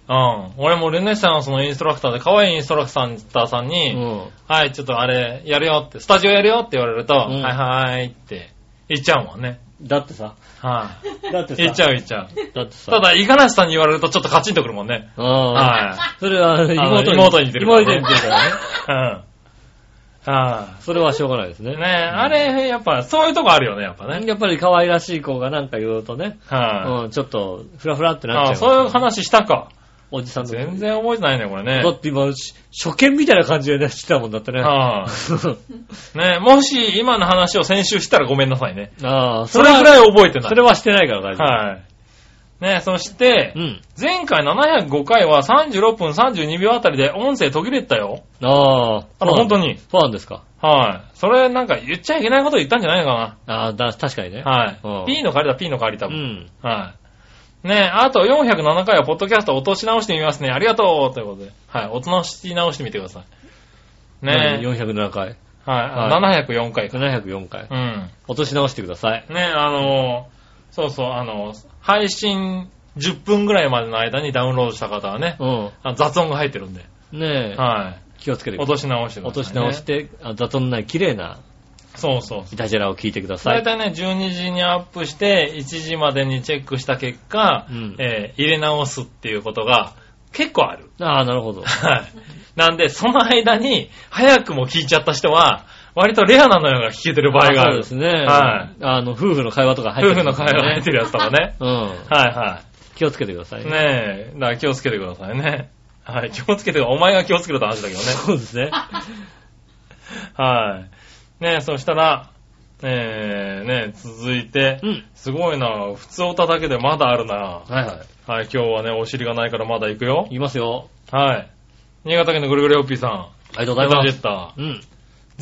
C: うん。俺もルネッサンスのインストラクターで、可愛いインストラクターさん
B: う
C: に、
B: ん。
C: はい、ちょっとあれ、やるよって、スタジオやるよって言われると、
B: ん
C: はいはーいって、言っちゃうもんね。
B: だってさ、
C: はい、
B: だ *laughs* ってさ、
C: 言っちゃう言っちゃう。
B: だってさ、
C: ただ、五十嵐さんに言われるとちょっとカチンとくるもんね。
B: うん、
C: は
B: *laughs* それは
C: あの
B: 妹
C: 妹に似てるから
B: 妹
C: ね
B: に似てるから
C: い。
B: ね。
C: うん。はい。
B: それはしょうがないです
C: ね
B: ね。
C: え、あれ、やっぱ、そういうとこあるよね、やっぱ *laughs* ね。
B: やっぱり可愛らしい子がなんか言うとね、
C: はい、
B: うん、ちょっと、ふらふらってなっ
C: あ
B: ちゃう。
C: あ、そういう話したか。
B: おじさんの。
C: 全然覚えてないね、これね。
B: だって今、し初見みたいな感じでね、してたもんだってね。
C: はい、ねえ、もし、今の話を先週したらごめんなさいね。
B: *laughs* ああ、
C: それぐら
B: い。
C: い覚えてない。
B: それはしてないから大丈夫。
C: はい。ねえ、そして
B: う、ん。
C: 前回705回は36分32秒あたりで音声途切れてたよ。
B: ああ、
C: あの、本当。に。
B: そうなんですか。
C: はい。それ、なんか、言っちゃいけないこと言ったんじゃないのか
B: ああ、だ、確かにね。
C: な。はい
B: うん。
C: P の代わりだ、P の代わり多
B: う
C: 分。
B: ん。
C: はい。ねえ、あと407回はポッドキャスト落とし直してみますね。ありがとうということで。はい。落とし直してみてください。ねえ。
B: 407回。
C: はい。704回か。
B: 704回
C: う。ん。
B: 落とし直してください。
C: ねえ、あのーそうそう、あのー配信10分ぐらいまでの間にダウンロードした方はね、
B: うん。
C: あの雑音が入ってるんで。
B: ねえ、
C: は
B: 気をつけてくだ
C: 落
B: さ
C: と。し
B: い
C: 直してくだ
B: 落
C: さい、ね。
B: とし直し。て、あ雑音のない綺麗な
C: そうそうそう。
B: イタジェラを聞いてくださ
C: 大
B: い。
C: 体ね、12時にアップして、1時までにチェックした結果、
B: うん
C: えー入れ直すっていうことが結構ある。
B: ああ、なるほど。
C: はい。なんで、その間に、早くも聞いちゃった人は、割とレアなのよが聞けてる場合がある。
B: そうですね。
C: は
B: あの、夫婦の会話とか入っ
C: 夫
B: て
C: 婦
B: ま
C: の
B: す
C: 会
B: ね。
C: 話入ってるやつとかね
B: うん。
C: はいは
B: 気をつけてください。
C: い。ねえ、だから気をつけてくださいね。はい、気をつけて、お前が気をつけろって話だけどね。
B: そうですね。
C: はい。ねえ、そしたら、えー、ねえ、続いて
B: う、ん。
C: すごいな、普通歌だけでまだあるな。
B: はいは
C: はい、今日はね、お尻がないからまだ行くよ
B: い。。いきますよ。
C: はい。新潟県のぐるぐるよっぴーさん。
B: ありがとうご
C: ダ
B: ざいま
C: ジェ
B: す。
C: ッター。
B: うん。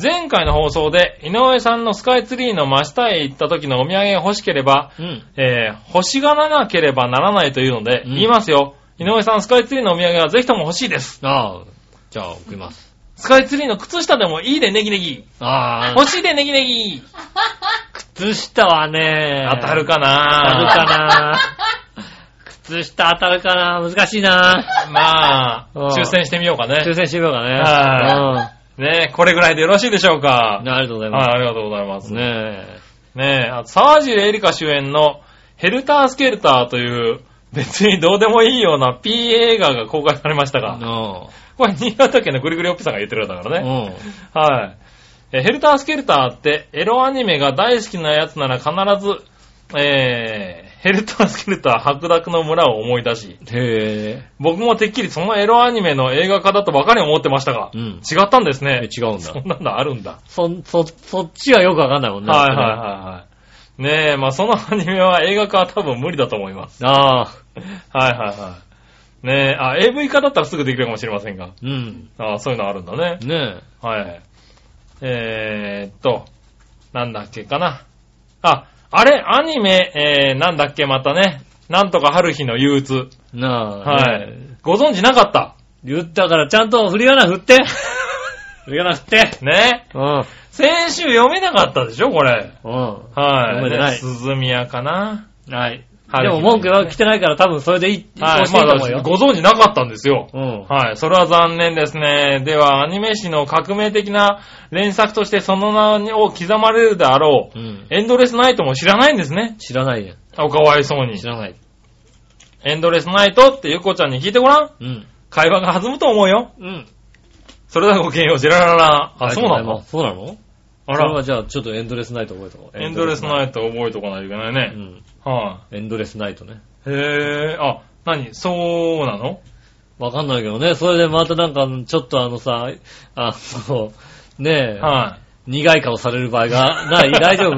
C: 前回の放送で、井上さんのスカイツリーの真下へ行った時のお土産が欲しければ、
B: うん。
C: えー、欲しがらなければならないというので、
B: うん
C: 言いますよ。井上さん、スカイツリーのお土産はぜひとも欲しいです。
B: ああ、じゃあ送ります。
C: スカイツリーの靴下でもいいでネギネギ。
B: ああ、
C: 欲しいでネギネギ。
B: 靴下はね、
C: 当たるか
B: 当た
C: な
B: るかな。靴下当たるかな難しいな。
C: まあ
B: うん、
C: 抽選してみようかね
B: 抽。選してみようかね。
C: はねこれぐらいでよろしいでしょう
B: う
C: か
B: ん。。ありがとうござい
C: はい、
B: ま。
C: ありがとうございますす。
B: ね
C: ねえ、あと沢尻エリカ主演のヘルタースケルターという、別にどうでもいいような P 映画が公開されました
B: え。う
C: が、
B: ん。
C: これ新潟県のぐりぐりおっぴさんが言ってるんだからね。
B: うん。
C: はい。えヘルタースケルターって、エロアニメが大好きなやつなら必ず、えー、ヘルタースケルター白濁の村を思い出し、
B: へえ。
C: 僕もてっきりそのエロアニメの映画化だとばかり思ってましたが、
B: うん。
C: 違ったんです
B: え
C: ね。
B: 違うんだ
C: そ。んなのあるんだ。
B: そ、そ、そっちはよくわかんないもんね。
C: はいはいはいはい。ねえ、まあそのアニメは映画化は多分無理だと思います。
B: ああ、
C: はいはいはい。ねえ、あ、AV 化だったらすぐできるかもしれませんが。
B: うん。
C: あそういうのあるんだね。
B: ね
C: はい。えーっと、なんだっけかな。あ、あれ、アニメ、えー、なんだっけまたね。なんとか春日の憂鬱。
B: え。なあ。
C: はい
B: ねえ。
C: ご存知なかった。
B: 言ったからちゃんと振り仮名
C: *laughs*
B: 振って。振り仮名振って。
C: ね。
B: うん。
C: 先週読めなかったでしょ、これ。
B: う
C: はい。
B: 読めてない
C: ね鈴宮かな。
B: ん。はい。
C: 春
B: で
C: 日の
B: も文句は来てないから多分それでいい、
C: はい、
B: そうしていいと思う
C: まあ
B: よ。
C: ご存知なかったんですよ。
B: うん。
C: はい、それは残念ですね。では、アニメ史の革命的な連作としてその名を刻まれるであろう、
B: うん。
C: エンドレスナイトも知らないんですね。
B: 知らないやん。
C: おかわいそうに
B: 知。らない。
C: エンドレスナイトってゆっこちゃんに聞いてごらん。
B: うん。
C: 会話が弾むと思うよ。
B: うん。
C: それではごきげんよう、ジェラララ。あ、
B: り
C: そ
B: が
C: う
B: とござ
C: ないの
B: ますそうなの
C: あ
B: それは
C: ら、
B: じゃあちょっとエンドレスナイト覚えとこう。
C: エンドレスナ
B: イ
C: イト覚えとかないといけないうね。
B: ん。
C: は
B: エンドレスナイトね。
C: い。へぇー、あ、なに、そうなの
B: わかんないけどね。それでまたなんか、ちょっとあのさ、あそうねえ、
C: はい。
B: 苦い顔される場合
C: *laughs*
B: がない。大丈夫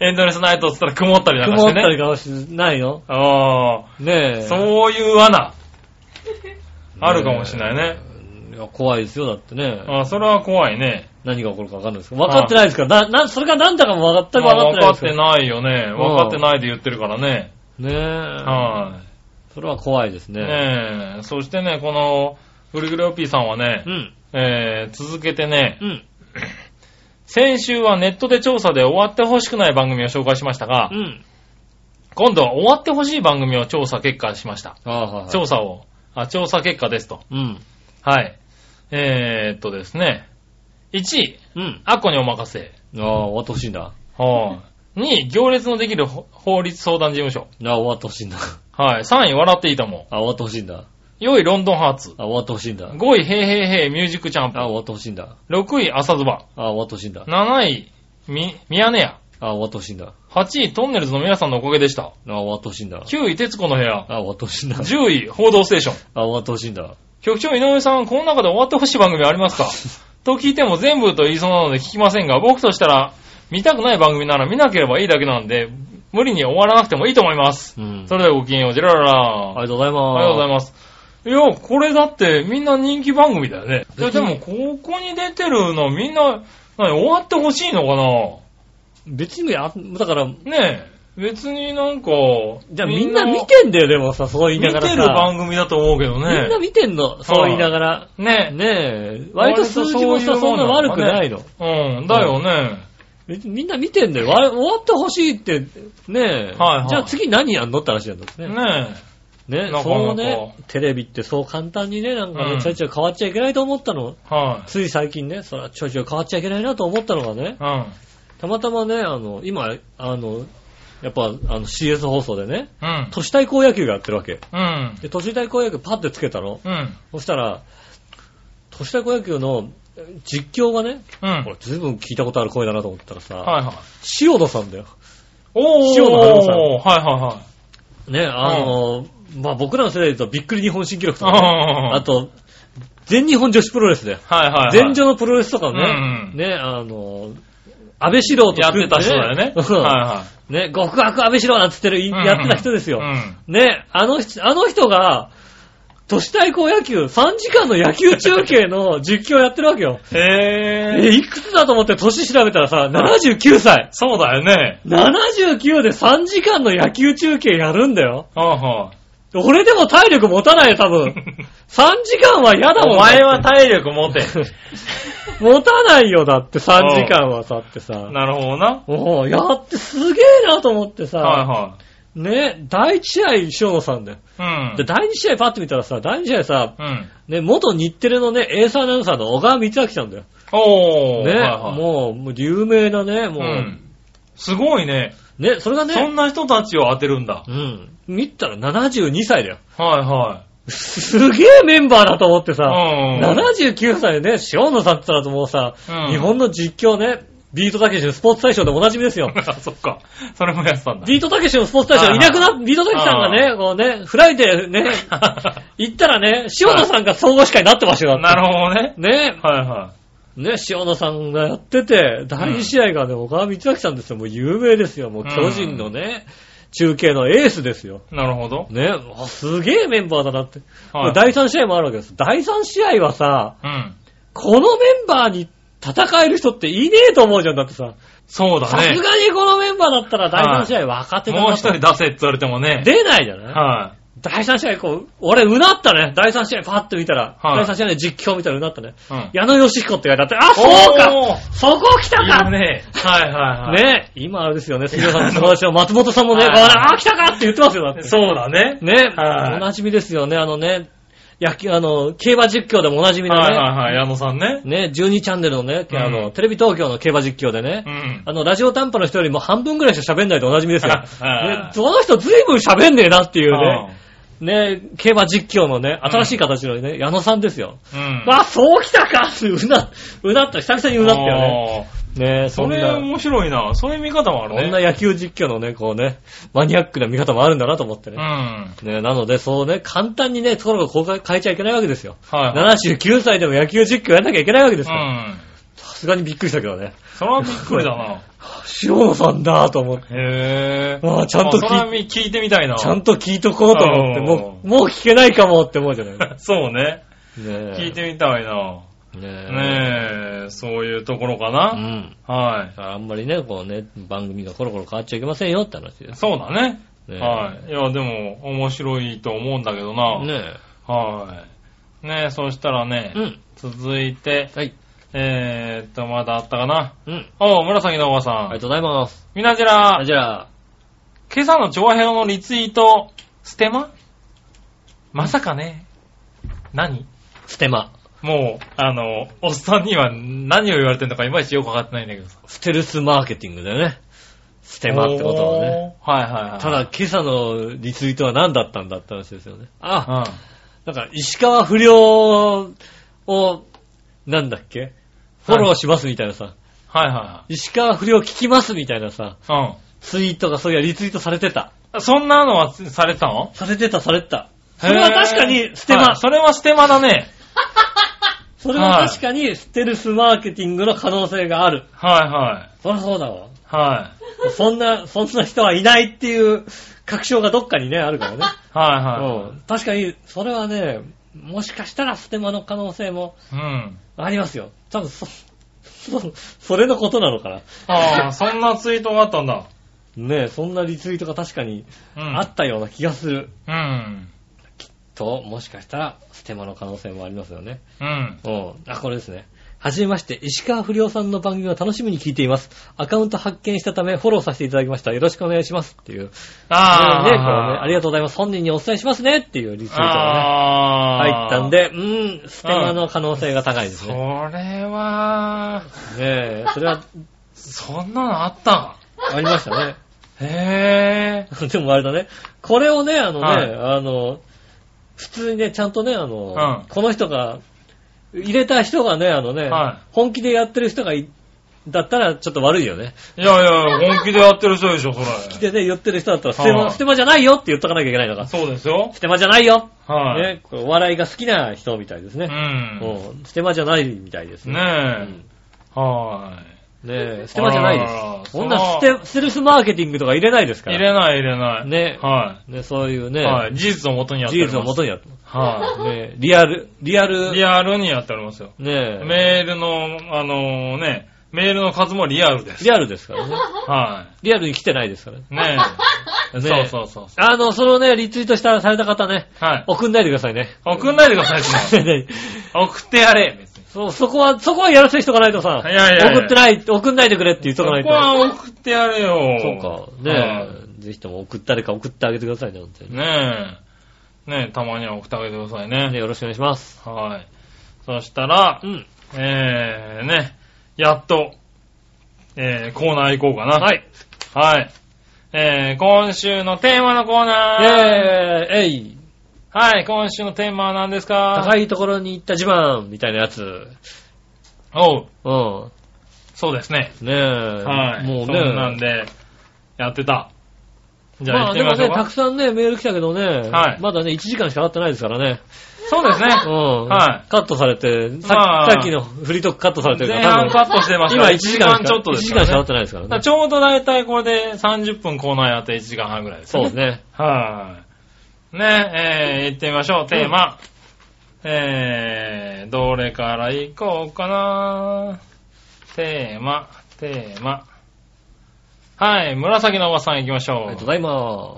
C: エンドレスナイトって言ったら曇ったりなんかし
B: 曇
C: て
B: っ
C: ね。
B: たり顔しないよ。
C: あ
B: ねえ。
C: あ、そういう罠。あるかもしれないね。
B: いや怖いですよ、だってね。
C: あそれは怖いね。
B: 何が起こるか分かんないですけど。分かってないですから。な、な、それが何だかも全く分
C: まあ
B: かってないです
C: 分かってないよね。
B: うん
C: 分かってないで言ってるからね。
B: ねえ。
C: は
B: それは怖いです
C: い。
B: ね。
C: ねえ。そしてね、この、ぐるぐるおっぴーさんはね
B: う、ん。
C: えー、続けてね
B: う、ん。
C: 先週はネットで調査で終わってほしくない番組を紹介しましたが
B: う、ん。
C: 今度は終わってほしい番組を調査結果しました。
B: ああ、はいはい。
C: 調査を、あ、調査結果ですと。
B: うん。
C: はい。えー、っとですね、1位、
B: うん。
C: アッコにお任せ。
B: ああ、終わってほしいんだ。
C: はい。2位、行列のできるほ法律相談事務所。
B: なあ、終わってほしいんだ。
C: はい。3位、笑っていいとも。
B: あ、終わってほしいんだ。
C: 4位、ロンドンハーツ。
B: あ、終わってほしいんだ。あ、終
C: 5位、ヘイヘイヘイ、ミュージックチャンプ。
B: わってほしいんだ。
C: 6位、朝ズバ。
B: あ、終わってほしいんだ。
C: 7位、み、ミヤネ屋。
B: あ、終わってほしいんだ。
C: 8位、トンネルズの皆さんのおかげでした。
B: あ、終わってほしいんだ。
C: 9位、徹子の部屋。
B: あ、終わってほしいんだ。あ、終
C: 10位、報道ステーション。
B: わってほしいんだ。
C: 局長、井上さん、この中で終わってほしい番組ありますかと聞いても全部と言いそうなので聞きませんが、僕としたら、見たくない番組なら見なければいいだけなんで、無理に終わらなくてもいいと思います。
B: うん。
C: それではごきげんよう、ジェラララ。
B: ありがとうございます。
C: ありがとうござい
B: ま
C: ます。いや、これだってみんな人気番組だよね。いや、
B: 別
C: で
B: に
C: もここに出てるのみんな、何、終わってほしいのか
B: す。別に、あ、だから、
C: なねえ。別になんか、
B: じゃあみんな見
C: て
B: てんだよ、でもさ、そう言い
C: 見て
B: ながらさ。
C: る番組だと思うけど
B: みんな
C: ね。
B: 見てんの、そう言いながら。
C: ね
B: ねえ、割と数字も
C: 割
B: さ、
C: と
B: そ
C: そ
B: ん
C: う
B: な
C: いうもん
B: 悪
C: なの
B: く
C: かね
B: ないの。
C: うん、だよね。
B: 別にみんな見てんだよ。わ終わってほしいって、ねえ。
C: はいはい
B: じゃあ次何やんのって話なんですね。
C: ねな、か
B: ね
C: なか
B: そうね、テレビってそう簡単にね、なんか
C: うん
B: ね、ちょいちょい変わっちゃいけないと思ったの。
C: は
B: つい最近ね、そらちょいちょい変わっちゃいけないなと思ったのがね
C: い。、うん。
B: たまたまね、あの、今、あの、やっぱ、あの、CS 放送でね、
C: うん。
B: 都市対抗野球がやってるわけ。
C: うん。
B: で、都市対抗野球パッてつけたの。
C: うん。
B: そしたら、都市対抗野球の実況がね、
C: うん。
B: これ随分聞いたことある声だなと思ったらさ、
C: はいはい。
B: 塩田さんだよ。
C: おー。
B: 塩野晴さん
C: はいは
B: ね、あの、まあ、僕らの世代で言うとびっくり日本新記録
C: い
B: とかね、
C: はい。
B: あと、全日本女子プロレスだよ。
C: はいはいはい。
B: 全女のプロレスとか
C: うん
B: ね、ね、あの、安倍四郎と
C: やっ
B: 組
C: て
B: んで
C: た人だよね。
B: *laughs* う
C: は
B: ん
C: いは
B: ね、極悪安倍四郎なんつってる、
C: い。
B: やってた人ですよ
C: う。ん。
B: ね、あの人、あの人が、都市対抗野球、3時間の野球中継の実況やってるわけよ。え、
C: へー。
B: いくつだと思って年調べたらさ、79歳。
C: そうだよね。
B: 79で3時間の野球中継やるんだよ。
C: はい
B: *laughs*
C: はい。
B: 俺でも体力持たないよ、多分。3時
C: *laughs*
B: 間は嫌だもん。
C: お前は体力持て。
B: 持たないよ、だって3時間は経ってさ。
C: *laughs* なるほどな。
B: おうやってすげえなと思ってさ、
C: は
B: ね、第1試合、塩野さんだよ。
C: いはい。う
B: で、
C: ん。
B: 第2試合パッと見たらさ、第2試合さ、
C: うん。
B: ね、元日テレのね、エースアナウンサーの小川光明さんだよ。
C: おー。
B: ね、
C: はいはい
B: もう、もう有名なね、もう、
C: うん。すごいね。
B: ね、それが
C: そん
B: ね、
C: な人たちを当てるんだ。
B: うん、見たら72歳だよ。
C: はいは
B: すげえメンバーだと思ってさ、
C: うん
B: 79歳でね、塩野さんって言ったらもうさ、
C: うん
B: 日本の実況ね、ビートたけしのスポーツ大賞でおなじみ
C: *laughs*
B: ですよ。
C: い。あ、そっか。それもやってたんだ。
B: ビートたけしのスポーツ大賞いなく
C: はい
B: な、ビートたけしさんがね、こうね、フライデ
C: *laughs*
B: ーね、行ったらね、塩野さんが総合司会になってましたよ。
C: な
B: ほ
C: るほどね。
B: ど。ね、
C: はいは
B: ね、塩野さんがやってて、第2試合がね、岡川光明さんですよ。もう有名ですよ。もう巨人のね、中継のエースですよ。
C: い。なるほど。
B: ね、あすげえメンバーだなって。
C: はい。
B: 第3試合もあるわけです。第3試合はさ、
C: うん。
B: このメンバーに戦える人っていねえと思うじゃん。だってさ、
C: そうだ
B: さ
C: ね
B: す。がにこのメンバーだったら第3試合若手だな
C: もう一人出せって言われてもね。
B: 出ないじゃない
C: は
B: 第3試合、こう、俺、うなったね。第3試合、パッと見たら、
C: はい
B: 第3試合の実況見たらうなったね。
C: い。うん。
B: 矢野義彦って書いてあって、あ、そう
C: おー
B: かそこ来た
C: い
B: か
C: る
B: ね
C: ね。はいはいはい。
B: 今あれですよね、杉浦さんの友達の松本さんもね、
C: はい
B: こうあ、来たかって言ってますよ、だって。
C: *laughs* そうだね。
B: ね、
C: はい
B: おなじみですよね、あのね、野球、あの、競馬実況でもおなじみのね、
C: はいはいはい。矢野さんね。
B: ね、12チャンネルのね、
C: うん
B: あの、テレビ東京の競馬実況でね、
C: うん。
B: あの、ラジオ短波の人よりも半分ぐらいしか喋んないでおなじみですよ。
C: はい
B: ね、その人ずいぶん喋んねえなっていうね、ね、競馬実況のね、
C: うん
B: 新しい形のね、矢野さんですよ。
C: うん。うん。
B: あ、そうきたかってうな、うなった、久々にうなったよね。ねえ、
C: そ
B: そん
C: れ
B: な、
C: 面白いな。そういう見方もある
B: こ
C: ね。
B: んな野球実況のね、こうね、マニアックな見方もあるんだなと思って
C: う
B: ね
C: ん。。は
B: ねなので、そうね、簡単にね、ところがこう変えちゃいけないわけですよ。
C: いはい。
B: 79歳でも野球実況やんなきゃいけないわけです
C: う
B: よ。
C: ん。
B: さすがにびっくりしたけどね。
C: それはびっくりだな。
B: 塩野さんだと思って。
C: へ
B: あ
C: ぇ
B: あちゃんと聞い
C: それは聞いてみたいな。
B: ちゃんと聞いとこうと思って、もう、もう聞けないかもって思うじゃない。ね
C: そうね。
B: え
C: *laughs* 聞いてみたいな。
B: ね
C: ねえ、そういうところか
B: え。う
C: な。
B: ん。
C: は
B: あんまりね、こうね、番組がコロコロ変わっちゃいけませんよって話で
C: い。
B: す。
C: そうだね。
B: ね
C: はい。いや、でも、面白いと思うんだけど
B: い
C: な。
B: ね
C: はい。ねえ、そしたらね
B: え。う、ん。
C: 続いて、
B: はい。
C: えーっと、まだあったかな。
B: うん。
C: おう、紫のおばさ
B: ありが
C: ん。
B: とうございます。
C: みなじら
B: あ、じゃあ、
C: 今朝の長編のリツイート、ステマまさかね。何
B: ステマ。
C: もう、あの、おっさんには何を言われてるのかいまいちよくわかってないんだけどさ。
B: ステルスマーケティングだよね。ステマってことはね。
C: おー。はいはいはい。
B: ただ、今朝のリツイートは何だったんだって話ですよね。あ、
C: うん、
B: なんか、石川不良を、なんだっけフォローしますみたいなさ、
C: はいは
B: 石川不良聞きますみたいなさ、
C: いはい。
B: ツイートがそういやリツイートされてた。
C: うん。そんなのはされてたの
B: されてた、されてた。それは確かにステマ。
C: はいそれはステマだね。
B: それは確かにステルスマーケティングの可能性がある。
C: はいはい。
B: そりゃそうだわ。
C: は
B: そんな、そんな人はいないっていう確証がどっかにね、あるからね。
C: い。はいは
B: うん確かに、それはね、もしかしたらステマの可能性も
C: い。うん。
B: ありますよ。多分そ、 *laughs* そ、それのことなのかな。
C: ああ、そんなツイートがあったんだ。
B: ねえ、そんなリツイートが確かに
C: うん。
B: あったような気がする。
C: うん。
B: と、もしかしたらステマの可能性もありますよね。
C: うん。
B: うん。あ、これですね。はじめまして、石川不良さんの番組を楽しみに聞いています。アカウント発見したため、フォローさせていただきました。よろしくお願いします。っていう。
C: あ
B: ね、
C: ー
B: こうね、ありがとうございます。本人にお伝えしますね。っていうリツイートがね、
C: あー
B: 入ったん。で、うーん、ステマの可能性が高いです
C: そ
B: ね。
C: れは、
B: ねえ、それは、
C: そんなのあった
B: ありましたね。
C: へぇ
B: *laughs* でもあれだね、これをね、あのね、
C: はい
B: あの、普通にね、ちゃんとね、あの、
C: うん
B: この人が、入れた人がね、あのね、
C: は
B: 本気でやってる人がい、だったらちょっと悪いよね。
C: ー。いやいや、本気でやってる人でしょ、それ。
B: でね、言ってる人だったら、ステ
C: は
B: マ、
C: い
B: ステマじゃないよって言っとかなきゃいけないのか。
C: そうですよ。
B: ステマじゃないよ、
C: はい。
B: ね、これお笑いが好きな人みたいです
C: う
B: ね。
C: ん。
B: うんステマじゃないみたいですね。
C: ねえ。は
B: うんねえステマじゃない
C: あららら
B: です。こ
C: そ
B: んなス
C: の
B: テ、セルフマーケティングとか入れないです
C: い。
B: から。
C: 入れない入れない。
B: ね
C: は
B: ね、そういう
C: い。
B: ね、
C: はい。事実をもとにやっ
B: 事
C: ており
B: 実の
C: ま
B: も
C: す。
B: とにやって
C: は
B: ねリアル、リアル、
C: い。リアルにやっておりますよ。
B: ねえ、
C: メールの、あのね、メールの数もリアルです。
B: リアルですからね。
C: は
B: リアルに来てないですからね。
C: い。ねえ。
B: *laughs* ね
C: そ
B: え
C: うそうそうそ
B: あの、それをね、リツイートした、された方ね、
C: う。はい。
B: 送んないでくださいね。 *laughs*
C: 送んないでください、そんな *laughs* 送ってやれ。別に
B: そう、そこは、そこはやらせしとかないとさ、
C: いやいやいや
B: 送ってない、送んないでくれって言っと
C: そこ
B: かないと。
C: は送ってやれよ。
B: そうか。ねえ、ぜひとも送ったりか送ってあげてくださいね、本当
C: え
B: に。
C: ねえ。ねえ、たまには送ってあげてください
B: ね
C: ね。
B: よろしくお願いします。
C: はい。そしたら
B: う、ん。
C: えー、ね、やっと、えー、コーナー行こうかな。
B: はい。
C: はい。えー、今週のテーマのコー
B: イェー
C: ナー。
B: イえい
C: はい、今週のテーマは何ですか
B: 高いところに行った自慢みたいなやつ。
C: おう、
B: うん。
C: そうですね。
B: ねえ。
C: はい。
B: もう
C: そなん
B: ね。
C: で、やってた。じゃあ
B: ま
C: 行
B: あ
C: って
B: で
C: みま
B: も
C: しょ
B: ね、
C: うか。
B: たくさんね、メール来たけどね、
C: はい
B: まだね、1時間しか経ってないですからね。
C: そうですね。
B: うん。
C: はい
B: カットされて、さ,、
C: まあ
B: さっきのフリートークカットされてるから
C: 前、半カットしてますから
B: 今1時間
C: 一時間ちょっとです
B: 1時
C: からね
B: 間しか経ってないですか
C: だからら
B: ね。
C: ちょうどだいたいこれで30分コーナーやって1時間半ぐらいです
B: そう
C: ね。
B: ですね。
C: はい。ねえ、ー、行ってみましょう。テーマ。えー、どれから行こうかなテーマ、テーマ。はい、紫のおばさん行きまし
B: あり
C: ょ
B: がとうご
C: う。
B: ざいま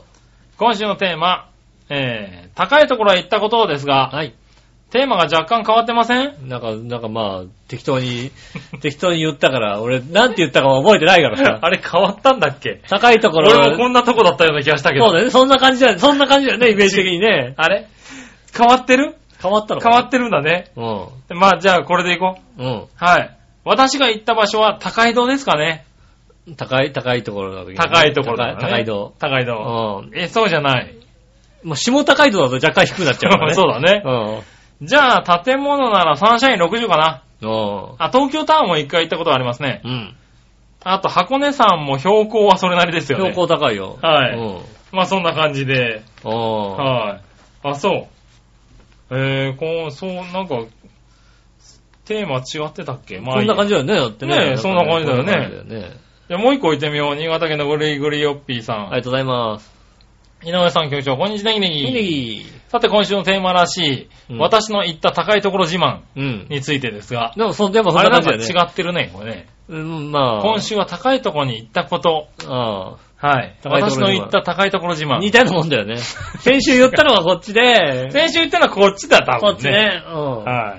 C: 今週のテーマ、えー、高いところへ行ったことです
B: す。
C: が、
B: はい。
C: テーマが若干変わってません
B: なんか、なんかまあ、適
C: *laughs*
B: 当に、適当に言ったから、俺、なんて言ったかも覚えてないから
C: *laughs*
B: さ。
C: れ変わったんだっけ
B: 高いところ、
C: 俺もこんなとこだったような気がしたけど。
B: そうだよね。そんな感じだよね。そんな感じだよね、イメージ的にね。
C: あれ変わってる
B: 変わったの
C: 変わってるんだね。
B: わ
C: まあじゃあこれでいこう。
B: うん。
C: はい。私が行った場所は高井戸ですかね。
B: うん。高い、高いところだと
C: 高いところだ、ね。
B: 高い高い道。
C: 高井
B: うん。
C: 戸。
B: も
C: え、そうじゃない。
B: う下高いところだと若干低くなっちゃうからね。
C: *laughs* そうだね。
B: うん。
C: じゃあ、建物ならサンシャイン60かな。
B: うん。
C: あ、東京タワーも一回行ったことありますね。
B: うん。
C: あと、箱根山も標高はそれなりですよね。
B: 標高高いよ。
C: はい
B: うん。
C: まあ、そんな感じで。
B: ああ。
C: はい。あ、そう。えー、こう、そう、なんか、テーマ違ってたっけまあ
B: こんな感
C: じ。
B: じだよね、だってね。
C: ねえ
B: なんか
C: そんな感じだよね
B: こんな感じだよね
C: じゃあもう一個行ってみよう。新潟県のぐるいぐるいよっぴーさ
B: あ
C: ん。
B: りがとうございます。
C: 井上さん局長、こんにちは、ネギネギ。
B: ネギ
C: さて、今週のテーマらしい、
B: うん
C: 私の行った高いところ自慢
B: うん。
C: についてですが、
B: でも、そんでもそ
C: あ
B: ん
C: れ
B: な
C: な
B: 感
C: んか
B: じだよね。
C: 違ってるね、これね。
B: うん、まあ。
C: 今。週は高いところに行ったこと。
B: あ
C: はい。
B: 高いところ
C: 私
B: 自慢
C: の行った高いところ自
B: あ。
C: 慢
B: 似。たようなもん
C: *laughs*
B: だよね。先週言ったのはこっちで、
C: 先週言ったのはこっちだ、多
B: こ
C: 分ね。
B: っちね。うん。
C: は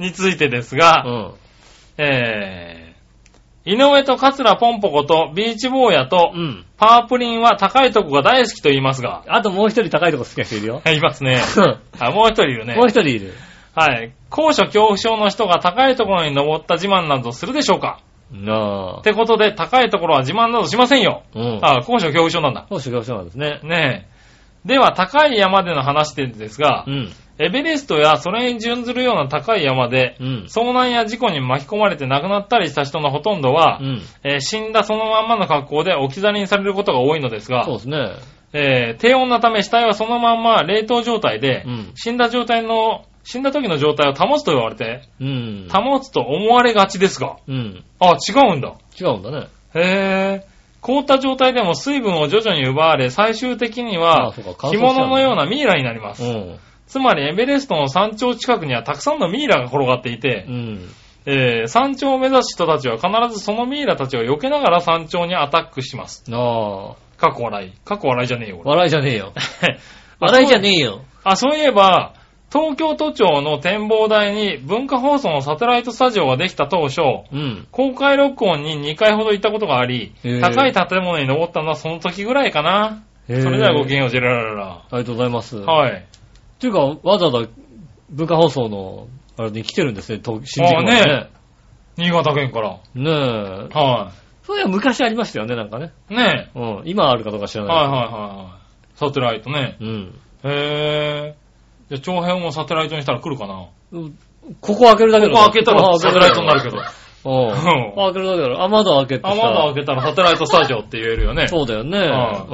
C: い。についてですが、
B: うん。
C: えー、井上と桂ポンポコとビーチ坊やと
B: う、ん。
C: パープリンは高いとこが大好きと言いますが、 *laughs*
B: あともう一人高いとこ好きな人いるよ。
C: いますね。
B: う
C: あ、もう一人いる
B: ん
C: ね
B: もう。一人いる。
C: はい。高所恐怖症の人が高いところに登った自慢などするでしょうか
B: なあ
C: っ。てことで、高いところは自慢などしませんよ。
B: うん。
C: ああ、高所恐怖症なんだ。
B: もう修行所なんですね。
C: ねえ。では、高い山での話ですが
B: う、ん。
C: エベレストやそれに準ずるような高い山で
B: う、ん。
C: 遭難や事故に巻き込まれて亡くなったりした人のほとんどは
B: う、ん。
C: えー死んだそのまんまの格好で置き去りにされることが多いのですが
B: そう、ですね。
C: えー低温なため死体はそのまんま冷凍状態で、
B: うん
C: 死んだ状態の、死んだ時の状態を保つと言われて、
B: うん。
C: 保つと思われがちですが、
B: うん。
C: あ、違うんだ。
B: 違うんだね。
C: へぇ凍った状態でも水分を徐々に奪われ、最終的に
B: あ
C: は
B: そうか乾燥し
C: 着
B: ちゃうんだ
C: 物のようなミイラになりま
B: う
C: す。
B: ん。
C: つまりエベレストの山頂近くにはたくさんのミイラが転がっていて
B: う、ん。
C: えー山頂を目指す人たちは必ずそのミイラたちを避けながら山頂にアタックします。
B: なあ。
C: 過
B: *laughs*
C: 去笑い。過去笑いじゃねえよ、俺。
B: 笑いじゃねえよ。笑いじゃねえよ。
C: あ、そういえば、東京都庁の展望台に文化放送のサテライトスタジオができた当初、
B: うん。
C: 公開録音に2回ほど行ったことがあり、
B: へー
C: 高い建物に登ったのはその時ぐらいかな。
B: そ
C: それではごきげんよう、ジェラララ
B: ありがとうございます。
C: ラ。はい。
B: というか、わざわざ文化放送の、あれに来てるんですね、東新宿までね。
C: 新潟県から。
B: ねえ。
C: は
B: それは昔ありましたよね、なんかね。
C: い。ね
B: うん。今あるかどうか知ら
C: え。
B: ない。
C: はいはいはいはい。サテライトね。
B: うん。
C: へえ。じゃあ長編をサテライトにしたら来るかな。
B: ここ開けるだけ
C: こ
B: だ
C: こ開けたら
B: ここ
C: サ
B: 開
C: テラ
B: けた
C: イトになるけど。
B: うん。
C: うん
B: 開けるだけだろ。あ、窓開けてさ。
C: あ、窓開けたらサテライトスタジオって言えるよね。
B: そうだよね。
C: は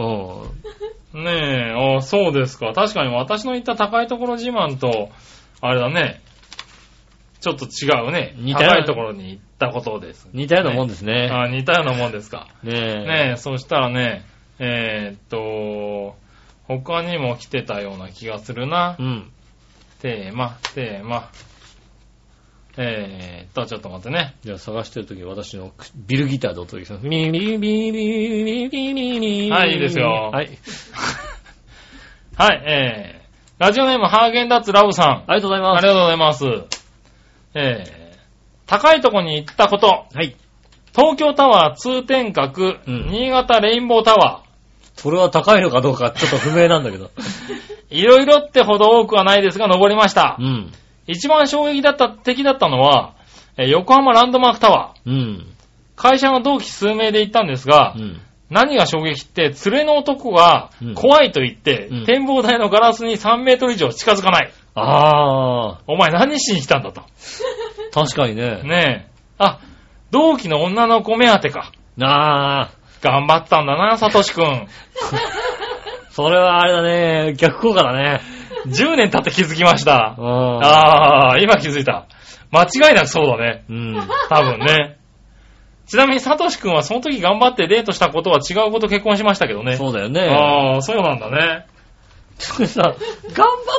C: ねえ、あそうですか。確かに私の言った高いところ自慢と、あれだね。ちょっと違うね。
B: 似たような
C: 高いところに行ったことです。
B: うん。似たようなもんですね。
C: あ似たようなもんですか。
B: ねえ。
C: ねえ、そしたらね、えーっと、他にも来てたような気がするな
B: う。ん。
C: テーマ、テーマ。えーっと、ちょっと待ってね。
B: じゃあ探してるとき私のビルギターでお届けします。ミリビリビリビリビリ
C: はいいいですよ
B: はい。
C: *laughs* はい、えー、ラジオネームハーゲンダッツラブさん。
B: ありがとうございます。
C: ありがとうございます。えー、高いとこに行ったこと。
B: はい。
C: 東京タワー通天閣、
B: うん
C: 新潟レインボータワ
B: それは高いのかどうかちょっと不明なんだけど。
C: ー。いろいろってほど多くはないですが、登りました
B: う。ん。
C: 一番衝撃だった、的だったのは、えー横浜ランドマークタワー。
B: うん。
C: 会社の同期数名で行ったんですが
B: う、ん。
C: 何が衝撃って、連れの男が
B: うん
C: 怖いと言って、
B: うん
C: 展望台のガラスに3メートル以上近づかない。
B: あ
C: お前何しに来たんだと。
B: ー、確かにね。
C: ねえ。あ、同期の女の子目当てか。
B: あ
C: 頑張ったんだな、サトシくん。
B: ー、それはあれだね。逆効果だね。
C: 10年経って気づきまし
B: う
C: た。
B: ん。
C: あー、今気づいた。間違いなくそうだね。
B: うん。
C: 多分ね。ちなみにサトシくんはその時頑張ってデートしたことは違う子と結婚しましたけどね。
B: そうだよね。
C: あー、そうなんだね。
B: それさ、頑張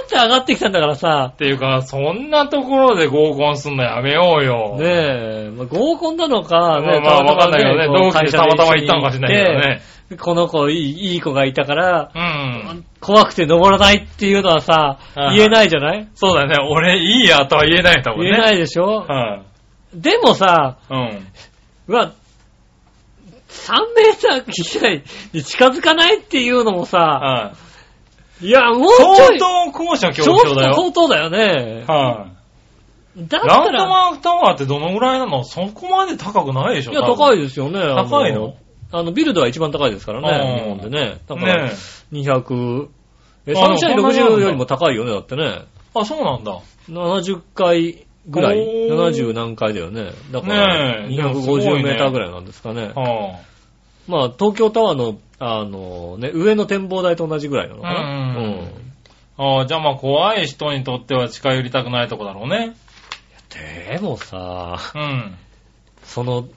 B: って上がってきたんだからさ、
C: っていうか、そんなところで合コンすんのやめようよ。
B: ねえ、まあ、合コンなのか、
C: まあ
B: ね
C: まあわかんないけどね。同
B: こう
C: 期でたまたま行ったのかもしれない
B: でこの子いい、いい子がいたから、
C: けどね。うん。
B: 怖くて登らないっていうのはさ
C: は、い
B: 言えないじゃない
C: そうだね。俺いいやとは言えない多分ね。。
B: 言えないいでしょ
C: はい、
B: でもさ、
C: うん。
B: うわ、3メーター以内に近づかないっていうのもさ、
C: はい、
B: いや、もうちょ
C: 相
B: い、
C: 当高所恐
B: ちょ
C: 怖
B: っ
C: 症
B: と
C: だよ。
B: 相当だよね。
C: はい、
B: だった
C: ランド
B: ら、
C: マークタワーってどのぐらいなのそこまで高くないでしょ
B: いや、高
C: い。
B: いですよね。
C: 高いの
B: あの、あのビルドは一番高いですからね、日
C: うん
B: 本でね。だから、
C: ねえ。
B: 200、え、
C: あ
B: 3試合
C: そんなにあるんだ
B: 60よりも高いよね、だってね。
C: あ、そうなんだ。
B: 70回ぐらい
C: おー
B: ?70 何回だよね。だから、
C: ねえでもすごいね
B: 250メーターぐらいなんですかね。
C: は
B: まあ、東京タワーの、あのね、上の展望台と同じぐらいなのかな。
C: うん
B: うん。
C: あ、ああじゃあまあ怖い人にとっては近寄りたくないとこだろうね。
B: でもさ、
C: うん。
B: その、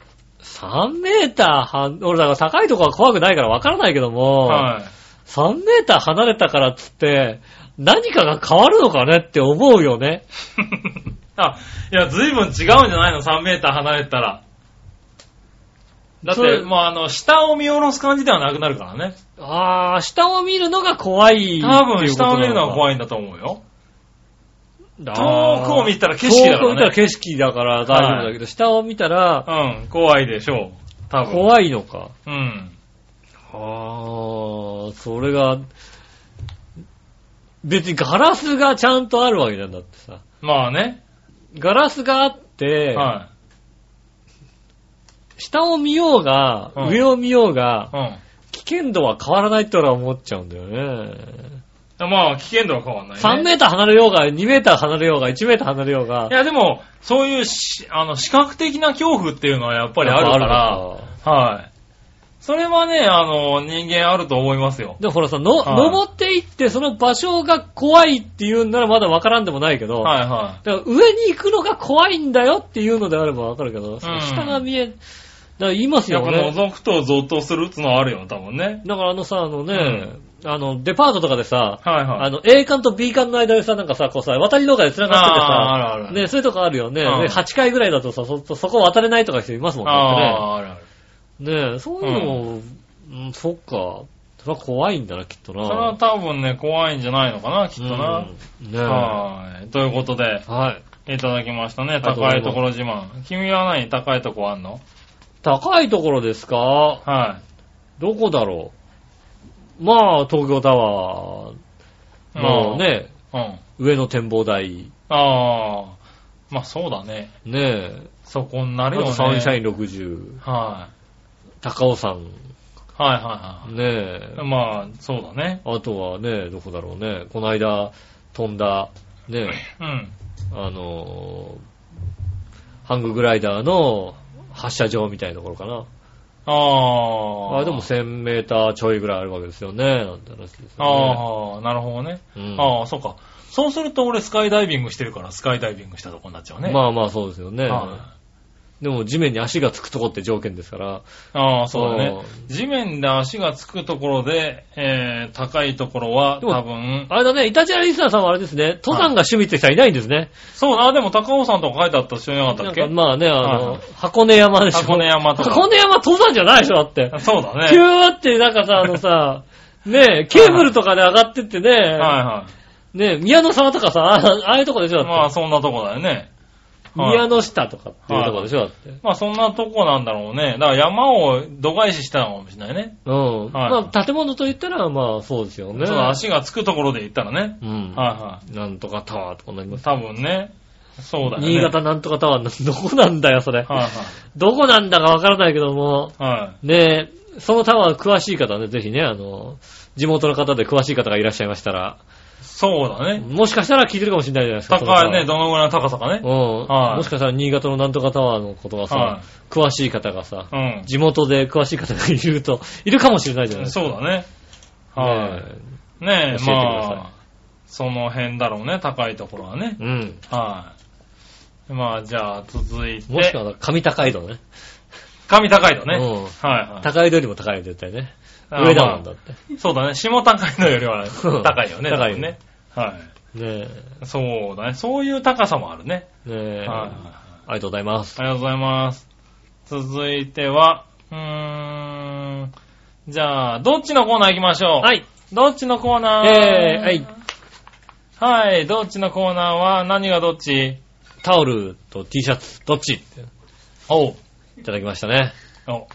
B: 3メーター半、俺だから高いとこは怖くないからわからないけども、
C: はい。 *laughs*
B: 3メーター離れたからっつって、何かが変わるのかねって思うよね。
C: あ、いや、随分違うんじゃないの ?3 メーター離れたら。だっ
B: それ
C: て、もうあの、下を見下ろす感じではなくなるからね。
B: あー、下を見るのが怖い。
C: 多分、下を見るのは怖
B: い。
C: いんだと思うよ。
B: 遠
C: 遠くを見たら景色だから
B: 遠くを見たら
C: ね。
B: 景色だから大丈夫だけど、下を見たら
C: うん、怖いでしょう。多分。い。
B: 怖いのか。
C: うん。
B: あー、それが、別にガラスがちゃんとあるわけなんだってさ。
C: まあね。
B: ガラスがあって、
C: は
B: 下を見ようが、
C: うん
B: 上を見ようが
C: い。、うん。
B: 危険度は変わらないって俺は思っちゃうんだよね。
C: まあ、危険度は変わんないね。
B: 3メーター離れようが、2メーター離れようが、1メーター離れようが、
C: いや、でも、そういうし、あの、視覚的な恐怖っていうのはやっぱりあるから、
B: の
C: はい。それはね、あの、人間あると思いますよ。
B: でもほらさ、の、
C: はい
B: 登っていって、その場所が怖いっていうんならまだわからんでもないけど、
C: はいは
B: だから上に行くのが怖いんだよっていうのであればわかるけど、その下が見え、だから言いま
C: い。
B: す
C: や
B: よ
C: っぱ
B: ね。
C: 覗くとゾッとするっつのはあるよ、多分ね。
B: だからあのさ、あのね、あの、デパートとかでさ、
C: はいはい。
B: あの、A 館と B 館の間でさ、なんかさ、こうさ、渡り廊下で繋がってて
C: あ
B: さ、
C: あ、あるある。
B: ね、そういうとこあるよね。
C: うん
B: で8回ぐらいだとさ、そ、そこ渡れないとか人いますもん
C: あ
B: ね。
C: あ、あるある。
B: ねえ、そういうのも、うん、そっか。それは怖いんだな、きっとな。
C: それは多分ね、怖いんじゃないのかな、きっとな。
B: うんねえ
C: はい。ということで、
B: はい。
C: いただきましたね。
B: がとうご
C: 高
B: ざい
C: い
B: ます
C: ところ自慢。君は何高いとこあんの
B: 高いところですか
C: は
B: どこだろうまあ、東京タ
C: い。
B: ワーのね、
C: うん。
B: 上の展望台。
C: ああ。まあそうだね。
B: ねえ。
C: そこにな
B: あ
C: るよね。
B: とサンシャイン60。
C: は
B: 高尾山。ね
C: い。はいはい
B: え
C: はい。。まあ、そうだね。
B: あとはね、どこだろうね。この間、飛んだ、ねえ、
C: うん。
B: あのーハンググライダーの発射場みたいなところかな。
C: ああ。
B: あでも1000メーターちょいぐらいあるわけですよね。なんて話ですよ
C: ああ、なるほどね。
B: ね。うん
C: ああ、そうか。そうすると俺スカイダイビングしてるから、スカイダイビングしたとこになっちゃうね。
B: まあまあそうですよね。
C: は
B: でも地面に足がつくとこって条件ですから、
C: ああ、そうだ
B: あ
C: ね
B: あ。
C: 地面で足がつくところで、えー、高いところは
B: でも
C: 多分、
B: あれだね、イタジラリスナーさんはあれですね、登山が趣味って人はいないんですね。
C: そうだ、あでも高尾山とか書いてあったら知らなかった
B: な
C: っ
B: ん
C: け
B: かまあね、あの、
C: はい
B: 箱根山でしょ。
C: 箱根山とか
B: 箱根山登山じゃないでしょ、だって。
C: そうだ
B: キ
C: ね。
B: ューってなんかさ、あ
C: *laughs*
B: のさ、ねえ、ケーブルとかで上がってってね、
C: はいは
B: ねえ、宮の沢とかさ、ああああいうとこでしょ、
C: い。ま
B: だ
C: あ
B: って。
C: そんなとこだよね。はい
B: 宮の下とかっていうとこでしょ、だって。
C: まあそんなとこなんだろうね。だから山を度外視したのかもしれないね。
B: うん。
C: はい
B: まあ、建物と言ったら、まあ、そうですよね。
C: そうだ、足がつくところで行ったらね。
B: うん。
C: は
B: なんとかタワーとかなり
C: いは
B: ま
C: い。
B: す。
C: 多分ね。そうだよね。
B: 新潟なんとかタワー、どこなんだよ、それ。
C: はい
B: どこなんだかわからないけども、
C: はい。はい。
B: ねえ、そのタワー詳しい方ね、ぜひね、あの、地元の方で詳しい方がいらっしゃいましたら、
C: そうだね。
B: もしかしたら聞いてるかもしれないじゃないですか。
C: 高いね、
B: そのタワー
C: どのぐらいの高さかね。
B: うん、
C: はい
B: もしかしたら新潟のなんとかタワーのことがさ、
C: はい
B: 詳しい方がさ、
C: うん。
B: 地元で詳しい方がいると、いるかもしれないじゃないです
C: そうだね。
B: か。
C: は
B: ね
C: い。ね
B: 教えて
C: え、
B: ください
C: まあ、その辺だろうね、高いところはね
B: え。うん。
C: はい。まあ、じゃあ、続いて。
B: もしくは、上高井戸ね。
C: 神高いのね。
B: う
C: はい
B: ん
C: はい
B: 高井戸よりも高いよ、絶対ね。
C: あ。
B: 上だもんだ
C: ま
B: って。
C: あそうだね、下高いのよりは
B: うん
C: 高いよね。
B: 高い
C: 多
B: よ
C: 分ね。は
B: ね
C: い。そうだね、そういう高さもあるね。
B: え。ねえ。
C: はい。
B: ありがとうございます。
C: ありがとうございます。続いては、うーん。じゃあ、どっちのコーナー行きましょう。
B: はい。
C: どっちのコーナー
B: えー、はい。。
C: はい、どっちのコーナーは何がどっち
B: タオルと T シャツ、どっちって
C: おう。
B: いただきましたね。
C: お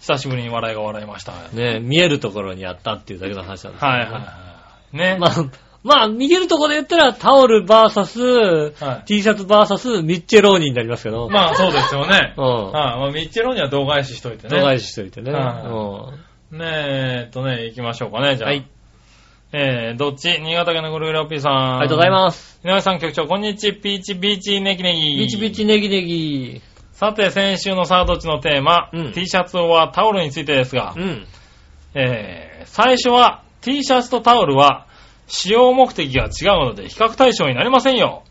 C: 久しぶりに笑いが笑いました。
B: ねえ、見えるところにあったっていうだけの話なんですけど
C: はい
B: ね
C: はいはい。ね。
B: まあ、まあ、見えるところで言ったら、タオル VS、
C: はい
B: T シャツ VS ミッチェローニになりますけど。
C: まあそうですよ
B: *laughs*
C: ね。
B: う
C: は
B: ん
C: い。まあミッチェローには動返ししといてね。
B: 度外視しといてね。
C: はい
B: うん
C: ねえ、えっとね、行きましょうかね、じゃあ。
B: はい。
C: えー、どっち新潟県のグルーラッピーさん。
B: ありがとうござ
C: す。
B: います。
C: 井上さん局長、こんにちは。ピーチ、ビーチ、ネギネギ。
B: ビチビチ。ネギネギ。
C: さて、先週のサードっちのテーマ、
B: うん
C: T シャツはタオルについてですが、
B: うん。
C: えー、最初は T シャツとタオルは使用目的が違うので比較対象になりませんよ。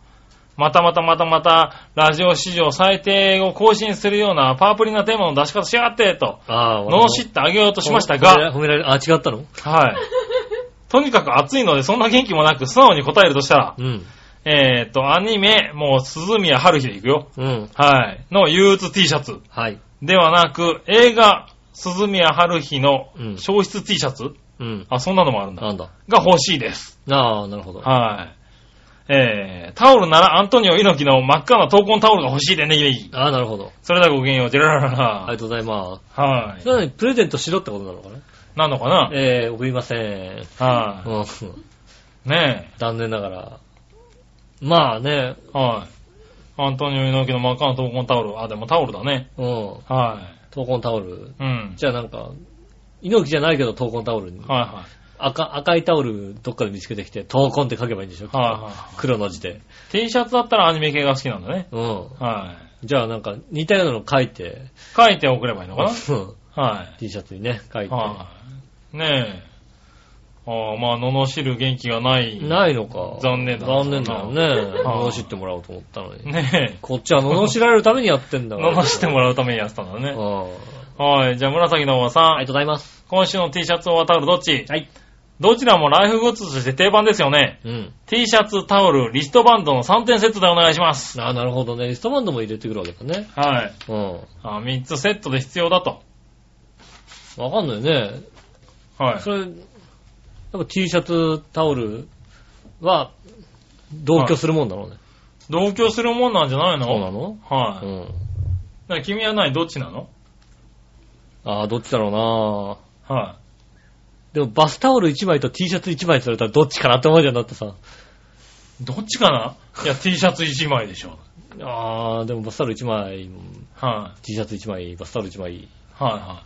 C: またまたまたまた、ラジオ史上最低を更新するようなパープリなテーマの出し方しやがって、と、
B: ああ、
C: 罵ってあげようとしましたが、
B: 褒められ、褒められあ、違ったの
C: はい。とにかく暑いので、そんな元気もなく素直に答えるとしたら、
B: うん。
C: えーっと、アニメ、もう鈴宮春日で行くよ。
B: うん。
C: はい。の憂鬱 T シャツ
B: はい。
C: ではなく、映画、鈴宮春日の
B: うん
C: 消失 T シャツ、
B: うん。
C: あ、そんなのもあるんだ。
B: なんだ。
C: が欲しいです。
B: ああ、なるほど。
C: はい。えー、タオルならアントニオ猪木の真っ赤な闘魂タオルが欲しいでね、ネギ。
B: ああ、なるほど。
C: それではごきげんよう、ジェラララ
B: あり
C: ラ
B: がとうございます。
C: ラ。はい
B: そ。れなのにプレゼントしろってことなのか
C: な
B: な
C: のかな
B: えー、送りません。
C: は
B: うん。
C: い。ね
B: 残念ながら。まあね、
C: え。はい。アントニオ猪木の真っ赤な闘魂タオル。あ、でもタオルだね。
B: うん。
C: は
B: 闘魂タオル。
C: い。うん。
B: じゃあなんか、猪木じゃないけど闘魂タオルに。
C: はいは
B: 赤、赤いタオルどっかで見つけてきて、闘魂って書けばいいんでしょ、
C: い。はいは
B: 黒の字で。
C: い。T シャツだったらアニメ系が好きなんだね。
B: うん。
C: は
B: じゃあなんか似たようなの書いて、
C: い。書いて送ればいいのか
B: うん
C: なは
B: *laughs* T シャツにね、書い
C: い。
B: て。
C: はい。ねえ。ああ、まあ、罵る元気がない。
B: ないのか。
C: 残念だな
B: 残念だよね。
C: はい
B: 罵ってもらおうと思ったのに。
C: ねえ。
B: こっちは罵られるためにやってんだか
C: *laughs*
B: ら。
C: 飲ましてもらうためにやってたんだ
B: うん
C: ね。
B: あ
C: はい。じゃあ、紫のおばさん。
B: りがとうございます。
C: 今週の T シャツを渡るどっち
B: はい。
C: どちらもライフグッズとして定番ですよね。
B: うん。
C: T シャツ、タオル、リストバンドの3点セットでお願いします。
B: ああ、なるほどね。リストバンドも入れてくるわけだね。
C: はい。
B: うん。
C: あ3つセットで必要だと。
B: わかんないね。
C: はい。
B: それ、なんか T シャツ、タオルは同居するもんだろうね。
C: 同居するもんなんじゃないの
B: そうなの
C: はい。
B: うん。
C: だから君は何どっちなの
B: ああ、どっちだろうな
C: は
B: でもバスタオル1枚と T シャツ1枚って言われたらどっちかなって思うじゃんだってさ。
C: い。どっちかないや、T シャツ1枚でしょ。
B: ああ、でもバスタオル1枚、
C: は
B: T シャツ1枚、バスタオル1枚。
C: い。はいは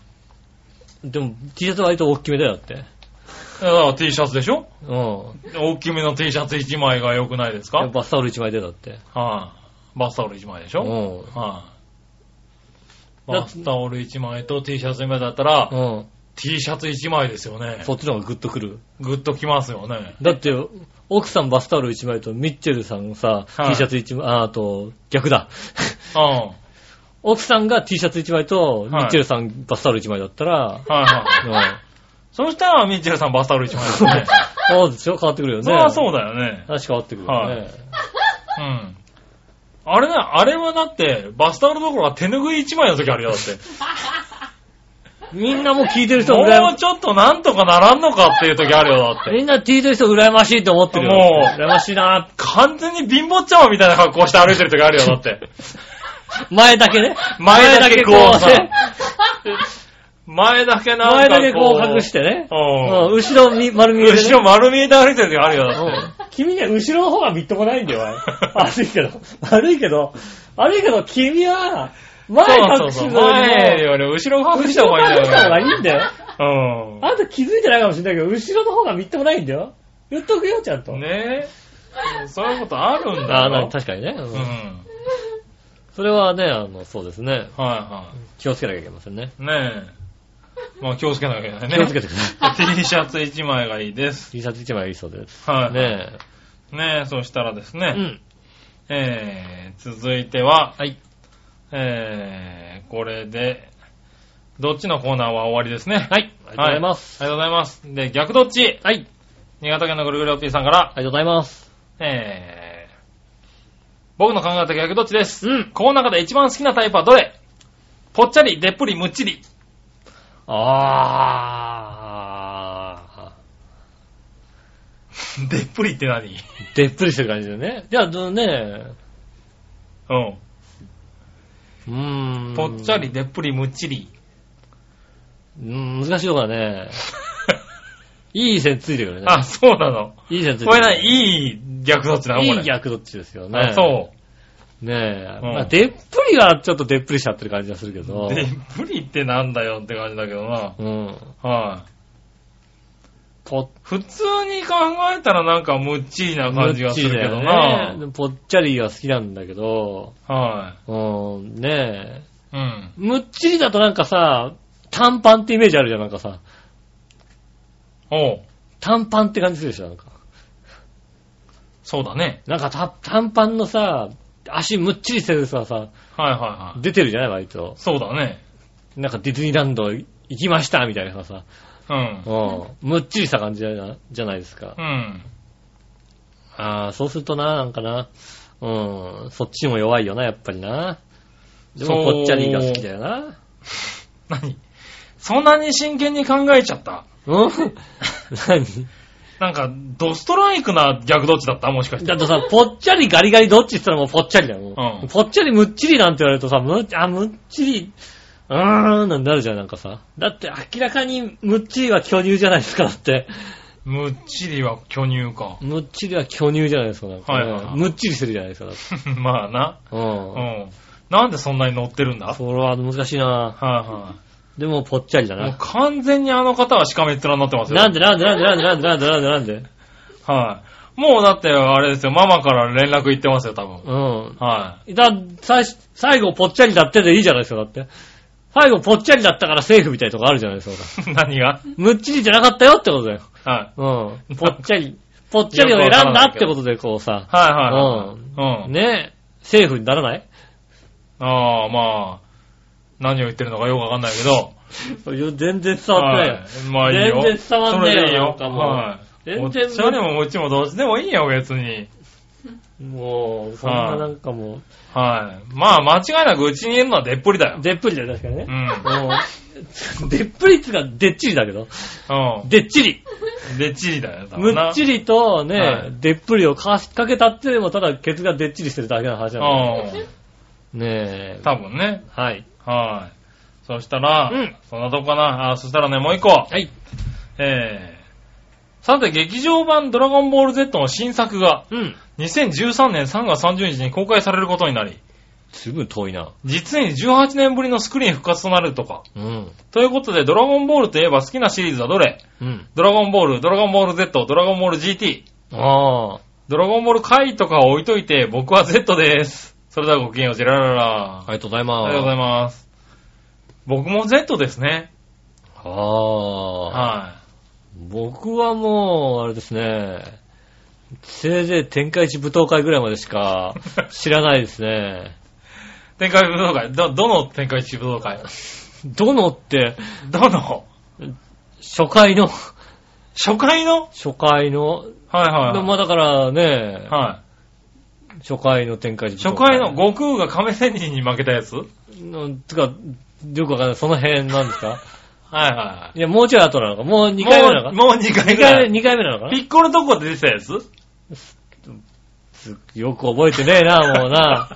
B: でも T シャツ割と大きめだよだって。
C: い。だから T シャツでしょ
B: うん。
C: 大きめの T シャツ1枚が良くないですか
B: で
C: は
B: も
C: い、
B: バスタオル1枚でだって。
C: バスタオル1枚でし
B: う
C: ょはい、
B: ん。
C: バスタオル1枚と T シャツ1枚だったら、
B: うん。
C: T シャツ1枚ですよね。
B: そっちの方がグッとくる。
C: グッときますよね。
B: だって、奥さんバスタオル1枚とミッチェルさんさ、
C: はい
B: T シャツ1枚、ああと、逆だ。
C: うん。はい
B: 奥さんが T シャツ1枚と、ミ
C: はい
B: ッチェルさんバスタオル1枚だったら、 *laughs*
C: はい。 *laughs* そしたら、ミッチェルさんバスタオル1枚ですね。
B: うん。そうでしょ変わってくるよね。
C: それはそうだよね。
B: 話変わってくるよね。
C: はいうん。あれな、あれはだって、バスタオルどころか手拭い1枚の時あるよ、だっ
B: *laughs*
C: て。
B: みんなもう聞いてる人羨
C: も
B: ま
C: うちょっとなんとかならんのかっていう時あるよ、だって。
B: みんな聞いてる人羨ましいと思ってるよ。
C: もう
B: 羨ましいな。
C: 完全に貧乏ちゃまみたいな格好して歩いてる時あるよ、だ *laughs* って。
B: 前だけね。
C: 前だけこう
B: ね
C: 前だけな
B: 前
C: んか
B: だけこう隠してね。
C: う
B: う
C: ん。
B: ん後ろみ丸見えでね
C: 後ろ丸見えで歩いてる時あるよ、だって。
B: 君ね、後ろの方はみっともないんだよ、
C: *laughs*
B: あれ悪いけど。悪いけど、悪いけど、君は、前
C: そう
B: 隠
C: そうそ
B: す
C: う。
B: の
C: 前
B: にも、
C: より後ろ隠した
B: 後
C: 方
B: ろ
C: がいいん
B: 隠し
C: だよ
B: た方が
C: ね。
B: いいんだよ。
C: う
B: あんた気づいてないかもしれないけど、後ろの方がみっともないんだよ。言っとくよ、ちゃんと。
C: ん。ねえ。そういうことあるんだよ。
B: ああ、な確かにね、う
C: うんん。はい
B: それはね、あの、そうですね。
C: は
B: 気をつけなきゃいけませんね。
C: い。ねえ。まあ気をつけなきゃいけないね。
B: 気をつけてください。
C: T シャツ1枚がいいです。
B: T シャツ1枚いいそうです。
C: はい。
B: ね
C: ねえ、そしたらです
B: え。
C: ね、
B: うん。
C: えー、続いては、
B: はい。
C: えー、これで、どっちのコーナーは終わりですね。
B: はい。ありがとうございます。
C: はい。ありがとうございます。で、逆どっち
B: はい。あり
C: 新潟県のぐるぐるおっぴーさんから、
B: がとうございます。
C: えー、僕の考えた逆どっちです。
B: うん。
C: この中で一番好きなタイプはどれぽっちゃり、でっぷり、むっちり。
B: あ
C: でっぷりって何
B: ー。でっぷりしてる感じだよね。じゃあ、どうね
C: うん。
B: うーん。
C: ぽっちゃり、。でっぷり、むっちり。
B: うーん、難しいとこだね。いい線ついてくるね。
C: *laughs* あ、、そうなの。
B: いい線ついてくる。
C: これないい逆どっちなのこれ。
B: いい逆どっちですよね。
C: あ、そう。
B: う。ねえ。
C: うん
B: まあ、でっぷりはちょっとでっぷりしちゃってる感じがするけど。
C: でっぷりってなんだよって感じだけどな。
B: うん。
C: はい。
B: ぽ
C: 普通に考えたらなんかむっちりな感じがするけどな。
B: ね。ぽっちゃりは好きなんだけど、
C: は
B: うん、ねえ。
C: い。うん。
B: むっちりだとなんかさ、短パンってイメージあるじゃん、なんかさ。
C: おう。
B: 短パンって感じするでしょ、なんか。
C: そうだね。
B: なんかた短パンのさ、足むっちりしてるさ、さ、
C: はいはいはい。
B: 出てるじゃない割と。
C: そうだね。
B: なんかディズニーランド行きました、みたいなさ、
C: うん。
B: うん。むっちりした感じじゃなじゃないですか
C: う。ん。
B: ああ、そうするとな、なんかな、うん、そっちも弱いよな、やっぱりな。でも、
C: そう
B: ぽっちゃりが好きだよな。
C: 何そんなに真剣に考えちゃった
B: うん何
C: なんか、ドストライクな逆どっちだったもしかして。
B: だとさ、ぽっちゃりガリガリどっちって言ったらもうぽっちゃりだよ。もう
C: うん
B: ぽっちゃりむっちりなんて言われるとさ、むっあ、むっちり、うーん、なんてなるじゃん、なんかさ。だって明らかにむっちりは巨乳じゃないですか、だって。
C: むっちりは巨乳か。 *laughs*
B: むっちりは巨乳じゃないですか、なんか、
C: はいはいはい
B: むっちりしてるじゃないですか、だって。
C: まあな。
B: う。
C: うんん。なんでそんなに乗ってるんだはい
B: それは難しいな
C: は
B: でも、ぽっちゃりだ
C: い。もう
B: な。
C: 完全にあの方はしかめっ面になってますよ。
B: なんでなんでなんでなんでなんでなんでなんでなんで
C: はい。もうだって、あれですよ、ママから連絡行ってますよ、多分。
B: うん。
C: は
B: だ、最初、最後ぽっちゃりだってでいいじゃないですか、だって。最後ぽっちゃりだったからセーフみたいなとこあるじゃないですか。
C: い。 *laughs* 何が
B: むっちりじゃなかったよってことだよ。
C: はい。
B: うん。ぽっちゃり、ぽっちゃりを選んだってことで、こうさ、
C: はいはいは
B: う
C: い。うん。
B: ねえ、セーフにならない
C: ああ、まあ、何を言ってるのかよくわかんないけど。
B: 全然伝わってないよ
C: は。い。まあいいよ。
B: 全然伝わんねえよ
C: それでいい
B: なん
C: よ。
B: かもう
C: はい。
B: 全
C: 全
B: 然
C: 然。それでもうちもどっちでもいいよ、別に。
B: もう、そんななんかも
C: はい。まあ、間違いなくうちにいるのはでっぷりだよ
B: う、。でっぷりだよ、確かに
C: う
B: ね。
C: ん。
B: うん *laughs* でっぷりっていうか、でっちりだけど。
C: う
B: でっちり。
C: ん。でっちりだよ、多
B: む
C: 分な
B: っちりとね、
C: はい
B: でっぷりをかかけたってでも、ただケツがでっちりしてるだけの話なの。
C: う
B: ねえ
C: ん。。多分ね。
B: はい。
C: はい。そしたら、
B: うん
C: そんなとこかな。あ、そしたらね、もう一個。
B: はい。
C: えー、さて、劇場版ドラゴンボール Z の新作が、
B: うん。
C: 2013年3月30日に公開されることになり、
B: すぐ遠いな。
C: 実に18年ぶりのスクリーン復活となるとか。
B: うん。
C: ということで、ドラゴンボールといえば好きなシリーズはどれ
B: うん。
C: ドラゴンボール、ドラゴンボール Z、ドラゴンボール GT、
B: ああ。
C: ドラゴンボール回とかは置いといて、僕は Z です。それではごきげんよう、ジェラララ。
B: ありがとうござい
C: あ
B: ます。
C: りがとうございます。僕も Z ですね。
B: す。ああ。
C: は
B: 僕はもう、あれですね。せいぜい天下一舞踏会ぐらいまでし
C: *laughs*
B: か知らないですね。
C: い。展開武道会、ど、どの展開一武道会 *laughs*
B: どのって、
C: どの
B: 初回の、
C: 初回の
B: 初回の、
C: はいはいはい。
B: まあだからね、
C: は
B: 初回の天下一
C: い。
B: 武
C: 初
B: 道
C: 回
B: 会
C: の悟空が亀仙人に負けたやつはい
B: の、つか、よくわかんない。その辺なんですか *laughs*
C: はい
B: や、もうちょい後なのかもう
C: い。
B: 2回目なのか
C: もうもう2回
B: 二
C: ぐら
B: 回目、
C: い。
B: 二回目なのかな
C: ピッコロどこで出てたやつ
B: つよく覚えてねえな、もうな。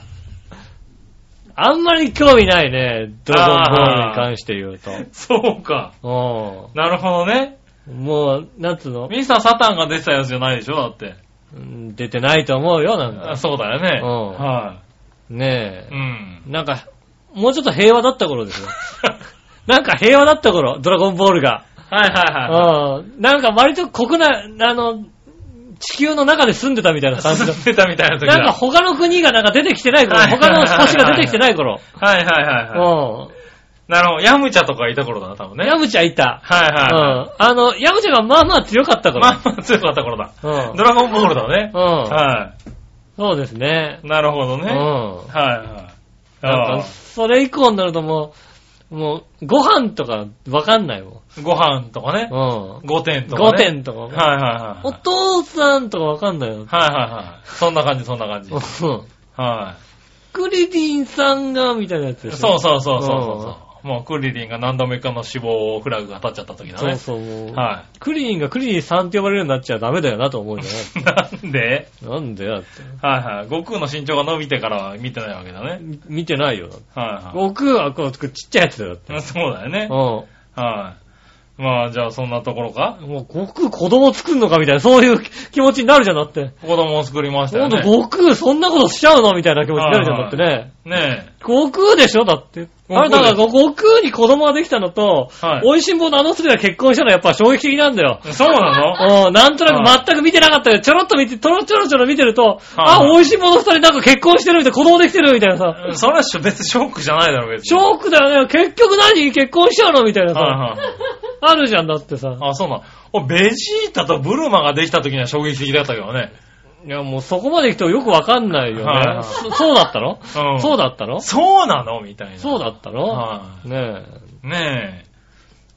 B: あんまり興味ないね。ドラゴンボールに関して言うと。
C: *laughs* そうか。
B: う
C: なるほどね。
B: ん。もう、なんつうの、
C: ミスターサタンが出てたやつじゃないでしょだって。
B: うん出てないと思うよ、なん
C: あ
B: か。
C: そうだよね。
B: うん
C: は
B: ね
C: い。うん
B: え。。なんか、もうちょっと平和だった頃ですよ。 *laughs* なんか平和だった頃、ドラゴンボールが。
C: *laughs* はいはいはい。
B: うん。なんか割と国内、あの、地球の中で住んでたみたいな感じだ。
C: 進んでた *laughs* みたいな時だ。
B: なんか他の国がなんか出てきてない頃、
C: はい
B: 他の星が出てきてない頃。
C: *laughs* はいはいは
B: う
C: いはい。
B: ん。
C: なるほど。ヤムチャとかいた頃だな、多分ね。
B: ヤムチャいた。
C: はいはいは
B: うん。あの、ヤムチャがまあまあ強かった
C: い。
B: か
C: まあ
B: ら。
C: まあ強かった頃だ。
B: うん
C: ド。ラゴンボールだね。
B: うん。
C: は
B: そうですね。
C: い。なるほど
B: うん。
C: ね。はい
B: な
C: はい。
B: ん
C: あ
B: か、それ以降になるともう、もう、ご飯とかわかんないもん。
C: ーご飯とかね。
B: う
C: 5点
B: ん。
C: とか、ね。
B: 5点とかも。
C: はいはい
B: *laughs* お
C: はい。
B: 父さんとかわかんない
C: は
B: よ。
C: いはいはい。そんな感じ、そんな感じ。
B: う
C: は
B: ん。
C: い。
B: クリリンさんが、みたいなやつでし
C: そ
B: ょ。
C: うそうそうそうそう。もうクリリンが何度目かの死亡フラグが立っちゃった時だ
B: そう
C: ね。
B: そう、もう。
C: は
B: クリリンがクリリンさんって呼ばれるようになっちゃダメだよなと思うじ
C: い。 *laughs* なんで
B: ゃないなんでだって。
C: はいはい。悟空の身長が伸びてからは見てないわけだね。
B: み見てないよ。だって
C: は
B: 悟空はこう、ちっちゃいやつだよ。だって
C: いはい。そうだよね
B: う。ん。
C: はい。まあ、じゃあそんなところか。
B: もう悟空子供作んのかみたいな、そういう気持ちになるじゃんだって。
C: 子供を作りました
B: ほ
C: よ
B: んと
C: ね。
B: 悟空そんなことしちゃうのみたいな気持ちになるじゃんだってね。
C: ね
B: 悟空でしょだって。あ
C: 悟空
B: れ
C: です
B: だから悟空に子供ができたのと、
C: はい
B: 美味しんぼのあの人が結婚したのはやっぱ衝撃的なんだよ。
C: え。そうなの
B: うん、なんとな
C: は
B: く全く見てなかったけど、ちょろっと見て、ちょろちょろちょろ見てると、あ、
C: はい
B: 美味しんぼの二人なんか結婚してるみたいな、子供できてるみたいなさ、
C: それはしょ別にショックじゃないだろ、別に。
B: ショックだよね、結局何結婚しちゃうのみたいなさ、
C: はいはい。
B: あるじゃんだってさ。
C: あ、そうなの。おベジータとブルマができた時には衝撃的だったけどね。
B: いや、もうそこまで来てもよくわかんないよ
C: はいは
B: ね。
C: い
B: そそうだったの
C: うん
B: そうだったの
C: そうなのみたいな。
B: そうだったの
C: は
B: ねえ。
C: い。ねえ。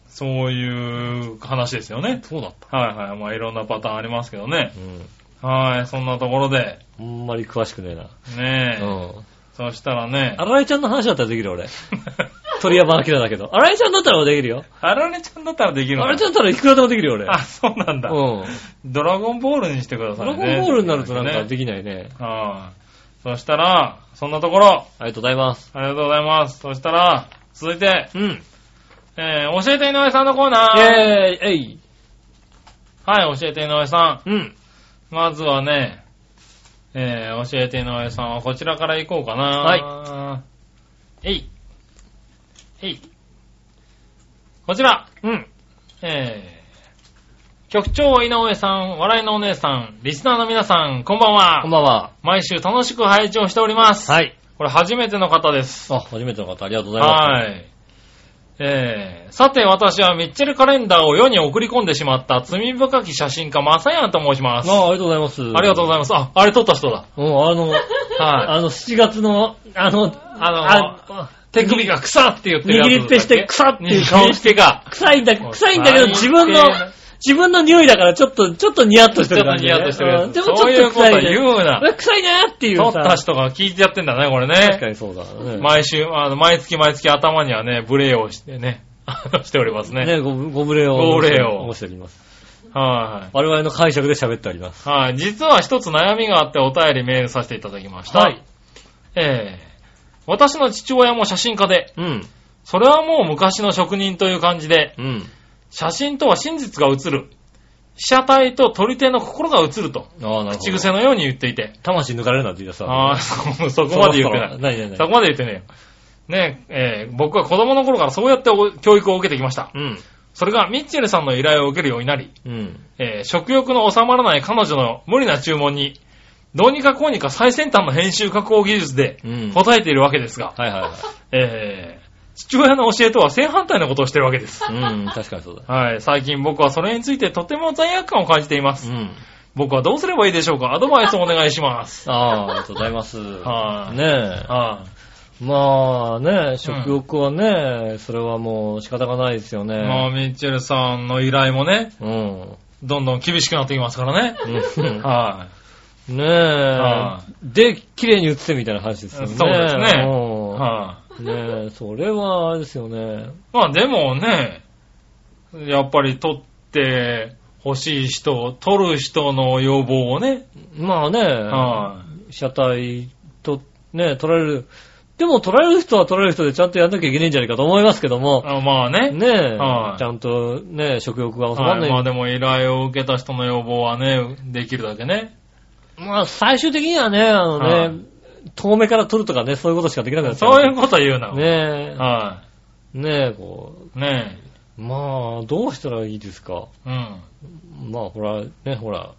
C: そういう話ですよね。
B: そうだった。
C: はいはい。まあいろんなパターンありますけどね。
B: うん。
C: はい。そんなところで。
B: あんまり詳しくねえな。
C: ねえ。
B: うん。
C: そしたらね。
B: 荒井ちゃんの話だったらできる俺。鳥山明だけど。荒井ちゃんだったらできるよ。
C: あられちゃんだったらできるの
B: 荒井ちゃんだったらいくらでもできるよ俺。
C: あ、そうなんだ。
B: うん。
C: ドラゴンボールにしてくださ
B: ド
C: い
B: ラ
C: ね。
B: ゴンボールになるとなんか
C: ね
B: できないね。
C: はい。そしたら、そんなところ。
B: ありがとうございます。
C: ありがとうございます。そしたら、続いて、
B: うん。
C: えー、教えて井上さんのコーナ
B: イェー
C: ー。
B: イえい
C: はい、教えて井上さ
B: うん。
C: ん。まずはね、えー、教えて井上さんはこちらから行こうかな。はい。えい。えい。こちら。
B: うん。
C: えー、局長井上さん、笑いのお姉さん、リスナーの皆さん、こんばんは。
B: こんばんは。
C: 毎週楽しく拝聴しております。
B: はい。
C: これ初めての方です。
B: あ、初めての方ありがとうございます。
C: はい。えー、さて私はミッチェルカレンダーを世に送り込んでしまった罪深き写真家マサヤンと申します。
B: あありがとうございます。
C: ありがとうございます。あ、あれ撮った人だ。
B: うん、
C: *laughs*
B: あの、
C: は
B: あの、7月の、あの、
C: あの
B: あ
C: い。手首が臭って言ってるや
B: 握
C: つ
B: りっぺして、臭っていう
C: 握
B: 顔
C: りっぺが。
B: 臭いんだ、臭いんだけど、
C: もう
B: 自分の
C: 最低、
B: 自分の匂いだから、ちょっと、ちょっとニヤッとし
C: ち
B: て
C: ょっ
B: る
C: と
B: 感じ、
C: ニ
B: ね。
C: ヤッとしてるや
B: うん
C: つ。
B: でも
C: そう
B: ち
C: い
B: ょ
C: う
B: っ
C: こと
B: と臭い、ね。
C: 言うな。
B: 臭いなーっていう
C: 撮
B: さ。
C: った人が聞いてやってんだね、これね。
B: 確かにそうだね。
C: 毎週、あの、毎月毎月頭にはね、無礼をしてね。 *laughs* あのしておりますね。
B: ね、ごご無礼を。
C: ご無礼を
B: 申しております。
C: はい。
B: 我々の解釈で喋っております。
C: はい。実は一つ悩みがあってお便りメールさせていただきました。
B: はい。
C: ええ私の父親も写真家で、
B: うん。
C: それはもう昔の職人という感じで、
B: うん。
C: 写真とは真実が映る。被写体と撮り手の心が映ると、
B: ああ、なるほど。
C: 口癖のように言っていて。
B: 魂抜かれるなんて言ったらさ。
C: ああ、そうそこまで言ってない。
B: ないな
C: そ
B: いない。
C: こまで言ってねえよ。ねえ、ええ僕は子供の頃からそうやってお教育を受けてきました。
B: うん。
C: それがミッチェルさんの依頼を受けるようになり、
B: うん。
C: えー食欲の収まらない彼女の無理な注文に、どうにかこうにか最先端の編集加工技術で
B: うん。
C: 答えているわけですが、
B: はいはいはい。
C: えー父親の教えとは正反対のことをしているわけです。
B: うん、 *laughs* 確かにそうだ。
C: はい、最近僕はそれについてとても罪悪感を感じていま
B: う
C: す。
B: ん。
C: 僕はどうすればいいでしょうかアドバイスをお願いします。
B: ああ、ありがとうございます。
C: はい
B: ね
C: は
B: え。まあね、食欲はね、それはもう仕方がないですよ
C: い。まあ、
B: ね。
C: ミッチェルさんの依頼もね、
B: うん。
C: どんどん厳しくなってきますからね。
B: うん
C: は
B: ね
C: は
B: え。で、綺麗に映ってみたいな話ですよね。
C: そうですねい。
B: う
C: はい。
B: んねえ、それは、あれですよね。
C: まあでもね、やっぱり撮って欲しい人、撮る人の要望をね、
B: まあね、
C: は
B: 車体と、ね、取られる。でも取られる人は取られる人でちゃんとやんなきゃいけないんじゃないかと思いますけど
C: い、
B: も、
C: あまあね、
B: ねえ、
C: はい
B: ちゃんとね、食欲が収ま
C: は
B: ら
C: い
B: ない。
C: まあでも依頼を受けた人の要望はね、できるだけね。
B: まあ最終的にはね、あのね、
C: はい
B: 遠目から取るとかね、そういうことしかできなくなっちゃう。
C: そういうこと言うな。
B: ね
C: は
B: え、ねえ、こ
C: い。ね
B: う、まあ、どうしたらいいですか。
C: え。うん。
B: まあ、ほら、ね、ほら、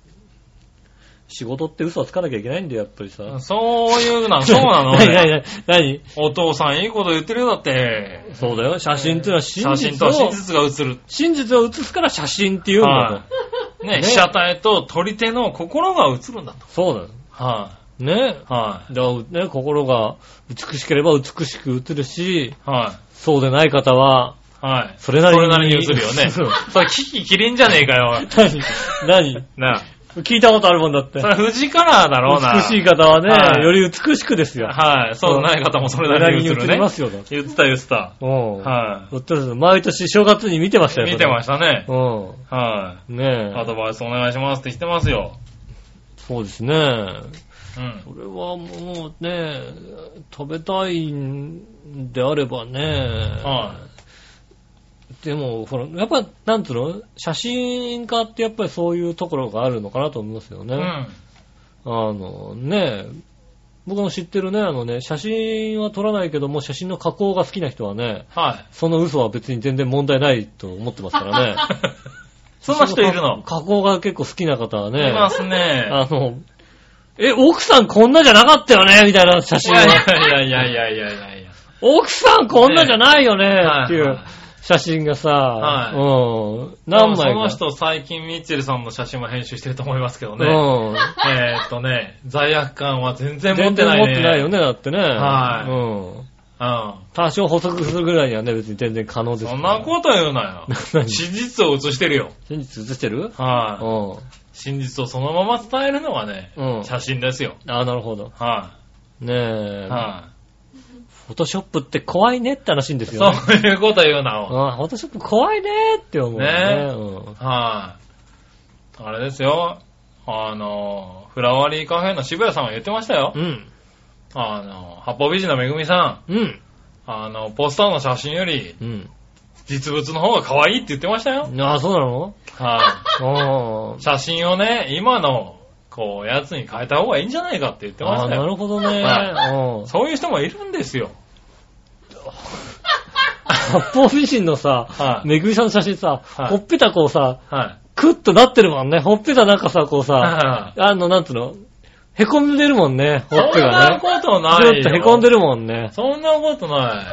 B: 仕事って嘘はつかなきゃいけないんだよ、やっぱりさ。
C: そういうな、そうなの、
B: *laughs* 何
C: 俺
B: 何何何
C: お父さんいいこと言ってるよ、だって。
B: そうだよ、写真っていうのは真
C: 写真
B: 実を
C: と、真実が映る。
B: 真実を映すから写真っていうんだ
C: は
B: と。
C: い。ね、被写体と撮り手の心が映るんだと。
B: そうだよ。
C: は
B: ね。
C: い。は
B: だからね、心が美しければ美しく映るし、
C: い。はい。
B: そうでない方は、
C: はい。
B: それなりに。
C: それなりに映るよね
B: *laughs* そう
C: それ、キキキリンじゃねえかよ。
B: 何何
C: なあ。
B: 聞いたことあるもんだって
C: そ。れ、富士カラーだろうな。
B: 美しい方はね、
C: はい
B: より美しくですよ。
C: はい。そうでない方もそれなりに映る
B: それ
C: ね。
B: なりに映りますよだって
C: 言ってた言ってた。
B: うん。
C: は
B: だって毎年正月に見てましたよ。
C: い。見てま
B: し
C: したね。
B: た。う
C: は
B: ん。ね
C: い。ア
B: え。
C: ドバイスお願いしますって言ってますよ。
B: そうですね。
C: うん。
B: これはもうね、食べたいんであればね、
C: は
B: でも、ほら、やっぱ、なんつうの写真家ってやっぱりそういうところがあるのかなと思いますよね。
C: い。うん。
B: あの、ね僕の知ってるね、あのね、写真は撮らないけども、写真の加工が好きな人はね、 *laughs*
C: はい。
B: その嘘は別に全然問題ないと思ってますからね。
C: *laughs* そんな人いるの
B: 加工が結構好きな方はいね、
C: ますね。
B: あの、え、奥さんこんなじゃなかったよねみたいな写
C: い
B: 真を
C: や。いやいやいやいやいやいや
B: 奥さんこんなじゃないよね
C: はい
B: っていう写真がさ、
C: はい
B: うん、何枚
C: その
B: か。
C: 人最近ミッチェルさんの写真も編集してると思いますけどね。
B: うん。
C: えーっとね、罪悪感は全然持っ
B: 全
C: て
B: 然
C: ないね。
B: 持ってないよね、だってね。
C: はい
B: うん。
C: うん。
B: 多少補足するぐらいにはね、別に全然可能です、
C: そんなこと言うなよ。
B: 何
C: 真実を映してるよ。
B: 真実映してるう
C: はい、
B: ん。
C: 真実をそのまま伝えるのがね、
B: うん。
C: 写真ですよ。
B: ああ、なるほど。
C: は
B: ね
C: い、
B: え、
C: は
B: フォトショップって怖いねって話です
C: い、
B: よね。
C: そういうこと言うなよ。
B: うんフォトショップ怖いねって思うね。
C: ね
B: うん
C: はい、あ。れですよ。あの、フラワーリーカフェの渋谷さんは言ってましたよ。
B: うん。
C: あの、八方美人のめぐみさん。
B: うん。
C: あの、ポスターの写真より
B: うん。
C: 実物の方が可愛いって言ってましたよ。
B: ああ、そうなの
C: は
B: あ
C: い。写真をね、今の、こう、やつに変えた方がいいんじゃないかって言って
B: あ。
C: ま
B: あ
C: し
B: あ、
C: たよ
B: な。るほどね。
C: は
B: うん。
C: そういう人もいるんです
B: *laughs*
C: よ。
B: 八方美人のさ、
C: はい
B: めぐみさんの写真さ、
C: はい
B: ほっぺたこうさ、
C: はい。
B: クッとなってるもんね。ほっぺたなんかさ、こうさ、
C: は
B: あの、なんつうの、へこんでるもんね、
C: い
B: ほっぺが
C: *laughs* そんな
B: ね。
C: こと
B: ず
C: ない
B: ー
C: よ。
B: っとへこんでるもんね。
C: そんなことない。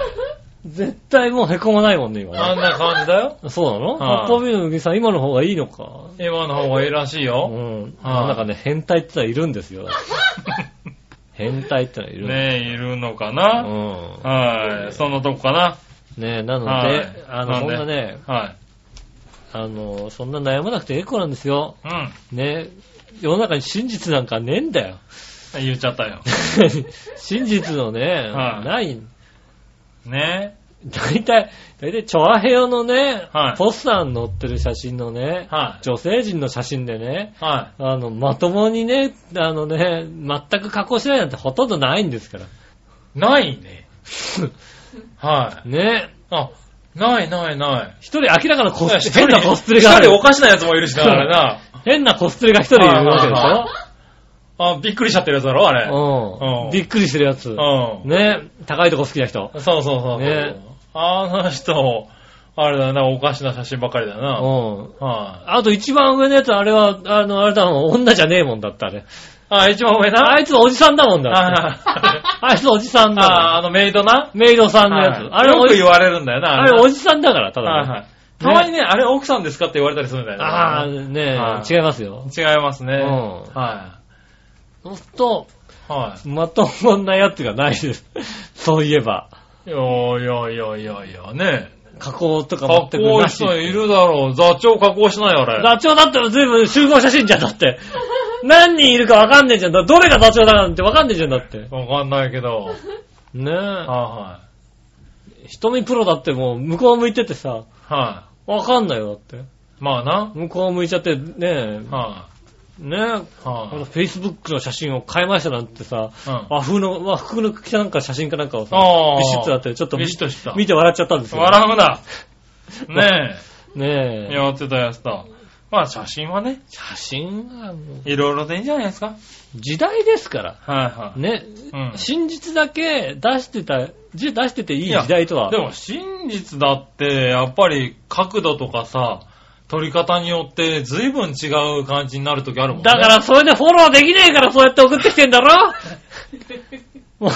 B: 絶対もうへこまないもんね、
C: あ
B: 今
C: ん
B: ね。
C: な感じだよ。
B: そうなの
C: はい
B: 八方美人のめぐみさん、今の方がいいのか。
C: 今の方がいいらしいうよ。
B: ん。
C: はい
B: なんかね、変態ってのはいるんですよ。変態ってのはい
C: *laughs*
B: る。
C: ねえ、いるのか
B: う
C: な、
B: ん。
C: はい。そんなとこかな。
B: ねなの
C: は
B: で
C: い、
B: あの、
C: な
B: そん
C: んで
B: なね、
C: はい。
B: あの、そんな悩まなくてエコなんですよ。
C: うん。
B: ね、世の中に真実なんかねえんだよ。 *laughs*
C: 言っちゃったよ。
B: 真実のね、
C: はい
B: ない。
C: ね
B: 大体、大体、チョアヘヨのね、
C: はい
B: ポスターに載ってる写真のね、
C: は
B: 女性陣の写真でね、
C: い。は
B: あの、まともにね、あのね、全く加工しないなんてほとんどないんですから。
C: い。ない
B: *laughs*
C: ね。はい。
B: ね。
C: あ、ないないない。
B: 一人明らかなコス
C: 一
B: プレ、変なコスプレが
C: 一
B: あ
C: 人
B: る
C: お。かしなやつもいるしな、あれな。
B: 変なコスプレが一人いるわけでし
C: はいはいはあ、びっくりしちゃってるやつだろ、あれ。
B: ょ
C: う
B: うんん。びっくりするやつ。
C: う
B: ね。高いとこ好きな人。
C: ん。そうそうそうそう。
B: ね
C: あの人、あれだな、おかしな写真ばっかりだな。
B: うん。
C: はい。
B: あと一番上のやつ、あれは、あの、あれだもん、女じゃねえもんだった、あれ。
C: あ、一番上な。
B: あいつおじさんだもんだって。
C: あ
B: あいつおじさん
C: あ、
B: だ
C: *laughs* あのメイドな。
B: もん。メイドさんのや
C: はい
B: つ。あれ
C: よ
B: お
C: く
B: じ
C: 言われるんだよな、
B: あれお
C: じ
B: じさんだから、た
C: はい
B: だ
C: は
B: の。
C: い。たまにね、あれ奥さんですかって言われたりするんだよね。
B: ああ、ね
C: はい
B: え、違いますよ。
C: 違いますね。
B: うん
C: は
B: そうすると、
C: い。は
B: まともなやつがないです。 *laughs* そういえば。
C: い。いやいやいやいやいや、ね。
B: 加工とか
C: 加
B: 全く
C: 工
B: なし
C: し。たいるだろう。座長加工しないよ、あれ。
B: ダチョウだったら随分集合写真じゃん、だ
C: *laughs*
B: って。何人いるかわかんねえじゃん。だどれがダチョウだなんてわかんねえじゃん、だって。
C: わかんないけ
B: *laughs*
C: ど。
B: ね
C: は
B: え。瞳プロだってもう向こう向いててさ、
C: いはい。は
B: わかんないよ、だって。
C: い。まあな。
B: 向こう向いちゃって、ね
C: は
B: え、ねえ、
C: い。
B: こ
C: は
B: の
C: い。
B: フェイスブックの写真を変えましたなんてさ、
C: うん
B: 和風の、和服の着たなんか写真かなんかをさ、
C: ああ
B: ビシッとなって、ちょっと見
C: ビシッとした
B: 見て笑っちゃったんですよ。
C: 笑う
B: *laughs*
C: な。ねえ。
B: ねえ。
C: やってたやつだ。まあ写真はね、
B: 写真がもう
C: いろいろでいいんじゃないですか。
B: 時代ですから。
C: はいはい。
B: ね、
C: うん
B: 真実だけ出してた、じ出してていい時代とは。
C: でも真実だって、やっぱり角度とかさ、撮り方によって随分違う感じになる時あるもんね。
B: だからそれでフォローできねえからそうやって送ってきてんだ
C: *laughs*
B: ろもう、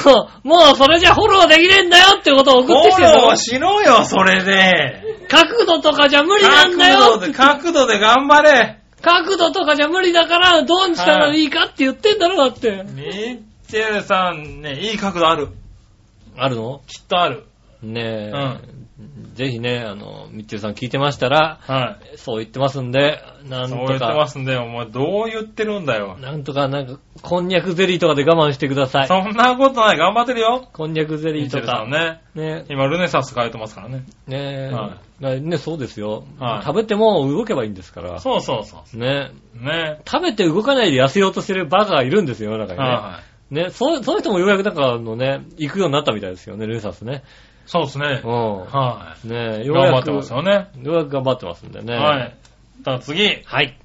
B: もうそれじゃフォローできねえんだよってことを送ってきてんだ
C: フォロ
B: ろ
C: ーしろよ、それで。
B: 角度とかじゃ無理なんだ
C: 角度
B: よ
C: で、角度で頑張れ。
B: 角度とかじゃ無理だから、どうしたらいいかって言ってんだろだって。
C: ミッチェルさんね、いい角度ある。
B: あるの
C: きっとある。
B: ねえ、
C: う
B: ぜひね、あの、みっちゅうさん聞いてましたら、
C: はい。
B: そう言ってますんで、なん
C: そう
B: と
C: 言
B: か。
C: ってますんで、お前どう言ってるんだよ。
B: なんとか、なんか、こんにゃくゼリーとかで我慢してください。
C: そんなことない、頑張ってるよ。
B: こんにゃくゼリ
C: ミ
B: ー
C: ッチェル
B: と
C: さ
B: か。
C: んね。
B: ね
C: 今、ルネサス変えてますからね。
B: ね
C: は
B: ねねそうですよ、
C: はい
B: 食べても動けばいいんですから。
C: そうそうそ
B: ね
C: う。ね。
B: 食べて動かないで痩せようとしてるバカがいるんですよ、世の中にね。
C: はい。
B: ね、そう、そういう人もようやくなんかあのね、行くようになったみたいですよね、ルーサスね。
C: そうですね
B: う。ん。
C: は
B: ね
C: い。
B: ようや
C: 頑張っ
B: く。
C: てますよね。
B: ようやく頑張ってますんでね。
C: はい。さあ次、
B: はい。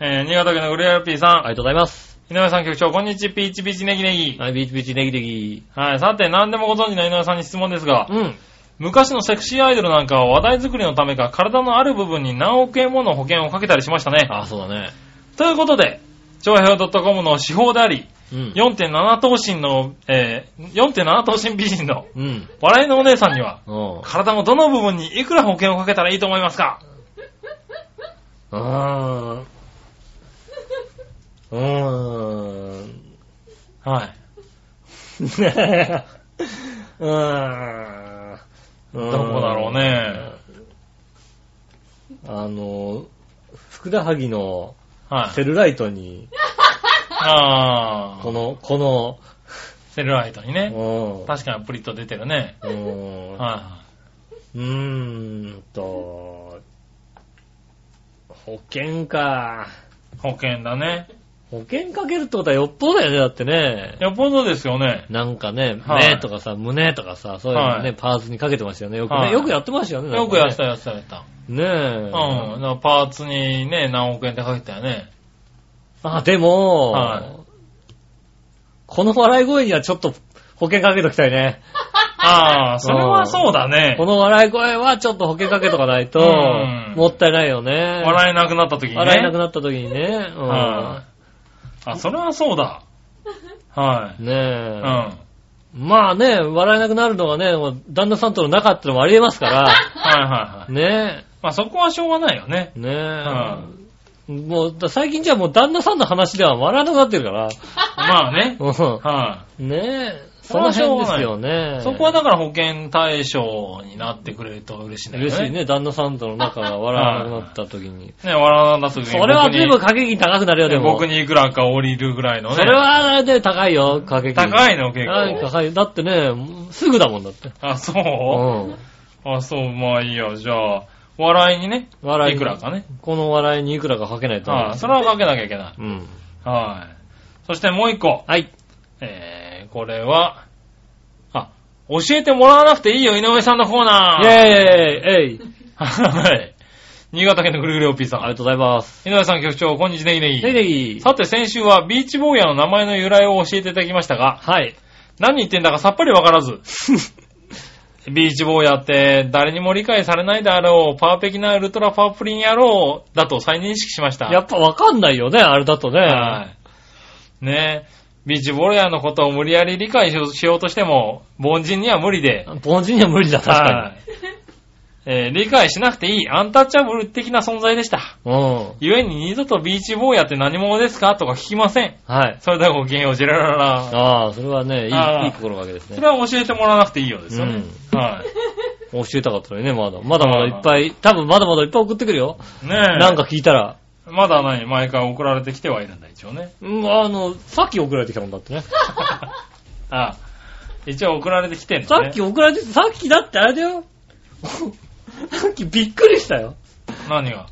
C: えー、新潟県のグレアルピーさん。
B: ありがとうございます。
C: 井上さん局長、こんにちは、ピーチピーチネギネギ。
B: はい、ビーチビーチネギネギ。
C: はい。さて、何でもご存知の井上さんに質問ですが、
B: うん。
C: 昔のセクシーアイドルなんかは話題作りのためか、体のある部分に何億円もの保険をかけたりしましたね。
B: ああ、そうだね。
C: ということで、長平洋 .com の指標であり、
B: うん。
C: 4.7頭身の、えー、4.7頭身美人の
B: うん。
C: 笑いのお姉さんには、
B: うん。
C: 体のどの部分にいくら保険をかけたらいいと思いますか
B: うーん。うーん。 *laughs*
C: はい。
B: うーん。ど
C: どこだろう。ね。
B: あの、福田萩の
C: はい。
B: セルライトに、
C: あ
B: こ
C: ー。
B: の、この、
C: セルライトに
B: う
C: ね。
B: ん。う
C: 確かにプリッと出てるね。
B: ーん
C: は
B: うーんと、保険か。
C: い。保険だね。
B: 保険かけるってことはよっぽどだよね、だってね。
C: よっぽどですよね。
B: なんかね、
C: はい
B: 目とかさ、胸とかさ、そういうの
C: は
B: ね、
C: い
B: パーツにかけてましたよね。よく
C: は
B: ね、
C: い
B: よくやってましたよね。
C: よくやった
B: ね
C: やったやった。
B: ねえ
C: う。ん。だからパーツにね、何億円ってかけたよね。
B: あ、でも、
C: は
B: この笑い声にはちょっと保険かけときたいね。
C: あー、それはそうだね
B: こ。の笑い声はちょっと保険かけとかないと
C: うん、
B: もったいないよね。
C: 笑えなくなった時にね。
B: 笑えなくなった時にね。うん
C: はい。あ、それはそうだ。はい。
B: ね
C: う
B: え
C: ん。。は
B: まあね、笑えなくなるのがね、もう旦那さんとの仲ってのもありえますか
C: *laughs*
B: ら、
C: いはいはい。
B: ね
C: まあそこはしょうがないよね。
B: え、ねえ、
C: ん
B: もうだ最近じゃもう旦那さんの話では笑わなくなってるから、
C: まあね。
B: う
C: は
B: んねえ、その辺ですよね。
C: そこはだから保険対象になってくれると嬉しいんだけど
B: 嬉
C: ね。
B: しいね、旦那さんとの仲が笑わなくなった時に。
C: *laughs* ね。笑わなかった時に
B: それは
C: 僕に
B: 随分過激高くなるよ、でも。
C: 僕にいくらか降りるぐらいのね。
B: それは、ね、高いよ、過激。
C: 高いの結
B: はい
C: 構。
B: 高い。だってね、すぐだもんだって。。
C: あ、そううんあ、そう、まあいいよ。じゃあ、笑いにね、
B: 笑いに
C: いくらかね。
B: この笑いにいくらかかけないと。
C: はい。それはかけなきゃいけない。
B: うん。
C: はい。そしてもう一個。
B: はい。
C: えー、これは、あ、教えてもらわなくていいよ、井上さんのコーナ
B: イェーイ
C: ー。
B: えい
C: はい。新潟県のぐるぐるおっぴーさ
B: ありが
C: ん。
B: とうございます。
C: 井上さん局長、こんにちは、ネギネギ。
B: ネギ
C: さて先週はビーチ坊やの名前の由来を教えていただきましたが、
B: はい。
C: 何言ってんだかさっぱりわからず。 *laughs* ビーチ坊やって誰にも理解されないであろう、パワペキなウルトラパワープリン野郎だと再認識しました。
B: やっぱわかんないよね、あれだとね。
C: はい。ねえ、ビーチ坊やのことを無理やり理解しようしようとしても、凡人には無理で、
B: 凡人には無理だ、確か
C: はい。えー理解しなくていいアンタッチャブル的な存在でした。
B: に。うん。
C: 故に二度とビーチ坊やって何者ですかとか聞きません。
B: はい。
C: それではごきげんよう、ジェラララ。
B: ああ、それはね、い
C: ああ
B: い、いい心がけです
C: そ
B: ね。
C: れは教えてもらわなくていいようですよね。はい。
B: 教えたかったのにね、まだ。まだまだいっぱい、多分まだまだいっぱい送ってくるよ。
C: ねえ。
B: なんか、聞いたら。
C: まだ何、毎回送られてきてはいるんだ、一応ね。
B: うん、あの、さっき送られてきたもんだってね。
C: あ一応送られてきてんだ
B: さ
C: ね。
B: っき送られて、さっきだってあれだよ。 *laughs* さっきびっくりしたよ。
C: 何が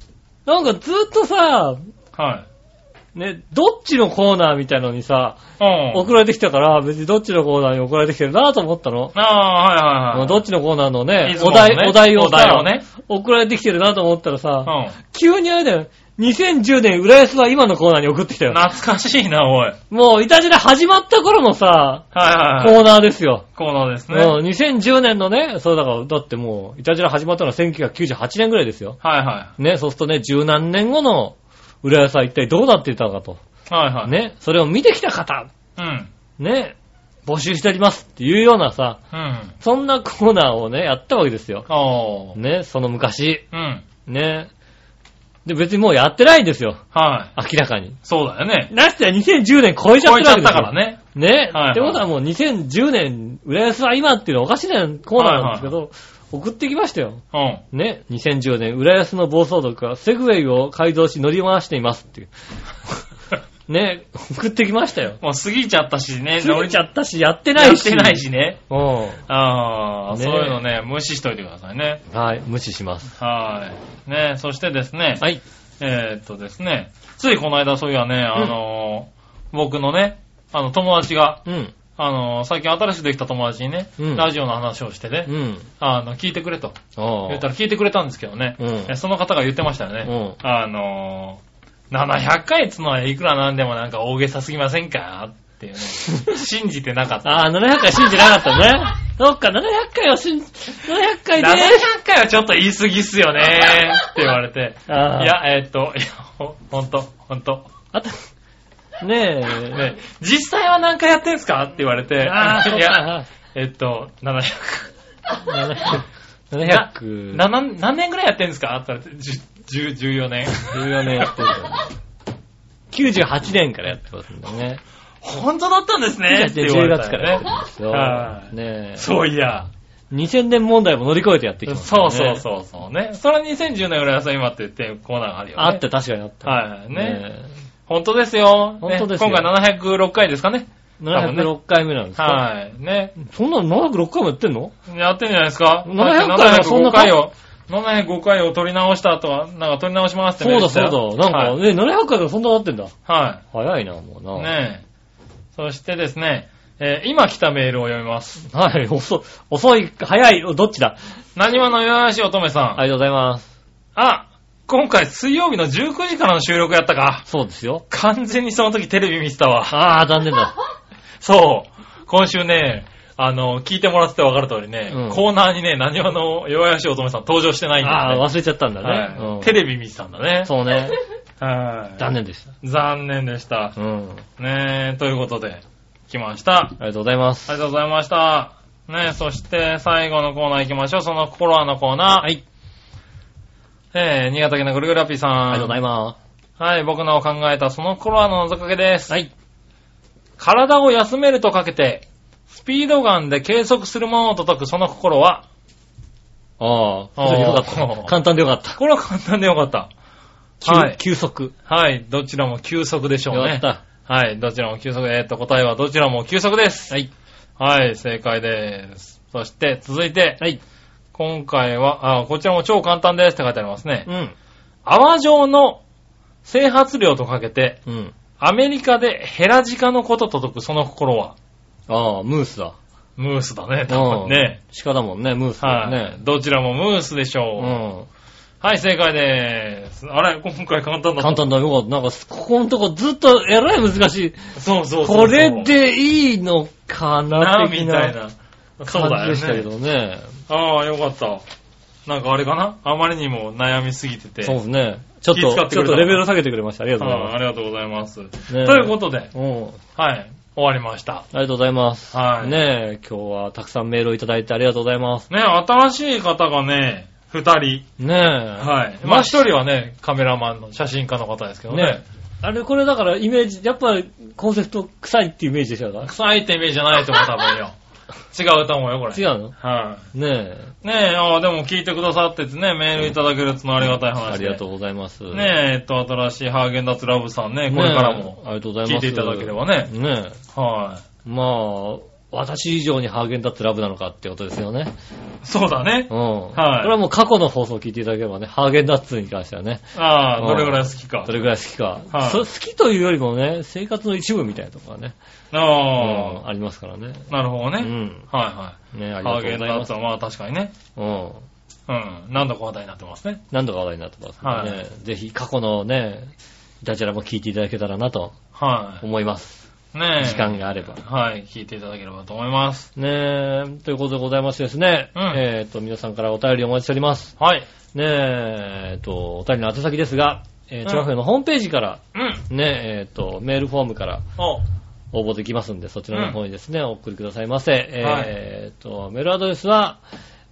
B: なんかずっとさ、
C: はい。
B: ね、どっちのコーナーみたいのにさ、
C: うん。
B: 送られてきたから、別にどっちのコーナーに送られてきてるなと思ったの。
C: ああ、はいはいはい。
B: どっちのコーナーのね
C: い、つも
B: お
C: のね
B: 題、お題を
C: お題
B: さ
C: をね
B: 送られてきてるなと思ったら
C: う
B: さ、
C: ん。
B: 急にあれだよ。2010年、浦安は今のコーナーに送ってきたよ。
C: 懐かしいな、おい。はい
B: もう、いたじら始まった頃のさ、
C: はいはい。
B: コーナーですよ。
C: コーナーです
B: う
C: ね。はい
B: ん、2010年のね、そうだから、だってもう、いたじら始まったのは1998年ぐらいですよ。
C: は
B: ね、そうするとね、十何年後の浦安は一体どうなっていたのかと。
C: い。はいはい。。
B: ね、それを見てきた方、
C: うん。
B: ね、募集しておりますっていうようなさ、
C: うん。
B: そんなコーナーをね、やったわけですよ。
C: おー。
B: ね、その昔。
C: うん。
B: ね。で、別にもうやってないんですよ。
C: はい。
B: 明らかに。
C: そうだよね。
B: なしては2010年超えちゃっ
C: 超え
B: てる
C: ち
B: わ
C: ゃ
B: け
C: っ
B: で
C: た
B: すよ
C: から。ね。
B: ね。
C: はいはい
B: ってことはもう2010年、浦安は今っていうのはおかしなコーナーなんですけど、送ってきましたよ。
C: うん。
B: ね。2010年、浦安の暴走族がセグウェイを改造し乗り回していま
C: *laughs*
B: すっていう。ね、送ってきましたよ。
C: もう過ぎちゃったしね、
B: 乗れちゃ
C: っ
B: ったし、やっ
C: て
B: てないし。
C: やってない。しね。
B: う
C: ああ、
B: ね
C: そういうのね、無視しといてくださいね。
B: ん。はい、無視します。
C: はい。ね、そしてですね、
B: はい。
C: えーっとですね、ついこの間そういやね、あのー僕のね、あの、友達が、
B: うん。
C: あのー最近新しくできた友達にね、
B: うん
C: ラジオの話をしてね、
B: うん。
C: あの、聞いてくれと
B: ああ。
C: 言ったら聞いてくれたんですけどね、
B: うん
C: えその方が言ってましたよね、
B: う
C: あのー700回っつのはいくらなんでもなんか大げさすぎませんかってい
B: *laughs*
C: うね、信じてなかった。
B: ああ、700回信じなかったね。 *laughs* そっか、700回は信じ、700回でーす。
C: 700回はちょっと言い過ぎっす
B: *laughs*
C: よねーって言われて。い
B: あー
C: や、えーっと、いや、ほほんと、ほんと。
B: あと、ねえ、
C: ね、実際は何回やってんすかって言われて。
B: ああ、そ
C: いうや、
B: か。
C: えーっと、700。
B: 700、
C: な何何年ぐらいやってんですかって言われて、10 14年。
B: *laughs* 14年やってるから。98年からやってますんでね。
C: 本当だったんですね *laughs* って言わ
B: 10
C: れた
B: 月か
C: よ
B: らやって
C: ね
B: るんですよ
C: は。い
B: ね
C: そういや。
B: え。2000年問題も乗り越えてやってきてますか
C: そ
B: ら
C: う
B: ね。
C: そうそうそうね。それは2010年ぐらいさ、今って言ってコーナーがあるよね。
B: あって確かにあった。
C: はい。ね。
B: ね
C: 本当ですよ。ね
B: 本当ですよ
C: 今回706回ですかね。
B: え。706回目なんですか
C: はい。ね。
B: そんなの706回もやってんの
C: やってんじゃないですか
B: 700回はそんな
C: 705回を、705回を取り直したとは、なんか取り直しますって
B: そうだそうだ。な
C: か、
B: んかね、700回でそんななってんだ。
C: は
B: 早いな、もう
C: い。
B: な。
C: ねえ。そしてですね、えー今来たメールを読みます。
B: はい、遅い、遅い、早い、どっちだ
C: 何話のよやし乙女さん。
B: ありがとうございます。
C: あ、今回水曜日の19時からの収録やったか。
B: そうですよ。
C: 完全にその時テレビ見てたわ。
B: ああ、残念 *laughs* だ。
C: そう。今週ね、あの、聞いてもらってて分かる通りね、
B: うん
C: コーナーにね、何話のよやし乙女さん登場してないんだ
B: あ
C: よね。
B: あ、忘れちゃったんだね。
C: は
B: うん
C: い。テレビ見てたんだね。
B: そうね。
C: はい。
B: *laughs* 残念でし
C: 残念でした
B: た。。うん。
C: ねえ、ということで、来ました。
B: ありがとうございます。
C: ありがとうございました。ねえ、そして最後のコーナー行きましょう。その心はのコーナー。はい。えー、新潟県のぐるぐるラッピーさん。
B: ありがとうございま
C: はい、僕の考えたその心はの謎かけです
B: す。。はい。
C: 体を休めるとかけて、スピードガンで計測するものと解くその心は、
B: ああ、
C: ああ
B: よかった。簡単でよかった。
C: これは簡単でよかった。
B: 急
C: はい
B: 急速。
C: はい、どちらも休息でしょう
B: よか
C: ね
B: っ。た。
C: はい、どちらも休息、えーっと、答えはどちらも休息です。はい。はい、正解です。そして、続いて、
B: はい。
C: 今回は、あ、こちらも超簡単ですって書いてありますね。
B: うん。
C: 泡状の整髪量とかけて、
B: うん。
C: アメリカでヘラジカのことと解くその心は、
B: ああ、ムース *laughs* だ。
C: ムースだね、多分ね。
B: 鹿だもんね、ムースだ
C: は
B: も
C: い、
B: んね。
C: どちらもムースでしょう。
B: う
C: はい、正解です。あれ今回簡単だっ
B: ん。
C: た。
B: 簡単だよかった。なんか、ここのとこずっとえらい難しい。
C: そうそうそうそう。
B: これでいいのかな、
C: な、
B: 的
C: みたい
B: な
C: な。そうだ
B: 感じ
C: よ
B: でしたけ
C: ね。
B: どね。
C: ああ、よかった。なんかあれかなあまりにも悩みすぎてて。
B: そうですね。ちょっ
C: 気使っ
B: と、
C: てくれ
B: ちょっ
C: た
B: とレベル下げてくれました。ありがとうござい
C: はい
B: ま
C: ありがとうございます。と
B: え
C: いうことで、
B: す。うん。
C: はい、終わりました。
B: ありがとうございます。
C: はい。ね
B: ねえ、今日はたくさんメールをいただいてありがとうございます。
C: 新しい方がね、二人。
B: ねえ。
C: はい。ま
B: ま
C: あ
B: あ、
C: 一人はね、カメラマンの写真家の方ですけどね。
B: ねあれ、これだからイメージ、やっぱコンセプト臭いってイメージでしょうか
C: 臭いってイメージじゃないと思う、多分
B: *laughs*
C: よ。違うと思うよ、これ。
B: 違
C: う。
B: うの
C: は
B: ねえ。
C: い。ねえ、ああ、でも聞いてくださっててね、メールいただけるってのはありがたい話で。
B: ありがとうございます。
C: ねえ、えっと、新しいハーゲンダッツラブさんね、これからも
B: ねえありがとうございます。
C: 聞いていただければね
B: ねえ。
C: は
B: まあ、私以上にハーゲンダッツラブなのかってことですよね。
C: い。そうだね
B: う。ん。
C: はい
B: これはもう過去の放送を聞いていただければね、ハーゲンダッツに関してはね、
C: ああ、
B: うん
C: どれぐらい好きか
B: ど。れぐらい好きか。
C: はい
B: そ好きというよりもね、生活の一部みたいなところがね、う
C: あ
B: んありますからね。
C: あ、なるほど
B: う
C: ね。
B: ん。
C: はいは
B: ねあ
C: い。ハ
B: りが
C: ー
B: とう
C: ゲ
B: ご
C: ン
B: ざ
C: ダッ
B: いま
C: ツ
B: す。
C: はまあ確かにね。
B: うん。
C: うん。何度か話題になってますね。
B: 何度か話題になってますからね、
C: は
B: ぜひ過去のね、ダジャレも聞いていただけたらなと
C: は
B: 思います。
C: い。ねえ。
B: 時間があれば。
C: はい。聞いていただければと思います。
B: ねえ、ということでございましてですね、
C: うん
B: えっ、と、皆さんからお便りお待ちしております。
C: はい。
B: ねえ、えっ、と、お便りの宛先ですが、え
C: う
B: ー、
C: ん
B: チョアのホームページから、
C: うん。
B: ね、えっ、と、メールフォームから
C: お
B: 応募できますんで、そちらの方にですね、お送りくださいませ。えっ、と、メールアドレスは、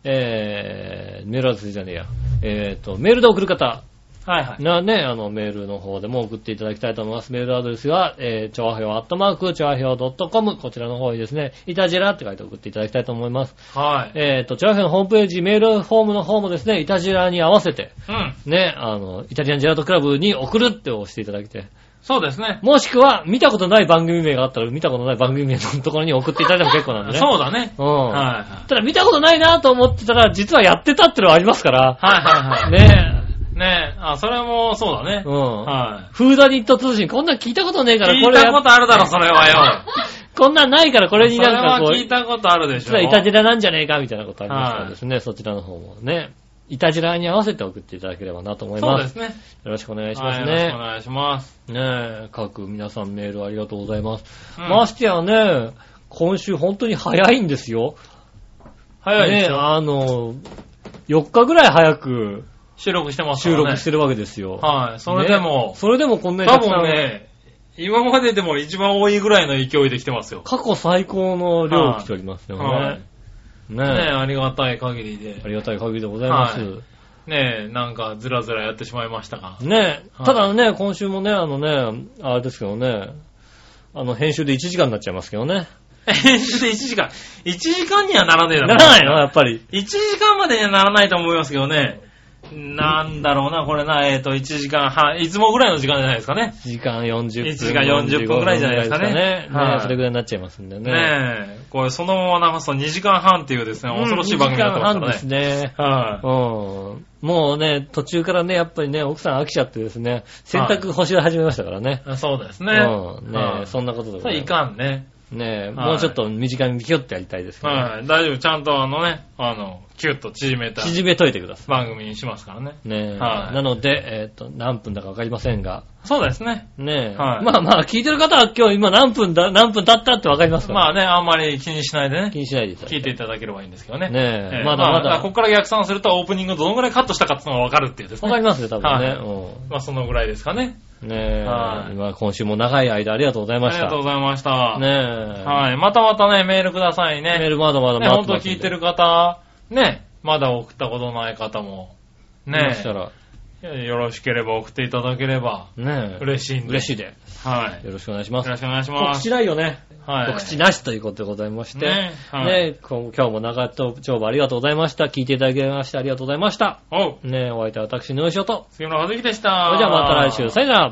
B: えー、メールアドレスじゃねえや。えっ、と、メールで送る方、
C: はいはい。
B: なね、あの、メールの方でも送っていただきたいと思います。メールアドレスは、えー、ちょわひょう、アットマーク、ちょわひょう .com、こちらの方にですね、いたじらって書いて送っていただきたいと思います。
C: はい。
B: えっ、と、ちょわひょうのホームページ、メールフォームの方もですね、いたじらに合わせて、
C: うん。
B: ね、あの、イタリアンジェラートクラブに送るって押していただいて、
C: そうですね。
B: もしくは、見たことない番組名があったら、見たことない番組名のところに送っていただいても結構なんでね。
C: そうだね。
B: うん。
C: はいはい。
B: ただ、見たことないなと思ってたら、実はやってたってのはありますから、
C: はいはいはい。
B: ね、
C: ねえ。あ、それもそうだね
B: う。ん。
C: は
B: フーダニット通信、こんなん聞いたことねえ
C: い。
B: から、
C: 聞
B: こ
C: い
B: れ
C: た
B: や
C: こ
B: っ、
C: とあるだろ、それはよ。
B: こんなんないから、こ
C: そ
B: れになんかこ
C: れ
B: う、
C: は聞いたことあるでし
B: 実
C: ょ。
B: はイタジラなんじゃねえかみたいなことありますか
C: は
B: ら
C: い
B: ですね、そちらの方もね、イタジラに合わせて送っていただければなと思い
C: そう
B: ま。
C: ですすね。
B: よろしくお願いしま
C: は
B: す
C: いよろしくお
B: ね。
C: 願いします。
B: ねえ、各皆さんメールありがとうございます。
C: うん
B: ましてやね、今週本当に早いんですよ。
C: 早いで
B: ね
C: すよ。
B: あの、4日ぐらい早く
C: 収録してますか
B: 収
C: らね。
B: 録してるわけですよ。
C: はい。それでも
B: ね、それでもこんなに
C: 多
B: たくさん
C: 分ね、今まででも一番多いぐらいの勢いで来てますよ。
B: 過去最高の量を来ておりますよ
C: はい
B: ね。
C: ね
B: ねえ
C: ありがたい限りで
B: あ。りがたい限りでございます。
C: はねなんかずらずらやってしまいましたが。
B: *laughs* ね
C: はい
B: ただね、今週もね、あのね、あれですけどね、あの、編集で1時間になっちゃいますけどね。
C: 編集で1時間。1時間にはならねえだろ。
B: ならない *laughs* のやっぱり。
C: 1時間までにはならないと思いますけどね。なんだろうな、これな、えっ、と、1時間半、いつもぐらいの時間じゃないですかね。
B: 1時間40分。
C: 1時間40分ぐらいじゃないですかね
B: 45分ぐらいですかね
C: はい
B: ねそれぐらいになっちゃいますんでね。
C: ねえ、これそのまま流すと2時間半っていうですね、恐ろしい番組になってます
B: うん
C: か
B: 2時
C: ら
B: 間半です
C: ね。
B: ね。
C: は
B: うん。もうね、途中からね、やっぱりね、奥さん飽きちゃってですね、洗濯干し始めましたからね。
C: い。そうですね。
B: うん。
C: は
B: ね
C: い
B: そんなことでご
C: そ
B: ざ
C: れ
B: い
C: い
B: ま
C: かんね。
B: す。ね
C: い
B: もうちょっと短めにキュッてやりたいですけどね、
C: はい、大丈夫。ちゃんとあのね、あの、キュッと縮めた
B: 縮めといてください。
C: 番組にしますからね。
B: ねえ、
C: はい
B: なので、えっ、と、何分だかわかりませんが、
C: そうですね。
B: ねえ、
C: はい
B: まあまあ、聞いてる方は今日今何分だ、何分経ったってわかりますから、
C: まあね、あんまり気にしないで
B: 気
C: ね、
B: にしないでいただ
C: 聞い
B: い
C: て
B: て。
C: いただければいいんですけどね。
B: ねえ
C: ええ
B: まだまだ
C: あここから逆算するとオープニングどのぐらいカットしたかっていうのがわかるっていうですね。
B: わかりますね、多分ね。
C: はいまあそのぐらいですかね。
B: うん、ねえ、
C: はい
B: まあ今週も長い間ありがとうござい
C: あ
B: まし
C: り
B: た。
C: がとうございました。
B: ねえ、
C: はい。またまたね、メールくださいね。
B: メールまだまだ
C: ね、本
B: 待って
C: 当
B: ますんで
C: 聞いてる方、ね、まだ送ったことない方も、
B: も
C: ね
B: し、かしたら、
C: よろしければ送っていただければ
B: ねえ。
C: 嬉しいんで。
B: 嬉しいで。よ
C: はい。よ
B: ろしくお願いします
C: ろ。しくお願いしま
B: 告
C: す。
B: 知ないよね。
C: はい。
B: 告知なしということでございまして。
C: ね
B: ね
C: はい
B: こ今日も長丁場ありがとうございました。聞いていただきましてありがとうございました。
C: おう、
B: ねお相手は私、のよしおと。
C: 杉村和樹でした。
B: それじゃあまた来週。さよなら。